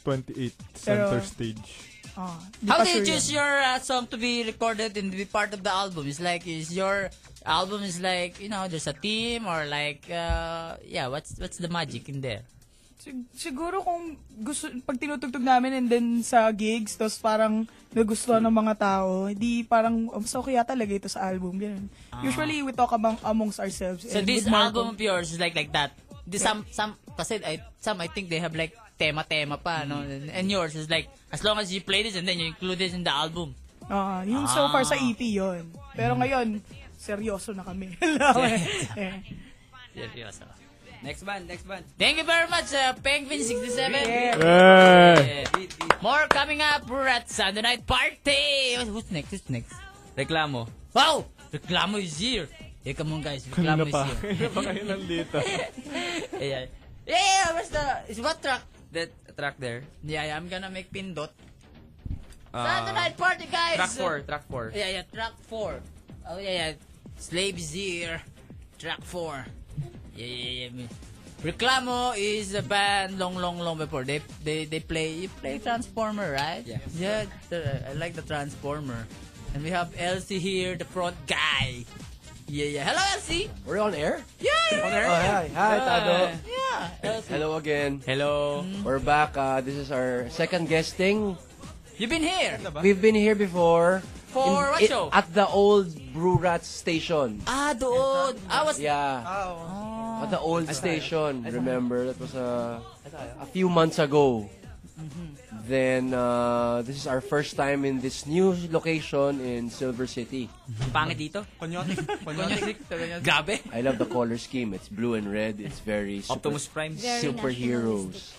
[SPEAKER 13] 28 Center Stage.
[SPEAKER 12] Ah,
[SPEAKER 13] di pa
[SPEAKER 1] How do you
[SPEAKER 13] sure
[SPEAKER 1] choose your uh, song to be recorded and to be part of the album? It's like is your album is like you know there's a theme or like uh, yeah what's what's the magic in there?
[SPEAKER 12] Sig- siguro kung gusto pag tinutugtog namin and then sa gigs tapos parang nagustuhan ng mga tao, di parang um, so kaya talaga ito sa album ganun.
[SPEAKER 1] Ah.
[SPEAKER 12] Usually we talk among amongst ourselves.
[SPEAKER 1] So
[SPEAKER 12] and
[SPEAKER 1] this
[SPEAKER 12] with Marco.
[SPEAKER 1] album of yours is like like that. This, some some kasi I, some I think they have like tema-tema pa no and, and yours is like as long as you play this and then you include this in the album.
[SPEAKER 12] Ah, yung so
[SPEAKER 1] Ah.
[SPEAKER 12] far sa EP yon. Pero ngayon, seryoso na kami. Eh.
[SPEAKER 1] Seryoso.
[SPEAKER 2] Next band, next band.
[SPEAKER 1] Thank you very much, uh, Penguin 67.
[SPEAKER 2] Yeah.
[SPEAKER 1] More coming up. We're at Sunday Night Party. Who's next? Who's next?
[SPEAKER 2] Reklamo.
[SPEAKER 1] Wow! Reklamo is here. Hey, come on guys. Reklamo
[SPEAKER 2] Kanina pa.
[SPEAKER 1] is here.
[SPEAKER 2] Kanina pa kayo nandito.
[SPEAKER 1] yeah, yeah, where's the... Is what track?
[SPEAKER 2] That track there.
[SPEAKER 1] Yeah, yeah, I'm gonna make pindot.
[SPEAKER 2] Uh,
[SPEAKER 1] Sunday Night Party, guys!
[SPEAKER 2] Track 4, track 4.
[SPEAKER 1] Yeah, yeah, track 4. Oh, yeah, yeah. Slave is here. Track 4. Yeah, yeah, yeah. Reclamo is a band long, long, long before. They they, they play, you play Transformer, right? Yeah. Yeah, the- I like the Transformer. And we have Elsie here, the front guy. Yeah, yeah. Hello, Elsie!
[SPEAKER 14] We're on air?
[SPEAKER 1] Yeah, yeah,
[SPEAKER 14] On
[SPEAKER 1] yeah.
[SPEAKER 14] air? Oh, hi. Hi, Tado.
[SPEAKER 1] Yeah, Elsie.
[SPEAKER 14] Hello again.
[SPEAKER 2] Hello.
[SPEAKER 14] We're back. Uh, this is our second guesting.
[SPEAKER 1] You've been here?
[SPEAKER 14] We've been here before.
[SPEAKER 1] For what
[SPEAKER 14] it-
[SPEAKER 1] show?
[SPEAKER 14] At the old Brew Rats station.
[SPEAKER 1] Ah, doon. I was...
[SPEAKER 14] Yeah.
[SPEAKER 1] Oh.
[SPEAKER 14] At the old station. Remember? That was a, a few months ago.
[SPEAKER 1] Mm-hmm.
[SPEAKER 14] Then, uh, this is our first time in this new location in Silver City.
[SPEAKER 2] Pangit dito.
[SPEAKER 3] Konyotik. Konyotik.
[SPEAKER 1] Mm-hmm. Grabe.
[SPEAKER 14] I love the color scheme. It's blue and red. It's very super,
[SPEAKER 2] Optimus Prime.
[SPEAKER 1] Very
[SPEAKER 14] superheroes.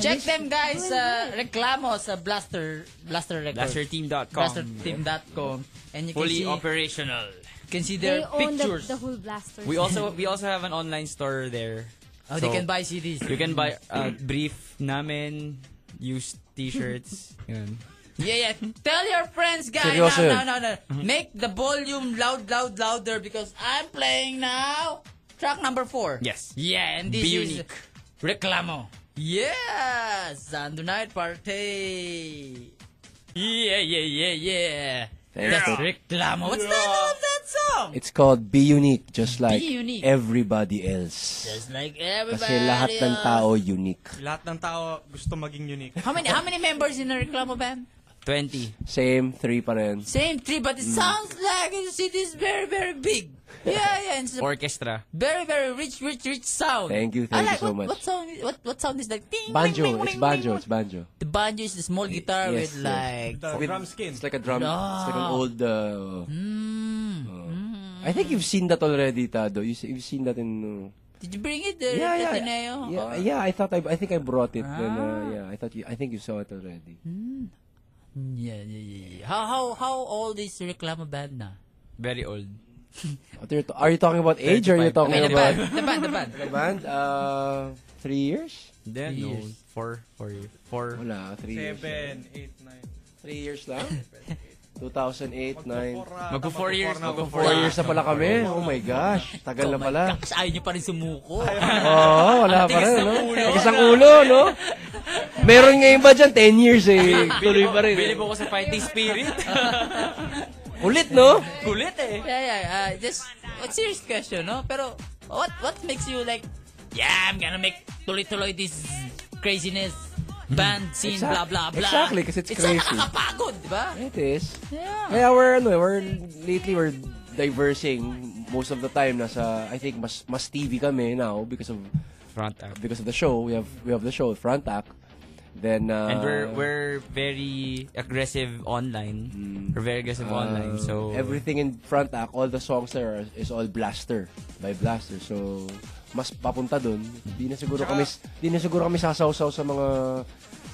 [SPEAKER 1] Check them guys sa reklamo sa Blaster Blaster Records.
[SPEAKER 2] Blasterteam.com.
[SPEAKER 1] Blasterteam.com and you
[SPEAKER 2] Fully
[SPEAKER 1] can see
[SPEAKER 2] operational.
[SPEAKER 1] you can see
[SPEAKER 4] They
[SPEAKER 1] their
[SPEAKER 4] own the,
[SPEAKER 1] pictures.
[SPEAKER 4] the whole blaster.
[SPEAKER 2] We also we also have an online store there.
[SPEAKER 1] Oh, they can buy CDs.
[SPEAKER 2] You can buy uh, brief namin, used t-shirts. Yun.
[SPEAKER 1] Yeah, yeah. Tell your friends, guys.
[SPEAKER 14] Seryoso
[SPEAKER 1] now,
[SPEAKER 14] yun.
[SPEAKER 1] now, now, now. Make the volume loud, loud, louder because I'm playing now track number four.
[SPEAKER 2] Yes.
[SPEAKER 1] Yeah, and this
[SPEAKER 2] Be
[SPEAKER 1] is...
[SPEAKER 2] unique. Reklamo.
[SPEAKER 1] Yes! Sunday night party! Yeah, yeah, yeah, yeah.
[SPEAKER 14] Fantastic.
[SPEAKER 1] Reklamo. What's the name of that song?
[SPEAKER 14] It's called Be Unique, just like
[SPEAKER 1] unique.
[SPEAKER 14] everybody else.
[SPEAKER 1] Just like
[SPEAKER 14] Kasi lahat ng tao unique.
[SPEAKER 3] Lahat ng tao gusto maging unique.
[SPEAKER 1] How many how many members in a reklamo band?
[SPEAKER 2] 20.
[SPEAKER 14] Same, three pa rin.
[SPEAKER 1] Same three, but it
[SPEAKER 14] Mm.
[SPEAKER 1] sounds like it is very, very big. Yeah, yeah. It's a
[SPEAKER 2] Orchestra.
[SPEAKER 1] very, very rich, rich, rich sound.
[SPEAKER 14] Thank you,
[SPEAKER 1] I
[SPEAKER 14] thank you
[SPEAKER 1] like,
[SPEAKER 14] so
[SPEAKER 1] what,
[SPEAKER 14] much.
[SPEAKER 1] What sound? What what sound is that? Ding, ding,
[SPEAKER 14] Banjo,
[SPEAKER 1] ding,
[SPEAKER 14] it's
[SPEAKER 1] ding,
[SPEAKER 14] banjo,
[SPEAKER 1] ding.
[SPEAKER 14] it's banjo.
[SPEAKER 1] The banjo is the small guitar
[SPEAKER 14] Yes,
[SPEAKER 1] with
[SPEAKER 14] yes.
[SPEAKER 1] like
[SPEAKER 14] With- It's like a drum, it's like an
[SPEAKER 1] Ah.
[SPEAKER 14] old... Uh,
[SPEAKER 1] Mm,
[SPEAKER 14] uh, I think you've seen that already, Tado. You, you've seen that in... uh,
[SPEAKER 1] Did you bring it there?
[SPEAKER 14] Yeah, yeah,
[SPEAKER 1] Ateneo?
[SPEAKER 14] yeah,
[SPEAKER 1] Oh.
[SPEAKER 14] yeah, I thought I, I think I brought it. Then, uh,
[SPEAKER 1] Ah.
[SPEAKER 14] yeah, I thought you, I think you saw it already.
[SPEAKER 1] Mm. Yeah, yeah, yeah, yeah. How how how old is reklamo band na?
[SPEAKER 2] Very old.
[SPEAKER 14] What Are you, are you talking about age or are you talking
[SPEAKER 1] Ay, the
[SPEAKER 14] about
[SPEAKER 1] band, the band, the band.
[SPEAKER 14] The band? Uh, three years?
[SPEAKER 2] Then,
[SPEAKER 14] Three
[SPEAKER 2] no.
[SPEAKER 14] years.
[SPEAKER 2] Four, four, years. four.
[SPEAKER 14] Wala, three years.
[SPEAKER 3] Seven, eight, nine.
[SPEAKER 14] Three years lang? 2008, 9.
[SPEAKER 2] Magpo four years, magpo four
[SPEAKER 14] Four years na pala kami. Oh my gosh. Tagal na pala.
[SPEAKER 1] Tapos Oh ayaw niyo pa rin sumuko.
[SPEAKER 14] Oo, wala
[SPEAKER 1] Ang
[SPEAKER 14] pa
[SPEAKER 1] tigas
[SPEAKER 14] rin,
[SPEAKER 1] ng
[SPEAKER 14] no?
[SPEAKER 1] ulo.
[SPEAKER 14] Isang ulo, no? Meron ngayon ba dyan? 10 years eh. Tuloy pa rin.
[SPEAKER 2] Bili
[SPEAKER 14] eh.
[SPEAKER 2] po ko sa fighting spirit.
[SPEAKER 14] Kulit, no?
[SPEAKER 2] Kulit eh.
[SPEAKER 1] Yeah, yeah. Uh, just, a serious question, no? Pero, what what makes you like, yeah, I'm gonna make tuloy-tuloy this craziness, band scene,
[SPEAKER 14] Mm-hmm. Exact-
[SPEAKER 1] blah, blah, blah.
[SPEAKER 14] exactly, kasi it's
[SPEAKER 1] It's
[SPEAKER 14] crazy.
[SPEAKER 1] so nakakapagod, di ba?
[SPEAKER 14] It is.
[SPEAKER 1] Yeah.
[SPEAKER 14] Kaya we're, ano, eh, we're, lately we're diversing most of the time nasa I think mas mas TV kami now because of
[SPEAKER 2] front act
[SPEAKER 14] because of the show we have we have the show front act then uh,
[SPEAKER 2] and we're we're very aggressive online. We're very aggressive
[SPEAKER 14] Uh,
[SPEAKER 2] online. So
[SPEAKER 14] everything in front act, all the songs there are, is all Blaster by Blaster. So mas papunta doon. Di na siguro
[SPEAKER 3] Tsaka-
[SPEAKER 14] kami di na siguro kami sasawsaw sa mga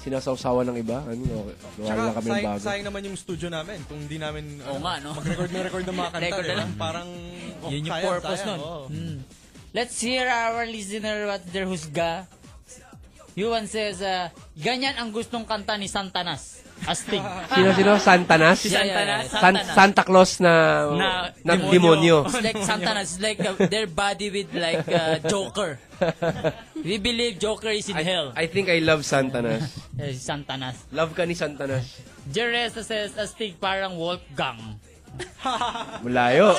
[SPEAKER 14] sinasawsawan ng iba. Ano, okay, gawa na
[SPEAKER 3] Tsaka,
[SPEAKER 14] kami ng
[SPEAKER 3] sayang,
[SPEAKER 14] bago.
[SPEAKER 3] sayang naman yung studio namin kung di namin ano,
[SPEAKER 1] Oo nga, no?
[SPEAKER 3] mag-record na record ng mga kanta.
[SPEAKER 1] Record na
[SPEAKER 3] diba?
[SPEAKER 1] lang.
[SPEAKER 3] Parang oh,
[SPEAKER 1] Yun yung
[SPEAKER 3] sayang,
[SPEAKER 1] purpose
[SPEAKER 3] sayang, oh.
[SPEAKER 1] nun.
[SPEAKER 3] oo.
[SPEAKER 1] Mm. Let's hear our listener what their husga. Yuan says, uh, ganyan ang gustong kanta ni Santanas. Astig.
[SPEAKER 14] Sino sino Santanas?
[SPEAKER 1] Si Santanas.
[SPEAKER 14] San- Santa Claus na Oh, na, demonyo.
[SPEAKER 1] It's like Santanas. It's like uh, their body with like uh, Joker. We believe Joker is in hell.
[SPEAKER 14] I think I love Santanas.
[SPEAKER 1] Eh, si Santanas.
[SPEAKER 14] Love ka ni Santanas.
[SPEAKER 1] Jeresa says, astig parang Wolfgang.
[SPEAKER 14] Malayo.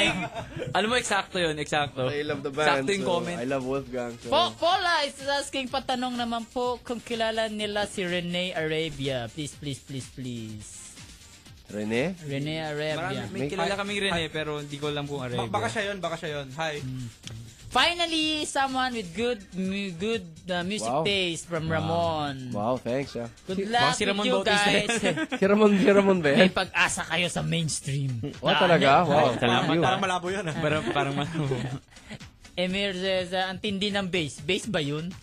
[SPEAKER 2] alam mo eksakto 'yun, eksakto.
[SPEAKER 14] I love the
[SPEAKER 2] Eksakto
[SPEAKER 14] band.
[SPEAKER 2] yung
[SPEAKER 14] so
[SPEAKER 2] comment.
[SPEAKER 14] I love Wolfgang. So.
[SPEAKER 5] Po,
[SPEAKER 1] Paula is asking patanong naman po kung kilala nila si Rene Arabia. Please, please, please, please.
[SPEAKER 14] Rene?
[SPEAKER 1] Rene Arabia.
[SPEAKER 2] Marami, may kilala kaming Rene pero hindi ko alam kung Mm. Arabia.
[SPEAKER 3] Baka siya yun, baka siya yun. Hi.
[SPEAKER 1] Finally, someone with good mu- good uh, music
[SPEAKER 14] Wow.
[SPEAKER 1] taste from
[SPEAKER 14] Wow.
[SPEAKER 1] Ramon.
[SPEAKER 14] Wow, thanks. Ah.
[SPEAKER 1] Good luck with you guys.
[SPEAKER 14] si Ramon, si Ramon ba yan?
[SPEAKER 1] May pag-asa kayo sa mainstream.
[SPEAKER 14] Oh, talaga? Wow.
[SPEAKER 2] Salamat.
[SPEAKER 14] Thank you.
[SPEAKER 2] Parang
[SPEAKER 3] malabo yun. Ah.
[SPEAKER 2] Parang, parang malabo.
[SPEAKER 1] Emir says, uh, ang tindi ng bass. Bass ba yun?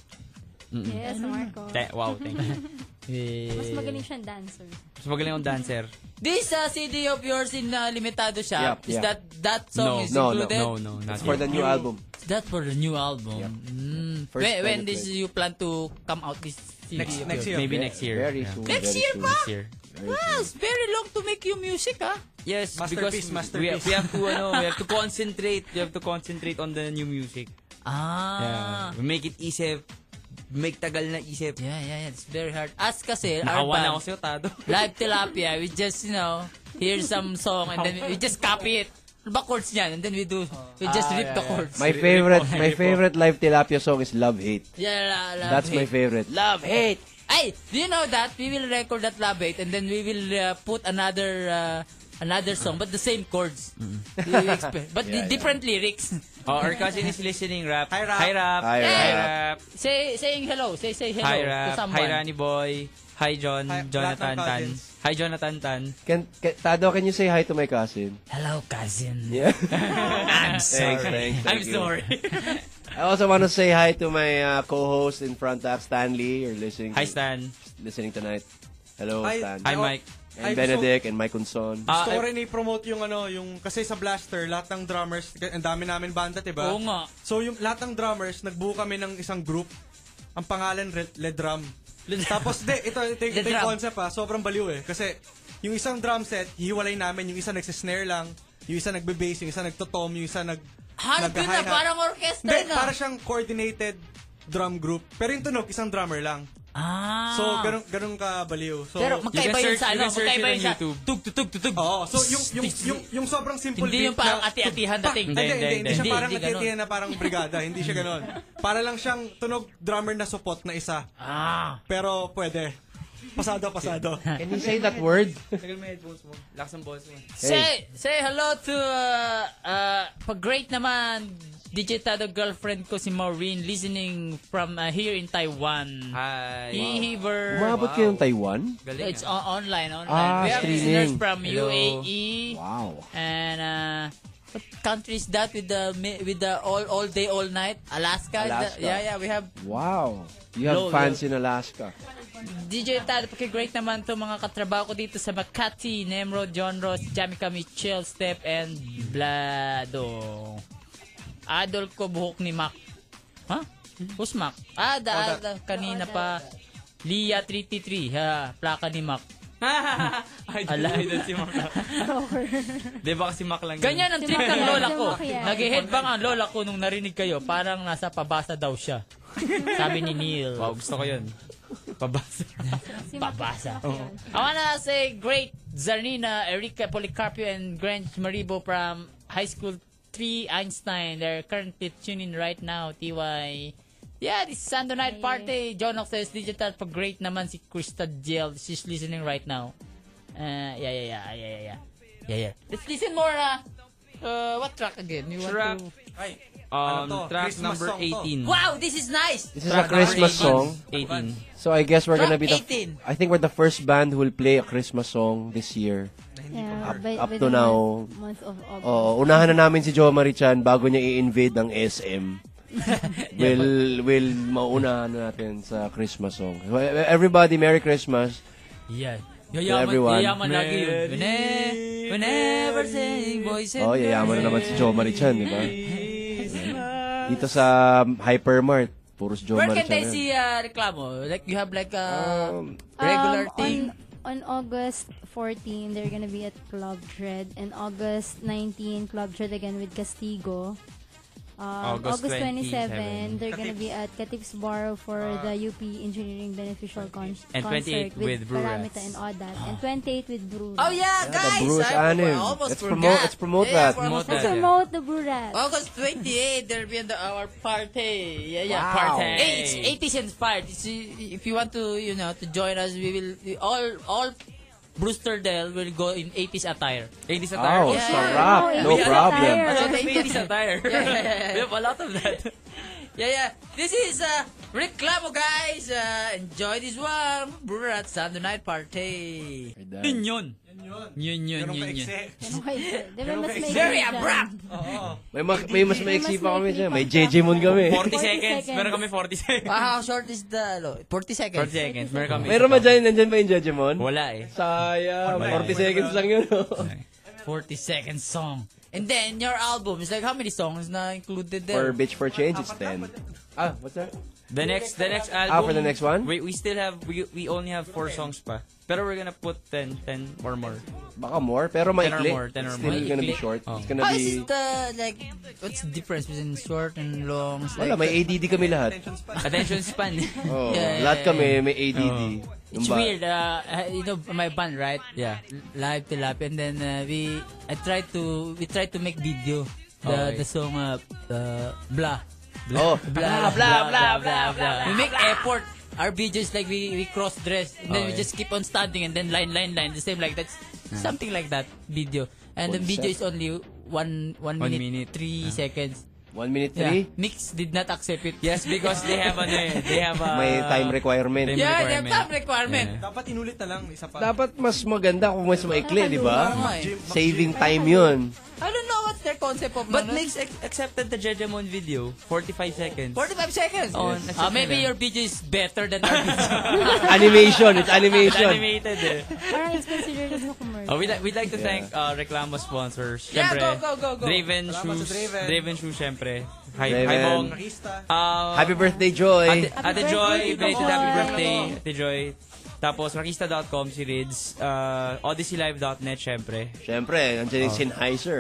[SPEAKER 4] Yes, Marco.
[SPEAKER 2] Te- wow, thank you.
[SPEAKER 4] Mas magaling siyang dancer.
[SPEAKER 2] Mas magaling yung dancer.
[SPEAKER 1] This uh, CD of yours in uh, Limitado Shop,
[SPEAKER 2] Yup,
[SPEAKER 1] is
[SPEAKER 2] yeah.
[SPEAKER 1] that that
[SPEAKER 2] No,
[SPEAKER 1] song is
[SPEAKER 2] no, no,
[SPEAKER 1] included?
[SPEAKER 2] no, no, not
[SPEAKER 14] It's for the new album.
[SPEAKER 1] That's for the new album. Mm.
[SPEAKER 14] First
[SPEAKER 1] when
[SPEAKER 14] time
[SPEAKER 1] when
[SPEAKER 14] we
[SPEAKER 1] this
[SPEAKER 14] played.
[SPEAKER 1] you plan to come out this CD?
[SPEAKER 2] Next-
[SPEAKER 1] of
[SPEAKER 2] next
[SPEAKER 1] yours?
[SPEAKER 2] year. Maybe next year.
[SPEAKER 14] Very
[SPEAKER 2] Yeah.
[SPEAKER 14] soon.
[SPEAKER 1] Next
[SPEAKER 14] very
[SPEAKER 1] year
[SPEAKER 14] soon.
[SPEAKER 1] pa?
[SPEAKER 2] This year.
[SPEAKER 1] Wow, it's very long to make you music, ah.
[SPEAKER 2] Yes,
[SPEAKER 1] Masterpiece,
[SPEAKER 2] because
[SPEAKER 1] masterpiece.
[SPEAKER 2] we have, we have to ano, we have to concentrate. We have to concentrate on the new music.
[SPEAKER 1] Ah.
[SPEAKER 2] Yeah. We make it isip. Make tagal na isip.
[SPEAKER 1] Yeah, yeah, yeah. It's very hard. As kasi, our
[SPEAKER 2] Nakawa na ako
[SPEAKER 1] band,
[SPEAKER 2] sa'yo, Tado.
[SPEAKER 1] Live Tilapia, we just, you know, hear some song and then we just copy it. Ano ba chords niyan? And then we do, we just
[SPEAKER 14] Ah,
[SPEAKER 1] rip
[SPEAKER 14] yeah,
[SPEAKER 1] the
[SPEAKER 14] yeah.
[SPEAKER 1] chords.
[SPEAKER 14] My favorite, my favorite live tilapia song is Love Hate.
[SPEAKER 1] Yeah, la- love
[SPEAKER 14] That's
[SPEAKER 1] hate.
[SPEAKER 14] my favorite.
[SPEAKER 1] Love hate. Ay, do you know that we will record that love hate and then we will uh, put another uh, another song but the same chords. We will exper- but
[SPEAKER 2] Yeah,
[SPEAKER 1] di- different lyrics.
[SPEAKER 2] Oh, our cousin is listening, Rap. Hi,
[SPEAKER 1] Rap.
[SPEAKER 2] Hi, Rap.
[SPEAKER 1] Hi, Rap.
[SPEAKER 2] Hi, Rap.
[SPEAKER 1] Say saying hello. Say say hello
[SPEAKER 2] Hi,
[SPEAKER 1] to
[SPEAKER 2] Rap. Hi,
[SPEAKER 1] someone.
[SPEAKER 2] Rani Boy. Hi, John. Jonathan
[SPEAKER 14] lahat ng
[SPEAKER 2] Tan. Hi, Jonathan Tan.
[SPEAKER 14] Can, can, Tado, can you say hi to my cousin?
[SPEAKER 1] Hello, cousin.
[SPEAKER 14] Yeah.
[SPEAKER 1] I'm sorry.
[SPEAKER 14] Thanks, thanks,
[SPEAKER 1] I'm
[SPEAKER 14] thank you.
[SPEAKER 1] sorry.
[SPEAKER 14] I also want to say hi to my uh, co-host in front of Stanley. You're listening.
[SPEAKER 2] Hi,
[SPEAKER 14] to-
[SPEAKER 2] Stan.
[SPEAKER 14] Listening tonight. Hello,
[SPEAKER 3] Hi,
[SPEAKER 14] Stan.
[SPEAKER 3] hi, Mike.
[SPEAKER 14] And
[SPEAKER 3] Hi,
[SPEAKER 14] Benedict and Mike Unson.
[SPEAKER 1] Ah,
[SPEAKER 3] Gusto
[SPEAKER 1] eh,
[SPEAKER 3] ko rin i-promote yung ano, yung kasi sa Blaster, lahat ng drummers, ang dami namin banda, 'di ba?
[SPEAKER 1] Oo nga.
[SPEAKER 3] So yung lahat ng drummers, nagbuo kami ng isang group. Ang pangalan Red- Ledram. Tapos, de, ito, ito, ito
[SPEAKER 1] The
[SPEAKER 3] yung
[SPEAKER 1] drum.
[SPEAKER 3] concept ha, sobrang baliw eh. Kasi, yung isang drum set, hihiwalay namin, yung isa nagsisnare lang, yung isa nagbe-bass, yung isa nagtotom, yung isa nag...
[SPEAKER 1] Hanap yun na,
[SPEAKER 3] nagka-hi-hat.
[SPEAKER 1] parang ah. orchestra
[SPEAKER 3] Hindi,
[SPEAKER 1] na.
[SPEAKER 3] para siyang coordinated drum group. Pero yung tunog, isang drummer lang.
[SPEAKER 1] Ah.
[SPEAKER 3] So, ganun, ganun ka baliw. So,
[SPEAKER 1] Pero magkaiba yun sa ano, magkaiba yun sa tug, tug, tug, tug, tug.
[SPEAKER 3] Oo, so yung, yung, yung, yung sobrang simple
[SPEAKER 1] Hindi
[SPEAKER 3] beat
[SPEAKER 1] yung parang
[SPEAKER 3] na-
[SPEAKER 1] ati-atihan
[SPEAKER 3] Pa-
[SPEAKER 1] dating.
[SPEAKER 3] Hindi,
[SPEAKER 1] Hindi,
[SPEAKER 3] hindi, hindi.
[SPEAKER 1] hindi,
[SPEAKER 3] siya
[SPEAKER 1] hindi,
[SPEAKER 3] parang
[SPEAKER 1] hindi ganun.
[SPEAKER 3] ati-atihan na parang brigada. Hindi siya ganun. Para lang siyang tunog drummer na support na isa.
[SPEAKER 1] Ah.
[SPEAKER 3] Pero pwede. Pasado, pasado.
[SPEAKER 14] Can you say that word?
[SPEAKER 8] Tagal mo yung headphones mo. Lakas ng boss mo.
[SPEAKER 5] Say, say hello to, uh, uh, pag-great naman, DJ Tado girlfriend ko si Maureen listening from uh, here in Taiwan.
[SPEAKER 2] Hi.
[SPEAKER 5] Heaver.
[SPEAKER 14] Umabot kayong Taiwan?
[SPEAKER 5] It's o- online, online.
[SPEAKER 14] Ah,
[SPEAKER 5] We have
[SPEAKER 14] streaming.
[SPEAKER 5] listeners from
[SPEAKER 14] Hello.
[SPEAKER 5] UAE.
[SPEAKER 14] Wow.
[SPEAKER 5] And, uh,
[SPEAKER 1] What country is that with the mi- with the all all day all night? Alaska. is that-
[SPEAKER 14] Alaska.
[SPEAKER 1] yeah, yeah, we have
[SPEAKER 14] Wow. You
[SPEAKER 5] Low,
[SPEAKER 14] have fans in Alaska.
[SPEAKER 5] DJ Tad, paki-great naman to mga katrabaho ko dito sa Makati, Nemrod, John Ross, Jamaica Mitchell, Step, and Blado. Adol ko buhok ni Mac. Ha? Who's Mac? Ah, da, da- kanina pa. Lia 333, ha? Plaka ni Mac.
[SPEAKER 2] Idol, idol si Mac. Di ba kasi Mac lang yun?
[SPEAKER 5] Ganyan ang trip ng
[SPEAKER 2] Mac.
[SPEAKER 5] lola ko.
[SPEAKER 2] Si Mac yan.
[SPEAKER 5] Nag-headbang ang lola ko nung narinig kayo. Parang nasa pabasa daw siya. Sabi ni Neil.
[SPEAKER 2] Wow, gusto ko yun. Pabasa.
[SPEAKER 5] Pabasa.
[SPEAKER 1] Oh.
[SPEAKER 5] I wanna say great Zarnina, Erika Policarpio, and Grant Maribo from High School 3 Einstein. They're currently tuning right now, TY. Yeah, this is Sunday night party. John Ox says digital pa great naman si Krista Jill. She's listening right now. Uh, yeah, yeah, yeah, yeah, yeah, yeah. Yeah, yeah. Let's listen more, uh, uh what track again? You want
[SPEAKER 2] Track-
[SPEAKER 5] to...
[SPEAKER 2] Um,
[SPEAKER 5] Ano to?
[SPEAKER 2] track
[SPEAKER 5] Christmas
[SPEAKER 2] number
[SPEAKER 5] song to.
[SPEAKER 2] 18.
[SPEAKER 5] Wow, this is nice!
[SPEAKER 14] This is a Christmas song.
[SPEAKER 2] 18.
[SPEAKER 14] So I guess we're gonna be the.
[SPEAKER 5] Track 18.
[SPEAKER 14] I think we're the first band who will play a Christmas song this year.
[SPEAKER 15] Yeah,
[SPEAKER 14] Up,
[SPEAKER 15] by-
[SPEAKER 14] up
[SPEAKER 15] by
[SPEAKER 14] to
[SPEAKER 15] the
[SPEAKER 14] now.
[SPEAKER 15] month- month of August.
[SPEAKER 14] Oo, unahan na namin si Joe Marichan bago niya i-invade ang SM. will will maunahan natin sa Christmas song. Well, Everybody, Merry Christmas.
[SPEAKER 5] Yeah.
[SPEAKER 14] To
[SPEAKER 5] Yayaman,
[SPEAKER 14] everyone.
[SPEAKER 5] yayaman lagi yun. Whenever, whenever sing voices.
[SPEAKER 14] Oh, yayaman na naman si Joe Marichan, di ba? Dito sa Hypermart, puro si Joe
[SPEAKER 5] Where
[SPEAKER 14] Marichan.
[SPEAKER 5] can they
[SPEAKER 14] yun.
[SPEAKER 5] see uh, reklamo? Like you have like
[SPEAKER 1] uh,
[SPEAKER 5] a
[SPEAKER 4] Uh,
[SPEAKER 5] regular
[SPEAKER 15] Um,
[SPEAKER 5] thing?
[SPEAKER 15] On, on August 14, they're gonna be at Club Dread. And August 19, Club Dread again with Castigo. Um,
[SPEAKER 16] August
[SPEAKER 15] August, 27,
[SPEAKER 16] 27,
[SPEAKER 15] they're gonna be at Katips Bar for
[SPEAKER 16] Ah.
[SPEAKER 15] the UP Engineering Beneficial Con-
[SPEAKER 2] And 28
[SPEAKER 15] Concert with,
[SPEAKER 2] with Brura.
[SPEAKER 15] Paramita and Odat. and 28 with Brura.
[SPEAKER 1] Oh yeah,
[SPEAKER 14] Yeah, the
[SPEAKER 1] guys!
[SPEAKER 14] Brewers
[SPEAKER 1] I
[SPEAKER 14] Anim.
[SPEAKER 1] almost
[SPEAKER 14] Let's
[SPEAKER 1] forgot.
[SPEAKER 14] promote- let's promote
[SPEAKER 1] Yeah,
[SPEAKER 14] that. Promote that, yeah.
[SPEAKER 15] Promote the Brura.
[SPEAKER 1] August 28, there'll be the, our party. Yeah, yeah,
[SPEAKER 5] Wow.
[SPEAKER 1] party.
[SPEAKER 5] Party.
[SPEAKER 1] Eh, it's 80 cents fired. It's, uh, if you want to, you know, to join us, we will we all all Brewster Dell will go in 80s attire.
[SPEAKER 2] 80s attire?
[SPEAKER 1] Oh,
[SPEAKER 2] Yeah.
[SPEAKER 1] sarap.
[SPEAKER 2] Yeah.
[SPEAKER 1] No
[SPEAKER 2] We have
[SPEAKER 1] problem.
[SPEAKER 2] attire. A
[SPEAKER 1] Attire.
[SPEAKER 2] lot of 80s attire.
[SPEAKER 1] Yeah, yeah, yeah.
[SPEAKER 2] We have a lot of that.
[SPEAKER 1] Yeah, yeah. This is uh, reklamo, guys. Uh, enjoy this one. Brewer at Sunday night party.
[SPEAKER 2] Yun yun. Yun yun, yun yun.
[SPEAKER 15] Di ba mas may
[SPEAKER 1] Very
[SPEAKER 15] ganyan?
[SPEAKER 1] abrupt.
[SPEAKER 14] May, ma- may mas maiksi pa kami dyan. May
[SPEAKER 2] pa.
[SPEAKER 14] JJ Moon kami.
[SPEAKER 2] 40 seconds. Meron kami 40 seconds.
[SPEAKER 1] Wow, how short is the ano, 40 seconds?
[SPEAKER 2] 40 seconds. Meron kami.
[SPEAKER 14] Meron ba dyan? Nandyan ba yung JJ Moon?
[SPEAKER 2] Wala eh.
[SPEAKER 14] Sayang.
[SPEAKER 2] Wala.
[SPEAKER 14] 40 seconds lang yun. oh.
[SPEAKER 1] 40 seconds song. And then your album is like how many songs na included
[SPEAKER 14] For
[SPEAKER 1] there?
[SPEAKER 14] Bitch for Change, it's 10. Ah, what's that?
[SPEAKER 2] The next the next album.
[SPEAKER 14] Ah, for the next one?
[SPEAKER 2] We we still have we we only have four songs pa. Pero we're gonna put 10 10 or more.
[SPEAKER 14] Baka more, pero
[SPEAKER 2] Ten or
[SPEAKER 14] maikli.
[SPEAKER 2] more, ten or
[SPEAKER 14] Still
[SPEAKER 2] more.
[SPEAKER 14] gonna be
[SPEAKER 2] Maikli. Oh.
[SPEAKER 14] short. It's gonna
[SPEAKER 1] How is
[SPEAKER 14] be...
[SPEAKER 1] it uh, like what's the difference between short and long? It's
[SPEAKER 14] Wala,
[SPEAKER 1] like-
[SPEAKER 14] may ADD kami lahat.
[SPEAKER 1] Attention span.
[SPEAKER 14] Oh,
[SPEAKER 1] Yeah, yeah,
[SPEAKER 14] lahat
[SPEAKER 1] yeah,
[SPEAKER 14] kami
[SPEAKER 1] yeah.
[SPEAKER 14] may
[SPEAKER 2] Oh.
[SPEAKER 14] ADD. Yung
[SPEAKER 1] It's
[SPEAKER 14] ba-
[SPEAKER 1] weird. Uh, uh, you know my band, right?
[SPEAKER 2] Yeah.
[SPEAKER 1] Live till up, and then uh, we I tried to we tried to make video the
[SPEAKER 2] Okay.
[SPEAKER 1] the song uh, uh blah.
[SPEAKER 14] Oh.
[SPEAKER 1] blah, blah, blah, blah, blah, blah. We make
[SPEAKER 2] blah.
[SPEAKER 1] effort. Our video is like we we cross dress and then we
[SPEAKER 2] Okay.
[SPEAKER 1] just keep on standing and then line line line the same like that's something like that video and the
[SPEAKER 2] Concept.
[SPEAKER 1] video is only one one
[SPEAKER 2] One
[SPEAKER 1] minute,
[SPEAKER 2] minute.
[SPEAKER 1] three seconds.
[SPEAKER 14] One minute
[SPEAKER 1] Yeah.
[SPEAKER 14] three?
[SPEAKER 1] Mix did not accept it.
[SPEAKER 2] Yes, because they have ano eh, they have a
[SPEAKER 14] May time
[SPEAKER 1] diba?
[SPEAKER 14] requirement.
[SPEAKER 1] Yeah, they have time requirement.
[SPEAKER 3] Dapat inulit na lang, isa pa.
[SPEAKER 14] Dapat mas maganda kung mas maikli, di ba?
[SPEAKER 1] Oo nga eh.
[SPEAKER 14] Saving time yun.
[SPEAKER 1] I don't know what's their concept of
[SPEAKER 2] But
[SPEAKER 1] ano.
[SPEAKER 2] makes ac- accepted the Jejemon video 45 seconds.
[SPEAKER 1] 45 seconds.
[SPEAKER 2] Oh,
[SPEAKER 1] Yes.
[SPEAKER 2] accept
[SPEAKER 1] Ah, maybe
[SPEAKER 2] nila.
[SPEAKER 1] your video is better than our video.
[SPEAKER 14] Animation, it's animation.
[SPEAKER 2] It's animated eh.
[SPEAKER 15] Parang it's considered as no commercial.
[SPEAKER 2] Oh, we'd, li- we'd like to
[SPEAKER 15] Yeah.
[SPEAKER 2] thank uh, Reclamo sponsors.
[SPEAKER 1] Yeah,
[SPEAKER 2] Syempre,
[SPEAKER 1] go, go, go, go.
[SPEAKER 2] Draven
[SPEAKER 1] Salamat
[SPEAKER 2] Shoes.
[SPEAKER 1] sa Draven.
[SPEAKER 2] Draven Shoes, syempre. Hi, hi,
[SPEAKER 14] Raven.
[SPEAKER 2] Bong. Um,
[SPEAKER 14] Happy birthday, Joy.
[SPEAKER 2] Ate, Ate
[SPEAKER 14] Happy
[SPEAKER 2] Joy,
[SPEAKER 14] birthday,
[SPEAKER 2] belated happy
[SPEAKER 14] Joy.
[SPEAKER 2] birthday, Ate Joy. Tapos, makista.com, si Rids. Uh, odysseylive.net, syempre.
[SPEAKER 14] Siyempre, nandiyan yung
[SPEAKER 2] Oh.
[SPEAKER 14] Sennheiser.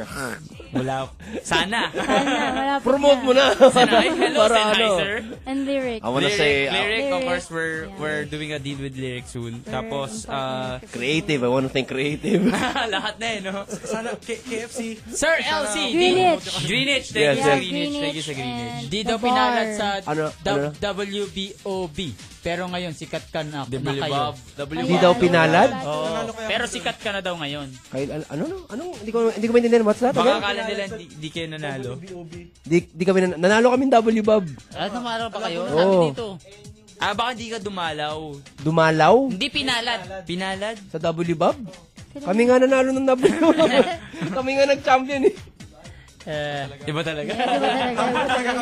[SPEAKER 2] Wala. Sana.
[SPEAKER 4] Malapit
[SPEAKER 14] Promote mo na.
[SPEAKER 2] Sennheiser. Hello,
[SPEAKER 14] Para ano.
[SPEAKER 2] Sennheiser.
[SPEAKER 4] And lyric.
[SPEAKER 14] I wanna
[SPEAKER 2] lyric,
[SPEAKER 14] say, uh,
[SPEAKER 2] lyric, of
[SPEAKER 4] Lyric.
[SPEAKER 2] course, we're, we're doing a deal with lyric soon. Tapos, uh,
[SPEAKER 14] Creative. I wanna think creative.
[SPEAKER 2] lahat na eh, no?
[SPEAKER 3] Sana K- KFC.
[SPEAKER 2] Sir LC.
[SPEAKER 1] Greenwich.
[SPEAKER 2] Greenwich. Thank
[SPEAKER 14] Yes,
[SPEAKER 2] you sa
[SPEAKER 14] yes.
[SPEAKER 2] Greenwich. Thank you sa Greenwich.
[SPEAKER 1] Di daw pinalad sa
[SPEAKER 14] Ano?
[SPEAKER 1] W-
[SPEAKER 14] Ano?
[SPEAKER 1] WBOB. Pero ngayon, sikat ka na, na
[SPEAKER 2] W
[SPEAKER 1] kayo.
[SPEAKER 2] Bob. W
[SPEAKER 14] Di daw pinalad?
[SPEAKER 1] Oo. Pero sikat ka na daw ngayon.
[SPEAKER 14] Kay, ano, ano, ano? Hindi ko, hindi ko maintindihan. What's that?
[SPEAKER 2] Baka
[SPEAKER 14] Again?
[SPEAKER 2] akala nila di, di kayo nanalo.
[SPEAKER 14] Di, di kami, nan- nanalo kami W, Bob.
[SPEAKER 1] Ah, namaraw pa kayo?
[SPEAKER 14] Oo.
[SPEAKER 1] Sabi dito.
[SPEAKER 2] Ah, baka di ka dumalaw.
[SPEAKER 14] Dumalaw?
[SPEAKER 1] Hindi pinalad.
[SPEAKER 2] Pinalad?
[SPEAKER 14] Sa W, Bob? Kami nga nanalo ng W. kami nga nag-champion eh.
[SPEAKER 1] Eh,
[SPEAKER 2] iba talaga.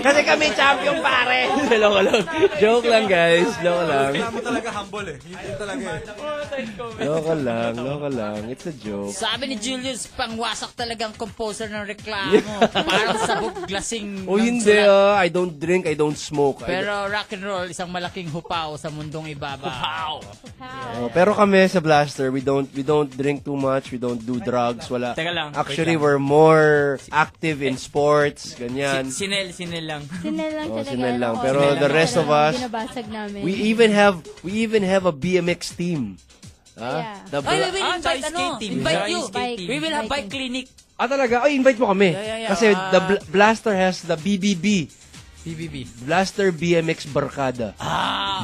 [SPEAKER 14] Kasi kami champion pare. Loko lang. Joke lang guys. Loko lang.
[SPEAKER 3] Kailangan mo talaga humble eh. Yun yun talaga eh.
[SPEAKER 14] Loko lang. Loko lang. It's a joke.
[SPEAKER 1] Sabi ni Julius, pangwasak talagang composer ng reklamo. Parang sabog lasing
[SPEAKER 14] O
[SPEAKER 1] ng
[SPEAKER 14] hindi
[SPEAKER 1] sulat.
[SPEAKER 14] ah. I don't drink. I don't smoke. I
[SPEAKER 1] Pero rock and roll, isang malaking hupaw sa mundong ibabaw. Hupaw!
[SPEAKER 14] Oh, pero kami sa Blaster, we don't we don't drink too much, we don't do drugs, wala.
[SPEAKER 2] Teka lang, wait
[SPEAKER 14] Actually,
[SPEAKER 2] lang.
[SPEAKER 14] we're more active in sports, ganyan.
[SPEAKER 2] Si, sinel, sinel lang.
[SPEAKER 4] Sinel lang
[SPEAKER 14] Oh,
[SPEAKER 4] talaga.
[SPEAKER 14] sinel lang.
[SPEAKER 4] Oo,
[SPEAKER 14] Pero
[SPEAKER 4] sinel
[SPEAKER 14] the
[SPEAKER 4] lang
[SPEAKER 14] rest of
[SPEAKER 4] talaga
[SPEAKER 14] us,
[SPEAKER 4] binabasag namin.
[SPEAKER 14] We even have we even have a BMX team. Ah,
[SPEAKER 4] Yeah.
[SPEAKER 14] the
[SPEAKER 1] Ay, we
[SPEAKER 14] bla-
[SPEAKER 1] will
[SPEAKER 2] Ah,
[SPEAKER 1] invite,
[SPEAKER 2] bike
[SPEAKER 1] ano,
[SPEAKER 2] skating.
[SPEAKER 1] invite
[SPEAKER 2] Bike
[SPEAKER 1] you.
[SPEAKER 2] skating.
[SPEAKER 1] We will have bike clinic.
[SPEAKER 14] ah, talaga? Ay, invite mo kami.
[SPEAKER 1] Yeah, yeah, yeah.
[SPEAKER 14] Kasi
[SPEAKER 1] Ah.
[SPEAKER 14] the Bla- Blaster has the BBB.
[SPEAKER 1] BBB.
[SPEAKER 14] Blaster BMX Barkada.
[SPEAKER 1] Ah,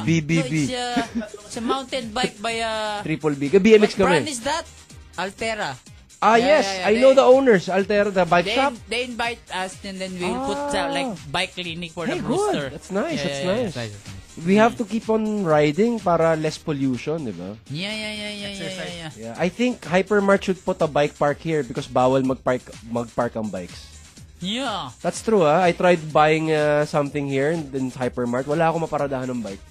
[SPEAKER 1] No,
[SPEAKER 14] BBB.
[SPEAKER 1] it's, uh, it's a mountain bike by uh,
[SPEAKER 14] Triple B. Ka- BMX
[SPEAKER 1] What brand
[SPEAKER 14] kami.
[SPEAKER 1] is that? Altera.
[SPEAKER 14] Ah, yes. I know the owners. Altera, the bike
[SPEAKER 1] they,
[SPEAKER 14] shop. Ah.
[SPEAKER 1] They invite us and then we'll put uh, like bike clinic for
[SPEAKER 14] Hey,
[SPEAKER 1] the
[SPEAKER 14] good.
[SPEAKER 1] rooster.
[SPEAKER 14] That's nice.
[SPEAKER 1] Yeah,
[SPEAKER 14] that's
[SPEAKER 1] yeah, yeah,
[SPEAKER 14] nice. We have to keep on riding para less pollution, di ba?
[SPEAKER 1] Yeah, yeah, yeah, yeah, yeah, yeah, yeah.
[SPEAKER 14] Yeah, I think Hypermart should put a bike park here because bawal mag-park, mag-park ang bikes.
[SPEAKER 1] Yeah.
[SPEAKER 14] That's true, ah. I tried buying uh, something here in, in Hypermart. Wala akong maparadahan ng bike.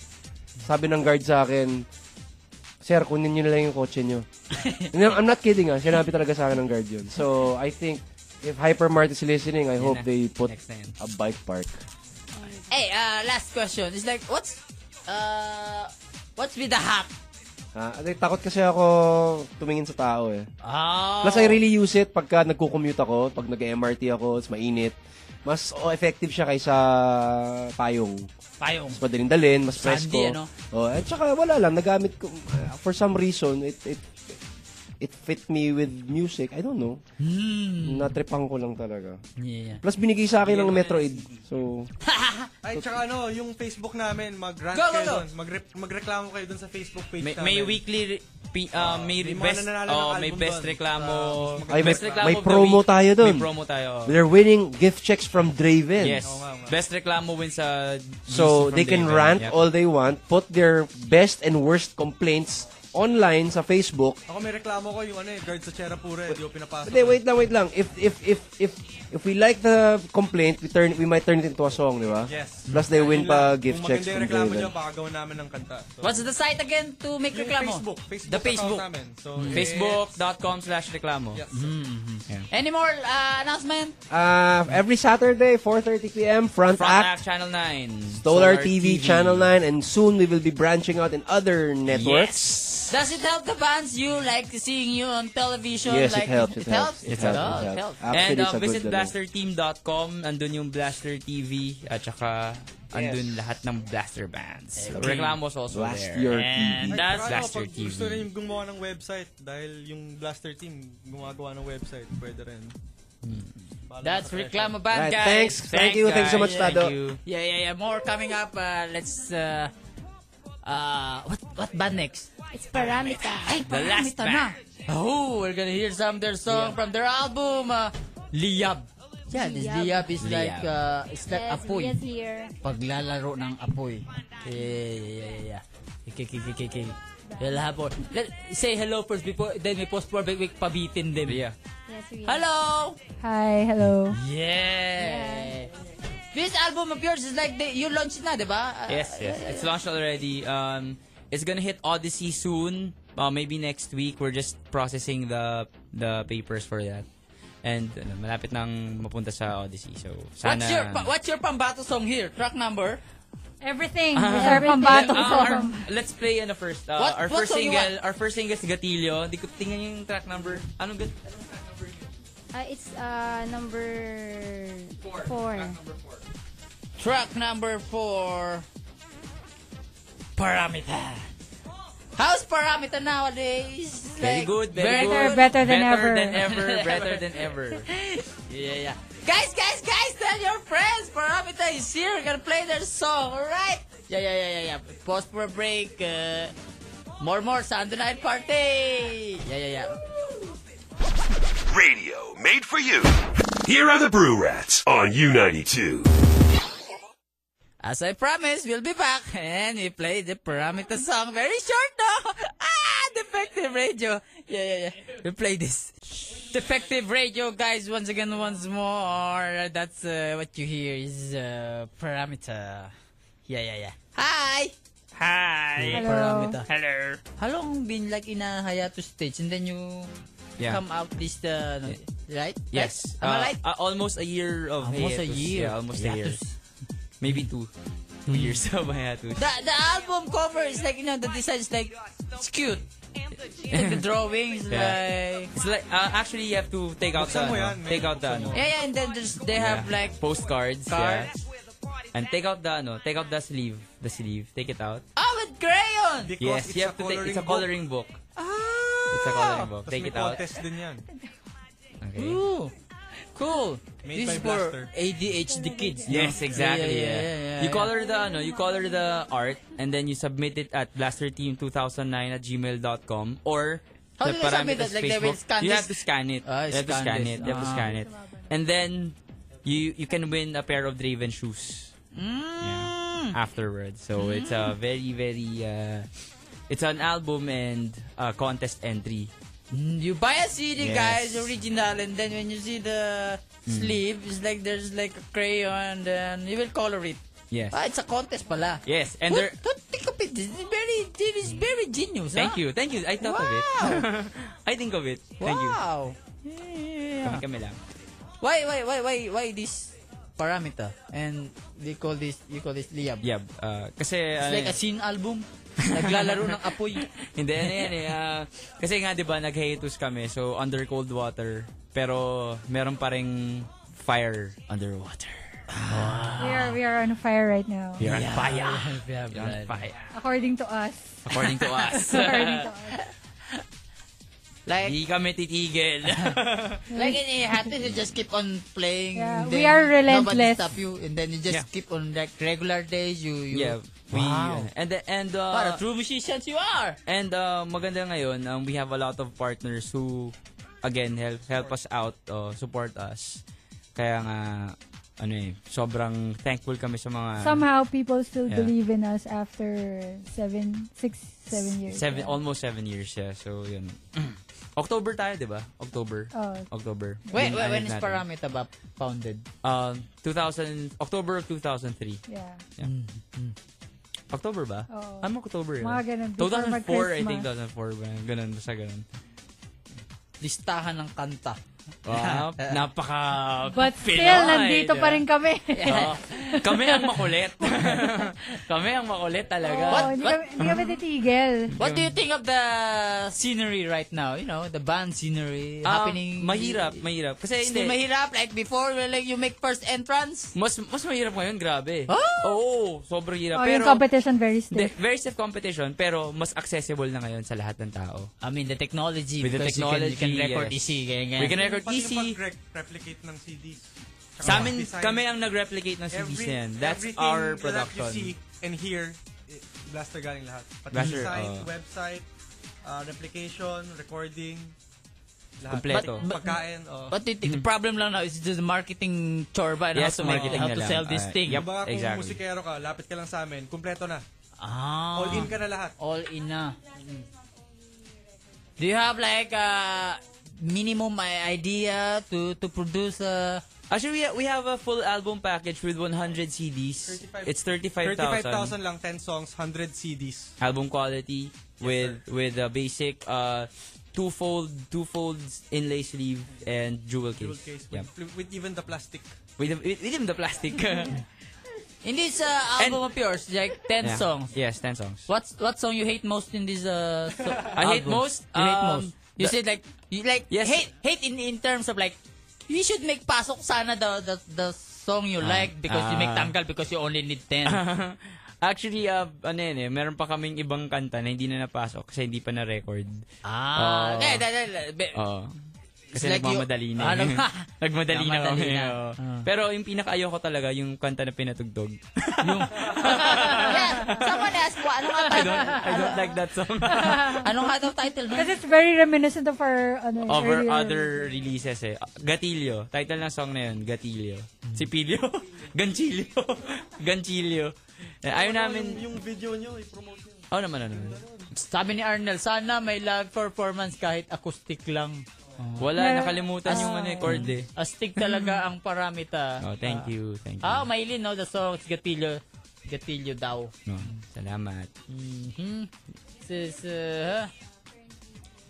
[SPEAKER 14] Sabi ng guard sa akin, Sir, kunin nyo na lang yung kotse nyo. And I'm- I'm not kidding, ah. Sinabi talaga sa akin ng guard yun. So, I think, if Hypermart is listening, I
[SPEAKER 2] Yun
[SPEAKER 14] hope
[SPEAKER 2] na.
[SPEAKER 14] they put
[SPEAKER 2] Next time.
[SPEAKER 14] a bike park.
[SPEAKER 1] Hey, uh, last question. It's like, what's, uh, what's with the hack?
[SPEAKER 14] Ah, at- takot kasi ako tumingin sa tao eh.
[SPEAKER 1] Oh.
[SPEAKER 3] Ah,
[SPEAKER 14] Plus, I really use it pagka nagko-commute ako, pag nag-MRT ako, it's mainit. Mas oh, effective siya kaysa payong.
[SPEAKER 1] Payong.
[SPEAKER 14] Mas madaling dalhin, mas
[SPEAKER 1] Sandy,
[SPEAKER 14] presko.
[SPEAKER 1] ano?
[SPEAKER 14] Oh, at saka wala lang, nagamit ko, uh, for some reason, it, it, it fit me with music. I don't know.
[SPEAKER 2] Hmm.
[SPEAKER 14] Natripan ko lang talaga.
[SPEAKER 1] Yeah.
[SPEAKER 14] Plus, binigay sa akin ng Metroid. So,
[SPEAKER 3] Ay, tsaka ano, yung Facebook namin, mag-rant
[SPEAKER 2] Go, go,
[SPEAKER 3] kayo
[SPEAKER 2] go.
[SPEAKER 3] doon. Magre- magreklamo kayo doon sa Facebook page
[SPEAKER 2] May,
[SPEAKER 3] namin.
[SPEAKER 2] may weekly, re- pi- uh, may,
[SPEAKER 3] may mga
[SPEAKER 2] best,
[SPEAKER 3] nananalo ng
[SPEAKER 2] oh, may
[SPEAKER 3] album
[SPEAKER 2] best
[SPEAKER 3] doon. Ah,
[SPEAKER 2] reklamo.
[SPEAKER 14] ay, may,
[SPEAKER 2] best reklamo
[SPEAKER 14] may
[SPEAKER 2] of the
[SPEAKER 14] promo
[SPEAKER 2] week.
[SPEAKER 14] tayo dun.
[SPEAKER 2] May promo tayo. oh.
[SPEAKER 14] They're winning gift checks from Draven.
[SPEAKER 2] Yes. Best reklamo wins sa
[SPEAKER 14] So they can rant
[SPEAKER 2] all
[SPEAKER 14] all they want, put their best and worst complaints online sa Facebook.
[SPEAKER 3] Ako may reklamo ko yung ano eh, guard sa Cherapure, di ko pinapasok.
[SPEAKER 14] Hindi, wait lang, wait lang. If if if if if we like the complaint, we turn we might turn it into a song, di ba?
[SPEAKER 3] Yes.
[SPEAKER 14] Plus they win
[SPEAKER 3] Yun lang.
[SPEAKER 14] pa gift checks
[SPEAKER 3] Kung maganda
[SPEAKER 14] from
[SPEAKER 3] yung reklamo
[SPEAKER 14] David.
[SPEAKER 3] nyo, baka gawin namin ng kanta. So,
[SPEAKER 1] What's the site again to make
[SPEAKER 3] Yung
[SPEAKER 1] reklamo?
[SPEAKER 3] Facebook. Facebook
[SPEAKER 1] the
[SPEAKER 3] account
[SPEAKER 1] Facebook.
[SPEAKER 3] namin. So,
[SPEAKER 2] Mm-hmm.
[SPEAKER 3] eh,
[SPEAKER 2] Facebook.com slash reklamo. Mm-hmm.
[SPEAKER 1] Any more uh, announcement?
[SPEAKER 14] Uh, every Saturday 4:30 p.m. Front,
[SPEAKER 2] Front
[SPEAKER 14] Act,
[SPEAKER 2] Act Channel 9.
[SPEAKER 14] Solar TV, Channel 9 and soon we will be branching out in other networks.
[SPEAKER 1] Does it help the fans you like seeing you on television?
[SPEAKER 14] Yes,
[SPEAKER 1] like,
[SPEAKER 14] it helps, it helps,
[SPEAKER 1] It
[SPEAKER 14] it
[SPEAKER 1] helps.
[SPEAKER 14] helps,
[SPEAKER 1] Oh,
[SPEAKER 14] it
[SPEAKER 1] it helps.
[SPEAKER 14] helps. Actually,
[SPEAKER 2] And uh,
[SPEAKER 14] it's a good
[SPEAKER 2] visit
[SPEAKER 14] dalawa.
[SPEAKER 2] blasterteam.com. Andun yung Blaster TV at saka andun lahat ng Blaster bands. So, Reklamos also
[SPEAKER 14] Blast
[SPEAKER 2] there.
[SPEAKER 14] your
[SPEAKER 2] And that's
[SPEAKER 14] TV.
[SPEAKER 3] Tsaka ano,
[SPEAKER 2] Blaster
[SPEAKER 3] pag gusto rin
[SPEAKER 2] TV.
[SPEAKER 3] yung gumawa ng website, dahil yung Blaster team gumagawa ng website, pwede rin.
[SPEAKER 2] Hmm.
[SPEAKER 3] Bahala
[SPEAKER 1] That's
[SPEAKER 3] sa pressure.
[SPEAKER 1] reklamo band,
[SPEAKER 14] Right,
[SPEAKER 1] guys.
[SPEAKER 14] thanks. Thank you. Thank you so
[SPEAKER 1] guys.
[SPEAKER 14] much, Tado. Thank you.
[SPEAKER 1] Yeah, yeah, yeah. More coming up. Uh, let's. Uh, uh, what what band next?
[SPEAKER 4] It's Paramita.
[SPEAKER 1] Ay,
[SPEAKER 4] The last
[SPEAKER 1] paramita na. Oh, we're gonna hear some of their song from their album, uh, Liab. Yeah, this Liab is
[SPEAKER 17] Liab.
[SPEAKER 1] like uh, it's like
[SPEAKER 4] Yes,
[SPEAKER 1] apoy.
[SPEAKER 4] Leah's here.
[SPEAKER 1] Paglalaro ng apoy. Yeah, yeah, yeah, yeah. Okay, okay, okay, okay. We'll have more. Let, say hello first before then we post for big week pabitin them. Yeah.
[SPEAKER 4] Yes, we
[SPEAKER 1] Hello.
[SPEAKER 4] Hi, hello.
[SPEAKER 1] Yeah. This album of yours is like the, you launched na, di ba?
[SPEAKER 2] Yes, yes. It's launched already. Um, it's gonna hit Odyssey soon. Uh, maybe next week. We're just processing the the papers for that. And ano, malapit nang mapunta sa Odyssey. So, sana...
[SPEAKER 1] What's your pa- what's your pambato song here? Track number?
[SPEAKER 16] Everything.
[SPEAKER 2] Ah.
[SPEAKER 16] Sir Pambato.
[SPEAKER 2] Ah, our- let's play ano first. Uh,
[SPEAKER 1] What-
[SPEAKER 2] our
[SPEAKER 1] what
[SPEAKER 2] first
[SPEAKER 1] song you
[SPEAKER 2] single, our first single is Gatilio. Di ko tingnan yung track number. Anong gat
[SPEAKER 15] Ah, it's uh, number 4.
[SPEAKER 1] Track number 4. Paramita. How's Paramita nowadays?
[SPEAKER 2] Very
[SPEAKER 1] Like,
[SPEAKER 2] good, very
[SPEAKER 1] better,
[SPEAKER 2] good.
[SPEAKER 1] better than
[SPEAKER 2] better
[SPEAKER 1] ever.
[SPEAKER 2] Than ever. better than ever. Yeah, yeah.
[SPEAKER 1] Guys, guys, guys, tell your friends Paramita is here. We're gonna play their song, alright? Yeah, yeah, yeah, yeah, yeah. Pause for a break. Uh, more, more Sunday night party. Yeah, yeah, yeah.
[SPEAKER 11] Radio made for you. Here are the Brew Rats on U92.
[SPEAKER 1] As I promised, we'll be back and we play the Paramita song. Very short, no? Ah, defective radio. Yeah, yeah, yeah. We play this. Defective radio, guys. Once again, once more. That's uh, what you hear is uh, Paramita. Yeah, yeah, yeah. Hi! Hi!
[SPEAKER 5] Hello.
[SPEAKER 1] Paramita.
[SPEAKER 5] Hello.
[SPEAKER 1] How long been like in a hiatus stage and then you
[SPEAKER 2] Yeah.
[SPEAKER 1] come out this, uh, no- right?
[SPEAKER 2] Yes.
[SPEAKER 1] Right? Am I right?
[SPEAKER 2] uh, uh, almost a year of
[SPEAKER 1] Almost a
[SPEAKER 2] hiatus.
[SPEAKER 1] year. Hmm.
[SPEAKER 2] Yeah, almost
[SPEAKER 1] Hiatus.
[SPEAKER 2] a year. Maybe two. Two years of hiatus.
[SPEAKER 1] The, the album cover is like, you know, the design is like, it's cute. Like the drawings,
[SPEAKER 2] Yeah.
[SPEAKER 1] like...
[SPEAKER 2] It's like, uh, actually, you have to take out the,
[SPEAKER 1] Buksan mo
[SPEAKER 2] ano,
[SPEAKER 1] yan, man.
[SPEAKER 2] take out the, ano,
[SPEAKER 1] Yeah, yeah, and then there's, they
[SPEAKER 2] Yeah.
[SPEAKER 1] have like...
[SPEAKER 2] postcards,
[SPEAKER 1] cards.
[SPEAKER 2] yeah. And take out the ano, take out the sleeve, the sleeve, take it out.
[SPEAKER 1] Oh, with crayon!
[SPEAKER 2] yes, you have to take it's a coloring book. It's a
[SPEAKER 1] Ah!
[SPEAKER 2] coloring book.
[SPEAKER 3] Tapos
[SPEAKER 2] Take
[SPEAKER 3] may
[SPEAKER 2] it out.
[SPEAKER 3] contest din yan.
[SPEAKER 2] Okay.
[SPEAKER 1] Ooh, cool.
[SPEAKER 3] Made by
[SPEAKER 1] this is for
[SPEAKER 3] Blaster.
[SPEAKER 1] ADHD kids. no?
[SPEAKER 2] Yes, exactly.
[SPEAKER 1] Yeah, yeah, yeah, yeah,
[SPEAKER 2] you
[SPEAKER 1] yeah.
[SPEAKER 2] color the ano, you color the art and then you submit it at blasterteam2009 at gmail.com or
[SPEAKER 1] How
[SPEAKER 2] the
[SPEAKER 1] do they submit
[SPEAKER 2] Paramitas
[SPEAKER 1] it? Like they will
[SPEAKER 2] Facebook.
[SPEAKER 1] scan
[SPEAKER 2] You
[SPEAKER 1] this?
[SPEAKER 2] have to scan it.
[SPEAKER 1] Ah,
[SPEAKER 2] you have to
[SPEAKER 1] scan
[SPEAKER 2] scan
[SPEAKER 1] this.
[SPEAKER 2] it. You have to
[SPEAKER 1] Ah.
[SPEAKER 2] scan it. And then you you can win a pair of Draven shoes.
[SPEAKER 9] Hmm.
[SPEAKER 1] Hmm.
[SPEAKER 2] Yeah. Afterwards. So it's a very very uh, it's an album and a contest entry.
[SPEAKER 1] You buy a
[SPEAKER 2] Yes.
[SPEAKER 1] CD, guys, original, and then when you see the
[SPEAKER 2] Mm.
[SPEAKER 1] sleeve, it's like there's like a crayon, then you will color it.
[SPEAKER 2] Yes.
[SPEAKER 1] Ah, it's a contest pala.
[SPEAKER 2] Yes, and there
[SPEAKER 1] Don't think of it. This is very, this is very genius.
[SPEAKER 2] Thank
[SPEAKER 1] ah.
[SPEAKER 2] you. Thank you. I thought of it.
[SPEAKER 1] Wow.
[SPEAKER 2] I think of it. Thank you.
[SPEAKER 1] Wow.
[SPEAKER 2] Kami kami lang.
[SPEAKER 1] Why, why, why, why, why this parameter? And they call this, you call this liab.
[SPEAKER 2] Yeah, uh, kasi
[SPEAKER 1] It's
[SPEAKER 2] ano
[SPEAKER 1] like
[SPEAKER 2] eh,
[SPEAKER 1] a scene album. Naglalaro ng apoy.
[SPEAKER 2] hindi ano yan eh. ah, kasi nga 'di ba nag-hiatus kami. So under cold water pero meron pa ring fire underwater.
[SPEAKER 16] We are, we are on fire right now.
[SPEAKER 2] We are on fire.
[SPEAKER 1] We are
[SPEAKER 2] on fire.
[SPEAKER 16] According to us.
[SPEAKER 2] According to us.
[SPEAKER 16] According to us.
[SPEAKER 1] Like,
[SPEAKER 2] Hindi kami titigil.
[SPEAKER 1] Like in Ihatis, you just keep on playing.
[SPEAKER 16] Yeah,
[SPEAKER 1] then
[SPEAKER 16] we are relentless.
[SPEAKER 1] Nobody stop you, and then you just
[SPEAKER 2] Yeah.
[SPEAKER 1] keep on like regular days. You, you
[SPEAKER 2] yeah, we
[SPEAKER 1] Wow.
[SPEAKER 2] and and uh,
[SPEAKER 1] What a true musicians you are.
[SPEAKER 2] And uh, maganda ngayon, um, we have a lot of partners who, again, help help us out, uh, support us. Kaya nga, ano eh, sobrang thankful kami sa mga...
[SPEAKER 16] Somehow people still
[SPEAKER 2] Uh, Yeah.
[SPEAKER 16] believe in us after seven, six, seven years.
[SPEAKER 2] Seven,
[SPEAKER 16] Yeah.
[SPEAKER 2] Almost seven years, yeah. So, yun. October tayo, di ba? October.
[SPEAKER 16] Oh.
[SPEAKER 2] October.
[SPEAKER 1] Wait,
[SPEAKER 2] Yun
[SPEAKER 1] wait,
[SPEAKER 2] ang
[SPEAKER 1] when
[SPEAKER 2] anak
[SPEAKER 1] is
[SPEAKER 2] natin.
[SPEAKER 1] Paramita ba founded?
[SPEAKER 2] Um, 2000, October of 2003.
[SPEAKER 16] Yeah.
[SPEAKER 2] Mm-hmm. October ba?
[SPEAKER 16] Oo.
[SPEAKER 2] Ano October yun?
[SPEAKER 16] Oh. Mga ganun, before
[SPEAKER 2] 2004, I think
[SPEAKER 16] mag-Christmas.
[SPEAKER 2] 2004. ba? Ganun, basta ganun.
[SPEAKER 1] Listahan ng kanta.
[SPEAKER 2] Wow, napaka
[SPEAKER 16] But still,
[SPEAKER 2] Pinoy,
[SPEAKER 16] nandito
[SPEAKER 2] di
[SPEAKER 16] pa
[SPEAKER 2] ba?
[SPEAKER 16] rin kami.
[SPEAKER 2] Oo. kami ang makulit. kami ang makulit talaga.
[SPEAKER 16] Oo, hindi kami, hindi kami titigil.
[SPEAKER 1] What do you think of the scenery right now? You know, the band scenery
[SPEAKER 2] Ah,
[SPEAKER 1] happening.
[SPEAKER 2] mahirap, mahirap. Kasi hindi.
[SPEAKER 1] Still mahirap like before where, like you make first entrance.
[SPEAKER 2] Mas mas mahirap ngayon, grabe. Oo, sobrang
[SPEAKER 16] Ah!
[SPEAKER 2] hirap.
[SPEAKER 16] Oh,
[SPEAKER 2] pero,
[SPEAKER 16] yung competition very
[SPEAKER 2] Hindi,
[SPEAKER 16] stiff.
[SPEAKER 2] very stiff competition, pero mas accessible na ngayon sa lahat ng tao.
[SPEAKER 1] I mean, the technology.
[SPEAKER 2] With the
[SPEAKER 1] because you can-
[SPEAKER 2] technology,
[SPEAKER 1] you can record
[SPEAKER 2] yes.
[SPEAKER 1] easy, ganyan, ganyan.
[SPEAKER 2] We can record
[SPEAKER 3] Pati
[SPEAKER 2] easy.
[SPEAKER 3] yung pag-replicate ng CDs. Tsaka
[SPEAKER 2] Sa amin,
[SPEAKER 3] design.
[SPEAKER 2] kami ang nag-replicate ng CDs
[SPEAKER 3] Every-
[SPEAKER 2] na yan. That's
[SPEAKER 3] everything
[SPEAKER 2] our
[SPEAKER 3] That
[SPEAKER 2] production.
[SPEAKER 3] you see and hear, eh, blaster galing lahat. Pati
[SPEAKER 2] Blaster,
[SPEAKER 3] design,
[SPEAKER 2] oo.
[SPEAKER 3] website, uh, replication, recording, lahat.
[SPEAKER 2] Kompleto.
[SPEAKER 3] Pati Pagkain, oh.
[SPEAKER 1] But the, the problem lang now is just the marketing chorba and
[SPEAKER 2] Yes,
[SPEAKER 1] how to make
[SPEAKER 2] marketing
[SPEAKER 1] how
[SPEAKER 2] na
[SPEAKER 1] to
[SPEAKER 2] lang.
[SPEAKER 1] sell this
[SPEAKER 2] Ah,
[SPEAKER 1] thing.
[SPEAKER 2] yep,
[SPEAKER 3] Baka kung
[SPEAKER 2] exactly.
[SPEAKER 3] musikero ka, lapit ka lang sa amin, kumpleto na.
[SPEAKER 1] Ah.
[SPEAKER 3] All in ka na lahat.
[SPEAKER 1] All in na. Mm. Do you have like a minimum i- idea to to produce a
[SPEAKER 2] Actually, we, ha- we have a full album package with 100 CDs. It's 35,000.
[SPEAKER 3] 35,000 lang, 10 songs, 100 CDs.
[SPEAKER 2] Album quality with with the basic uh two-fold, two-fold inlay sleeve and jewel case.
[SPEAKER 3] Jewel case
[SPEAKER 2] Yeah.
[SPEAKER 3] with, with even the plastic.
[SPEAKER 2] With, the- with, with even the plastic.
[SPEAKER 1] In this uh, album of yours, like 10
[SPEAKER 2] Yeah.
[SPEAKER 1] songs,
[SPEAKER 2] Yes, 10 songs.
[SPEAKER 1] what's what song you hate most in this uh, so-
[SPEAKER 2] I hate most?
[SPEAKER 1] You hate
[SPEAKER 2] Um,
[SPEAKER 1] most. You
[SPEAKER 2] the-
[SPEAKER 1] said like you like hate hate in in terms of like you should make pasok sana the the, the song you
[SPEAKER 2] Ah.
[SPEAKER 1] like because you make
[SPEAKER 2] Ah.
[SPEAKER 1] tanggal because you only need 10.
[SPEAKER 2] Actually, uh, ano yun eh, meron pa kaming ibang kanta na hindi na napasok kasi hindi pa na-record.
[SPEAKER 1] Ah,
[SPEAKER 2] Oo.
[SPEAKER 1] eh, dahil- dahil, eh, be-
[SPEAKER 2] Oo. Kasi
[SPEAKER 1] Like you-
[SPEAKER 2] nagmamadali na.
[SPEAKER 1] Ah,
[SPEAKER 2] eh.
[SPEAKER 1] nag-
[SPEAKER 2] nagmadali na kami.
[SPEAKER 1] Nagmadali na. Ah.
[SPEAKER 2] oo. Pero yung pinakaayaw ko talaga, yung kanta na pinatugtog.
[SPEAKER 1] Someone asked ko, ano nga
[SPEAKER 2] I don't, I don't like that song.
[SPEAKER 1] Anong nga daw title nun?
[SPEAKER 16] Because it's very reminiscent of our ano,
[SPEAKER 2] Over
[SPEAKER 16] earlier-
[SPEAKER 2] other releases eh. Gatilio. Title ng song na yun, Gatilio. Si Pilio. Ganchilio. Ganchilio. Eh, Ayaw namin...
[SPEAKER 3] Ano Yung video nyo, i-promote nyo.
[SPEAKER 2] Oh, naman, ano.
[SPEAKER 1] Sabi ni Arnel, sana may live performance kahit acoustic lang.
[SPEAKER 2] Oh. Wala, nakalimutan yung ano eh, chord eh.
[SPEAKER 1] Astig talaga ang paramita.
[SPEAKER 2] Oh, thank you, thank you.
[SPEAKER 1] Ah, oh, mailin, no? The song, it's Gatillo. Gatillo daw.
[SPEAKER 2] No, salamat.
[SPEAKER 1] Mhm. Sis, uh,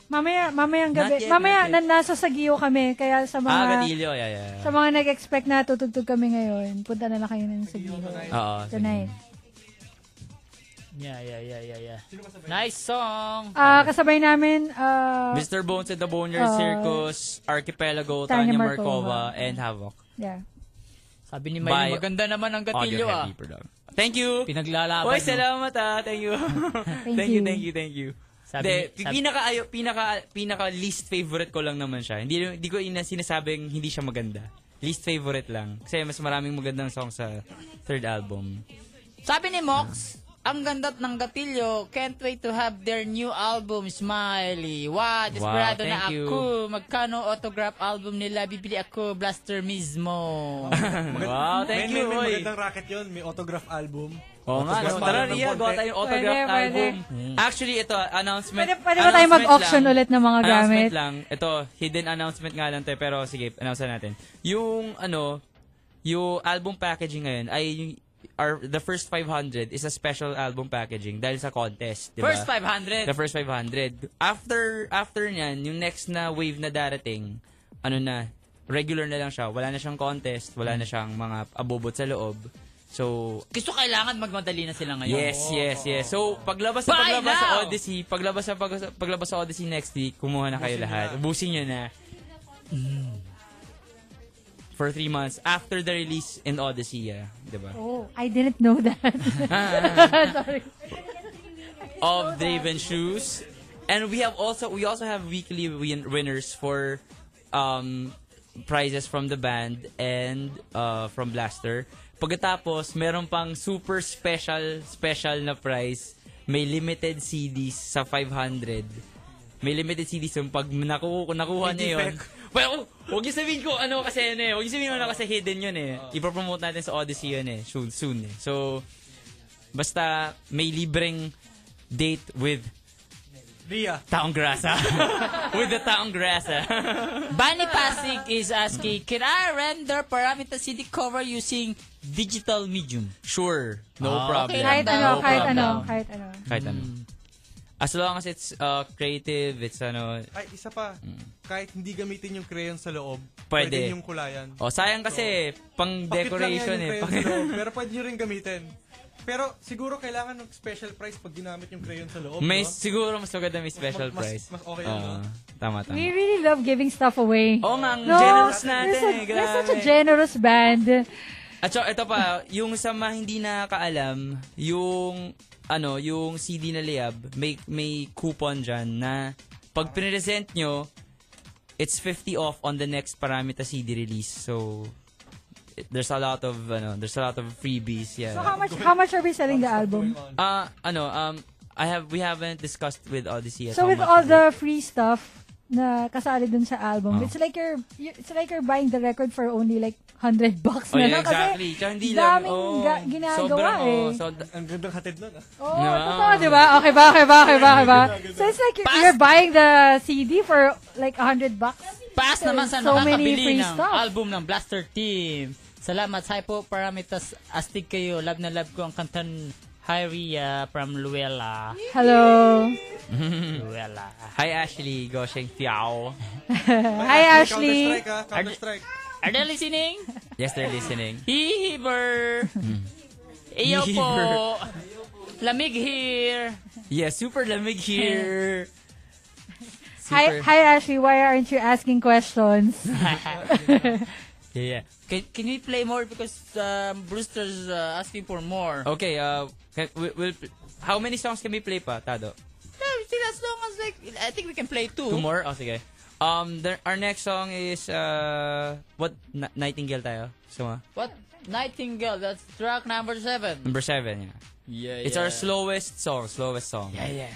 [SPEAKER 16] Mamaya, mamayang gabi.
[SPEAKER 1] Not yet,
[SPEAKER 16] mamaya,
[SPEAKER 1] not
[SPEAKER 16] na, nasa Sagio kami. Kaya sa mga...
[SPEAKER 2] ah, Gatilio, yeah, yeah. yeah.
[SPEAKER 16] Sa mga nag-expect na tutugtog kami ngayon, punta na lang kayo ng Sagio.
[SPEAKER 2] Oo, sige.
[SPEAKER 16] Tonight.
[SPEAKER 1] yeah, yeah, yeah, yeah, yeah. Nice song!
[SPEAKER 16] Ah, kasabay namin, ah...
[SPEAKER 2] Mr. Bones at the
[SPEAKER 16] Uh,
[SPEAKER 2] Boneyard Circus, Archipelago,
[SPEAKER 16] Tanya
[SPEAKER 2] Tanya,
[SPEAKER 16] Markova.
[SPEAKER 2] Markova, and Havoc.
[SPEAKER 16] Yeah.
[SPEAKER 1] Sabi ni
[SPEAKER 2] Bye.
[SPEAKER 1] May, maganda naman ang
[SPEAKER 2] Audio
[SPEAKER 1] Gatillo, ah.
[SPEAKER 2] Heavy Production. Thank you!
[SPEAKER 1] Pinaglalaban
[SPEAKER 2] Oy,
[SPEAKER 1] mo.
[SPEAKER 2] salamat ah. Thank you. thank you, thank you, thank you.
[SPEAKER 1] Sabi
[SPEAKER 2] Sabi,
[SPEAKER 1] ni- sabi-
[SPEAKER 2] pinaka, ayo- pinaka, pinaka least favorite ko lang naman siya. Hindi, hindi ko ina sinasabing hindi siya maganda. Least favorite lang. Kasi mas maraming magandang song sa third album.
[SPEAKER 1] Sabi ni Mox, ang ganda ng Gatillo. Can't wait to have their new album, Smiley. Wow, desperado
[SPEAKER 2] Wow,
[SPEAKER 1] na
[SPEAKER 2] thank you.
[SPEAKER 1] ako. Magkano autograph album nila? Bibili ako, Blaster mismo.
[SPEAKER 2] Hmm. wow, thank
[SPEAKER 3] may,
[SPEAKER 2] you,
[SPEAKER 3] may, may
[SPEAKER 2] oy.
[SPEAKER 3] magandang racket yun. May autograph album.
[SPEAKER 2] Oo nga,
[SPEAKER 3] Autograph
[SPEAKER 2] no? tara
[SPEAKER 3] album ng
[SPEAKER 2] Ria, gawa
[SPEAKER 3] konti.
[SPEAKER 2] tayo ng autograph
[SPEAKER 16] Pwede, pwede.
[SPEAKER 2] album. Actually, ito, announcement.
[SPEAKER 16] Pwede- pwede ba tayo
[SPEAKER 2] announcement
[SPEAKER 16] mag-auction
[SPEAKER 2] lang. Ah.
[SPEAKER 16] ulit ng mga gamit?
[SPEAKER 2] Announcement lang. Ito, hidden announcement nga lang tayo, pero sige, announce na natin. Yung, ano, yung album packaging ngayon ay yung, our, the first 500 is a special album packaging dahil sa contest, di ba?
[SPEAKER 1] First 500.
[SPEAKER 2] The first 500. After, after nyan, yung next na wave na darating, ano na, regular na lang siya. Wala na siyang contest, wala na siyang mga abobot sa loob. So,
[SPEAKER 1] Gusto kailangan magmadali na sila ngayon.
[SPEAKER 2] Yes, yes, yes. So, paglabas sa
[SPEAKER 1] Buy
[SPEAKER 2] paglabas sa
[SPEAKER 1] now!
[SPEAKER 2] Odyssey, paglabas sa pag- paglabas sa Odyssey next week, kumuha na kayo
[SPEAKER 1] Ubusin
[SPEAKER 2] lahat.
[SPEAKER 1] na.
[SPEAKER 2] Ubusin nyo na. For three months after the release in Odyssey, yeah. Diba?
[SPEAKER 16] Oh, I didn't know that. Sorry.
[SPEAKER 2] Of Draven Shoes. And we have also, we also have weekly win- winners for um, prizes from the band and uh, from Blaster. Pagkatapos, meron pang super special, special na prize. May limited CDs sa 500. May limited CDs yung pag naku nakuha
[SPEAKER 1] May
[SPEAKER 2] niya yun.
[SPEAKER 1] defect.
[SPEAKER 2] Well, huwag niyo sabihin ko ano kasi ano eh. Huwag niyo sabihin ko ano kasi hidden yun eh. Ipopromote natin sa Odyssey yun eh. Soon, soon eh. So, basta may libreng date with
[SPEAKER 3] Ria.
[SPEAKER 2] Taong Grasa. with the Taong Grasa.
[SPEAKER 1] Bunny Pasig is asking, can I render Paramita CD cover using digital medium?
[SPEAKER 2] Sure. No
[SPEAKER 1] Ah,
[SPEAKER 2] problem.
[SPEAKER 1] okay lang
[SPEAKER 16] Kahit
[SPEAKER 1] daw.
[SPEAKER 16] ano,
[SPEAKER 2] No
[SPEAKER 16] kahit
[SPEAKER 2] problem.
[SPEAKER 16] ano, kahit ano.
[SPEAKER 2] Oh, Kahit ano. As long as it's uh, creative, it's ano,
[SPEAKER 3] Ay, isa pa. Kahit hindi gamitin yung crayon sa loob,
[SPEAKER 2] pwede.
[SPEAKER 3] yung kulayan.
[SPEAKER 2] O, sayang kasi, pang
[SPEAKER 3] Pakit
[SPEAKER 2] decoration
[SPEAKER 3] lang yan
[SPEAKER 2] eh.
[SPEAKER 3] yung
[SPEAKER 2] Pang...
[SPEAKER 3] crayon sa loob, pero pwede nyo rin gamitin. Pero siguro kailangan ng special price pag ginamit yung crayon sa loob.
[SPEAKER 2] may,
[SPEAKER 3] no?
[SPEAKER 2] siguro mas maganda may special
[SPEAKER 3] mas-
[SPEAKER 2] price.
[SPEAKER 3] mas okay yun,
[SPEAKER 2] Oo. Tama, tama.
[SPEAKER 16] We really love giving stuff away.
[SPEAKER 2] Oo nga, ang generous natin
[SPEAKER 16] we're, so-
[SPEAKER 2] eh,
[SPEAKER 16] we're such a
[SPEAKER 2] grabe.
[SPEAKER 16] generous band.
[SPEAKER 2] At saka, ito pa, yung sa mga hindi nakakaalam, yung, ano, yung CD na liab, may, may coupon dyan na pag pinresent nyo, it's 50 off on the next Paramita CD release. So, it- there's a lot of, ano, there's a lot of freebies, yeah.
[SPEAKER 16] So how much how much are we selling the album?
[SPEAKER 2] Ah, ano, um, I have, we haven't discussed with Odyssey yet.
[SPEAKER 16] So
[SPEAKER 2] how
[SPEAKER 16] with
[SPEAKER 2] much
[SPEAKER 16] all
[SPEAKER 2] is
[SPEAKER 16] the free stuff na kasali dun sa album,
[SPEAKER 2] Oh.
[SPEAKER 16] it's like you're you- it's like you're buying the record for only like 100 bucks
[SPEAKER 2] Oh,
[SPEAKER 16] na
[SPEAKER 2] yeah,
[SPEAKER 16] lang kasi
[SPEAKER 2] exactly. Tsaka hindi lang.
[SPEAKER 16] daming
[SPEAKER 2] Oh,
[SPEAKER 16] ga- ginagawa
[SPEAKER 2] sobrang,
[SPEAKER 16] eh.
[SPEAKER 2] oh, sobrang-
[SPEAKER 3] Ang gandang hatid nun ah.
[SPEAKER 16] Oo, totoo, di ba? Okay ba, okay ba, okay ba, okay ba? So it's like you're, you're buying the CD for like 100 bucks.
[SPEAKER 1] Pass naman sa
[SPEAKER 16] There's so many
[SPEAKER 1] nakakabili
[SPEAKER 16] free
[SPEAKER 1] ng
[SPEAKER 16] stuff.
[SPEAKER 1] album ng Blaster Team. Salamat, Hypo Paramitas. Astig kayo. Love na love ko ang kantan Hi, Ria from Luella.
[SPEAKER 16] Hello.
[SPEAKER 1] Luella.
[SPEAKER 2] Hi, Ashley. Gosheng Tiao.
[SPEAKER 16] Hi, Ashley.
[SPEAKER 1] Counter-Strike. Are they listening?
[SPEAKER 2] Yes, they're listening. Hmm.
[SPEAKER 1] Hihiber. Iyo po. Lamig here.
[SPEAKER 2] Yeah, super lamig here.
[SPEAKER 16] Hi,
[SPEAKER 2] Super.
[SPEAKER 16] hi, Ashley. Why aren't you asking questions?
[SPEAKER 2] Yeah, yeah.
[SPEAKER 1] Can, can we play more because um, Brewster's uh, asking for more.
[SPEAKER 2] Okay, uh, can, we, will how many songs can we play pa, Tado?
[SPEAKER 1] Yeah, still as long as like, I think we can play two.
[SPEAKER 2] Two more? Oh, sige. Um, the, our next song is, uh, what, Na- Nightingale tayo? Gusto mo?
[SPEAKER 1] What? Nightingale, that's track number seven.
[SPEAKER 2] Number seven, yeah.
[SPEAKER 1] Mm. Yeah,
[SPEAKER 2] It's
[SPEAKER 1] yeah.
[SPEAKER 2] our slowest song, slowest song.
[SPEAKER 1] Yeah, yeah.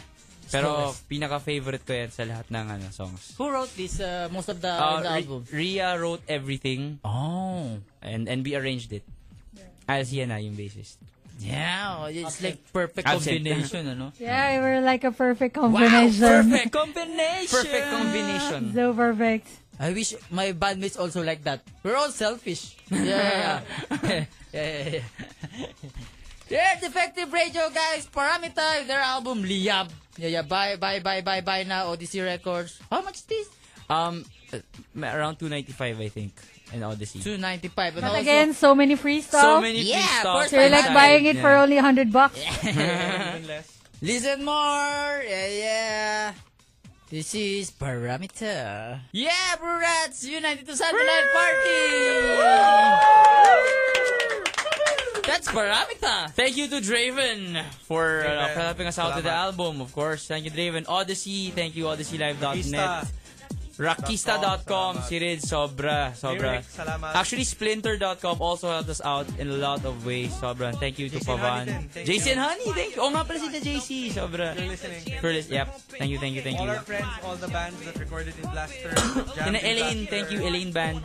[SPEAKER 2] Pero
[SPEAKER 1] Slowest.
[SPEAKER 2] pinaka-favorite ko yan sa lahat ng ano, songs.
[SPEAKER 1] Who wrote this, uh, most of the,
[SPEAKER 2] Uh,
[SPEAKER 1] the
[SPEAKER 2] Ri-
[SPEAKER 1] album?
[SPEAKER 2] Ria wrote everything. Oh. And and we arranged it. As yan na yung bassist.
[SPEAKER 1] Yeah, oh, it's like perfect
[SPEAKER 2] Absent.
[SPEAKER 1] combination, ano?
[SPEAKER 16] yeah, you were like a perfect combination.
[SPEAKER 1] perfect combination! Perfect combination.
[SPEAKER 16] so perfect.
[SPEAKER 1] I wish my bandmates also like that. We're all selfish. Yeah, yeah, yeah. yeah, yeah, yeah. Defective Radio, guys. Parameter, their album, Liab. Yeah, yeah, bye, bye, bye, bye, bye now, Odyssey Records. How much is this?
[SPEAKER 2] Um, uh, around 295, I think, in Odyssey.
[SPEAKER 1] 295. And
[SPEAKER 16] But
[SPEAKER 1] also,
[SPEAKER 16] again, so many free stuff.
[SPEAKER 2] So many free
[SPEAKER 1] Yeah,
[SPEAKER 2] stuff.
[SPEAKER 1] first
[SPEAKER 16] So you're like
[SPEAKER 2] time.
[SPEAKER 16] buying it for
[SPEAKER 2] Yeah.
[SPEAKER 16] only 100 bucks.
[SPEAKER 1] Listen more. Yeah, yeah. This is Parameter. Yeah, bro rats! United to Saturday Night Party! That's Parameter!
[SPEAKER 2] Thank you to Draven for uh,
[SPEAKER 1] Draven,
[SPEAKER 2] for helping us out with the
[SPEAKER 1] salamat.
[SPEAKER 2] album, of course. Thank you, Draven. Odyssey, thank you,
[SPEAKER 3] Rakista.
[SPEAKER 2] odysseylive.net. Rakista.com, si Rid, sobra, sobra.
[SPEAKER 3] Lyric, salamat.
[SPEAKER 2] Actually, Splinter.com also helped us out in a lot of ways, sobra. Thank you to
[SPEAKER 3] JC and Honey
[SPEAKER 2] Pavan.
[SPEAKER 3] din, thank
[SPEAKER 2] JC and
[SPEAKER 3] you.
[SPEAKER 2] Honey, thank you. Oh, nga pala si na JC, sobra.
[SPEAKER 3] You're listening.
[SPEAKER 2] For lis- yep. Thank you, thank you, thank
[SPEAKER 3] all
[SPEAKER 2] you.
[SPEAKER 3] our friends, all the bands that recorded in Blaster.
[SPEAKER 2] And Elaine, thank you, Elaine Band.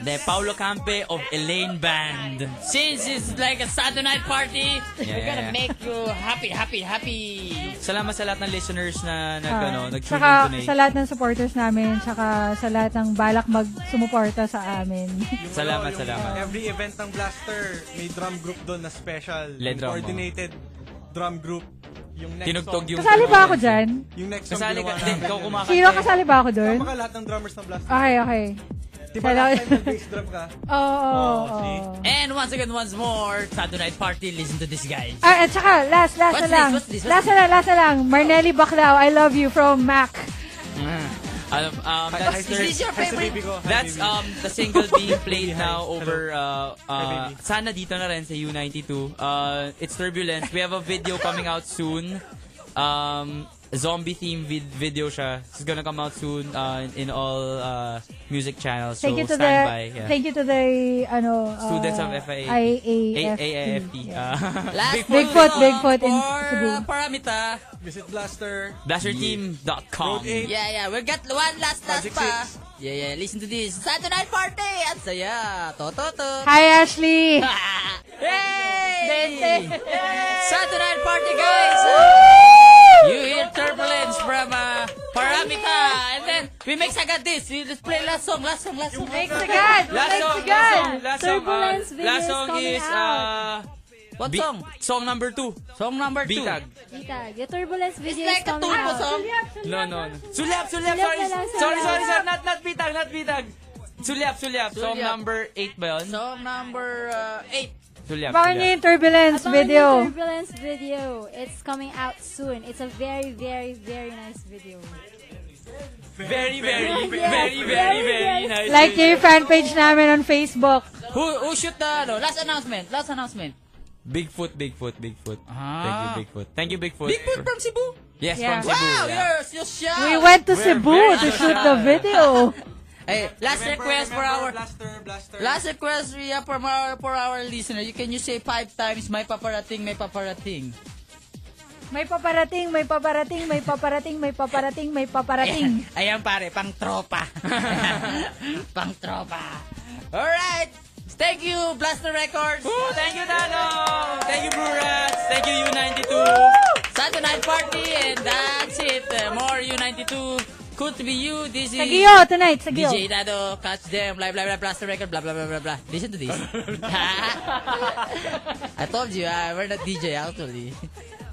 [SPEAKER 2] The Paulo Campe of Elaine Band.
[SPEAKER 1] Since it's like a Saturday night party, we're
[SPEAKER 2] yeah, yeah.
[SPEAKER 1] gonna make you happy, happy, happy.
[SPEAKER 2] Salamat sa lahat ng listeners na nag,
[SPEAKER 16] Ah,
[SPEAKER 2] ano, nag-tune in
[SPEAKER 16] tsaka
[SPEAKER 2] tonight.
[SPEAKER 16] sa lahat ng supporters namin, tsaka sa lahat ng balak mag-sumuporta sa amin.
[SPEAKER 2] Salamat, salamat.
[SPEAKER 3] Every event ng Blaster, may drum group doon na special.
[SPEAKER 2] Le drum, oh.
[SPEAKER 3] coordinated drum group. Yung next song.
[SPEAKER 2] Tinugtog yung-
[SPEAKER 16] Kasali ba ako dyan?
[SPEAKER 3] Yung next song
[SPEAKER 2] Kasali ka.
[SPEAKER 3] ginawa
[SPEAKER 2] Hindi,
[SPEAKER 3] namin.
[SPEAKER 2] ikaw kumakanta.
[SPEAKER 16] Sino kasali ba ako doon?
[SPEAKER 3] Baka lahat ng drummers ng Blaster.
[SPEAKER 16] Okay, okay.
[SPEAKER 3] Di ba
[SPEAKER 16] Kailangan-
[SPEAKER 3] last time nag-bass drum ka?
[SPEAKER 16] Oo, oo,
[SPEAKER 1] Oh,
[SPEAKER 16] oo.
[SPEAKER 1] And once again, once more, Saturday night party, listen to this guy.
[SPEAKER 16] Ah, at saka, last, last na
[SPEAKER 1] What's
[SPEAKER 16] lang.
[SPEAKER 1] this? What's this?
[SPEAKER 16] last
[SPEAKER 1] What's
[SPEAKER 16] na lang, last na lang. Marnelli Baclao, I love you from Mac.
[SPEAKER 2] Um, um, that's
[SPEAKER 1] Is this your favorite?
[SPEAKER 2] That's um the single being played now over uh, uh sana dito na rin sa U92. Uh it's Turbulence. We have a video coming out soon. Um zombie theme vid- video siya. It's gonna come out soon uh, in all uh music channels.
[SPEAKER 16] Thank
[SPEAKER 2] so
[SPEAKER 16] you to
[SPEAKER 2] stand
[SPEAKER 16] the,
[SPEAKER 2] by. Yeah.
[SPEAKER 16] thank you to the, ano, uh,
[SPEAKER 2] Students of FIA.
[SPEAKER 16] IAFP.
[SPEAKER 2] AAFP. Uh,
[SPEAKER 1] Last
[SPEAKER 16] Bigfoot,
[SPEAKER 1] song
[SPEAKER 16] Bigfoot in
[SPEAKER 1] for,
[SPEAKER 16] Cebu.
[SPEAKER 1] uh, Paramita.
[SPEAKER 3] Visit Blaster.
[SPEAKER 2] Blasterteam.com.
[SPEAKER 1] Yeah, yeah. We've got one last
[SPEAKER 3] Project
[SPEAKER 1] last pa. Yeah, yeah. Listen to this. Saturday night party. At saya. Tototo.
[SPEAKER 16] Hi, Ashley!
[SPEAKER 1] Hey! Saturday night party, guys. You hear turbulence from uh, Paramita. And then we mix agad this. We just play last song, last song, last song. Mix
[SPEAKER 16] agad.
[SPEAKER 2] Last song, last song,
[SPEAKER 1] Turbulence
[SPEAKER 2] uh, last
[SPEAKER 1] video
[SPEAKER 2] song
[SPEAKER 1] is coming
[SPEAKER 2] is uh,
[SPEAKER 1] What
[SPEAKER 2] Bi-
[SPEAKER 1] song?
[SPEAKER 2] Song number two.
[SPEAKER 1] Song number two.
[SPEAKER 2] Bitag.
[SPEAKER 4] Tita, your turbulence video is
[SPEAKER 1] like a
[SPEAKER 4] coming
[SPEAKER 1] tubo
[SPEAKER 4] out.
[SPEAKER 1] song.
[SPEAKER 2] No, no, no. Sulyap, sulyap,
[SPEAKER 4] Sulyap
[SPEAKER 2] sorry.
[SPEAKER 4] na lang,
[SPEAKER 2] Sorry,
[SPEAKER 4] sulyap.
[SPEAKER 2] sorry, sorry. Not, not bitag, not bitag. Sulyap, sulyap. Song
[SPEAKER 1] Sulyap.
[SPEAKER 2] number 8 ba yun?
[SPEAKER 1] Song number uh, eight.
[SPEAKER 2] Sulyap,
[SPEAKER 16] Abangan niyo yung turbulence
[SPEAKER 4] Abangan
[SPEAKER 16] video.
[SPEAKER 4] yung turbulence video. It's coming out soon. It's a very, very, very nice video.
[SPEAKER 2] Very, very,
[SPEAKER 4] Yes,
[SPEAKER 2] very, very, very nice.
[SPEAKER 16] Like niyo yung fan page namin on Facebook.
[SPEAKER 1] Who, who shoot the ano? Last announcement. Last announcement.
[SPEAKER 2] Bigfoot, Bigfoot, Bigfoot. Thank you,
[SPEAKER 1] Ah.
[SPEAKER 2] Bigfoot. Thank you, Bigfoot.
[SPEAKER 1] Bigfoot from Cebu.
[SPEAKER 2] Yes,
[SPEAKER 1] Yeah.
[SPEAKER 2] from Cebu.
[SPEAKER 1] Wow,
[SPEAKER 2] yeah.
[SPEAKER 1] you're, you're sharp.
[SPEAKER 16] We went to
[SPEAKER 2] We're
[SPEAKER 16] Cebu
[SPEAKER 2] very
[SPEAKER 16] to shoot the
[SPEAKER 2] social.
[SPEAKER 16] video.
[SPEAKER 1] Hey, last request for our Last request yeah, for our for our listener. You can you say five times may paparating, may paparating.
[SPEAKER 16] May paparating, may paparating, may paparating, may paparating, may paparating.
[SPEAKER 1] Ayan pare, pang tropa. pang tropa. Alright. Thank you, Blaster Records.
[SPEAKER 2] Woo! Thank you, Tano. Thank you, Blue Rats. Thank you, U92.
[SPEAKER 1] Saturday night party and that's it. Uh, More U92 Cool to be you. This is
[SPEAKER 16] Sagio tonight, Sagio.
[SPEAKER 1] DJ Dado. Catch them. Blah blah blah. Blast the record. Blah blah blah blah blah. Listen to this. I told you, ah, we're not DJ actually.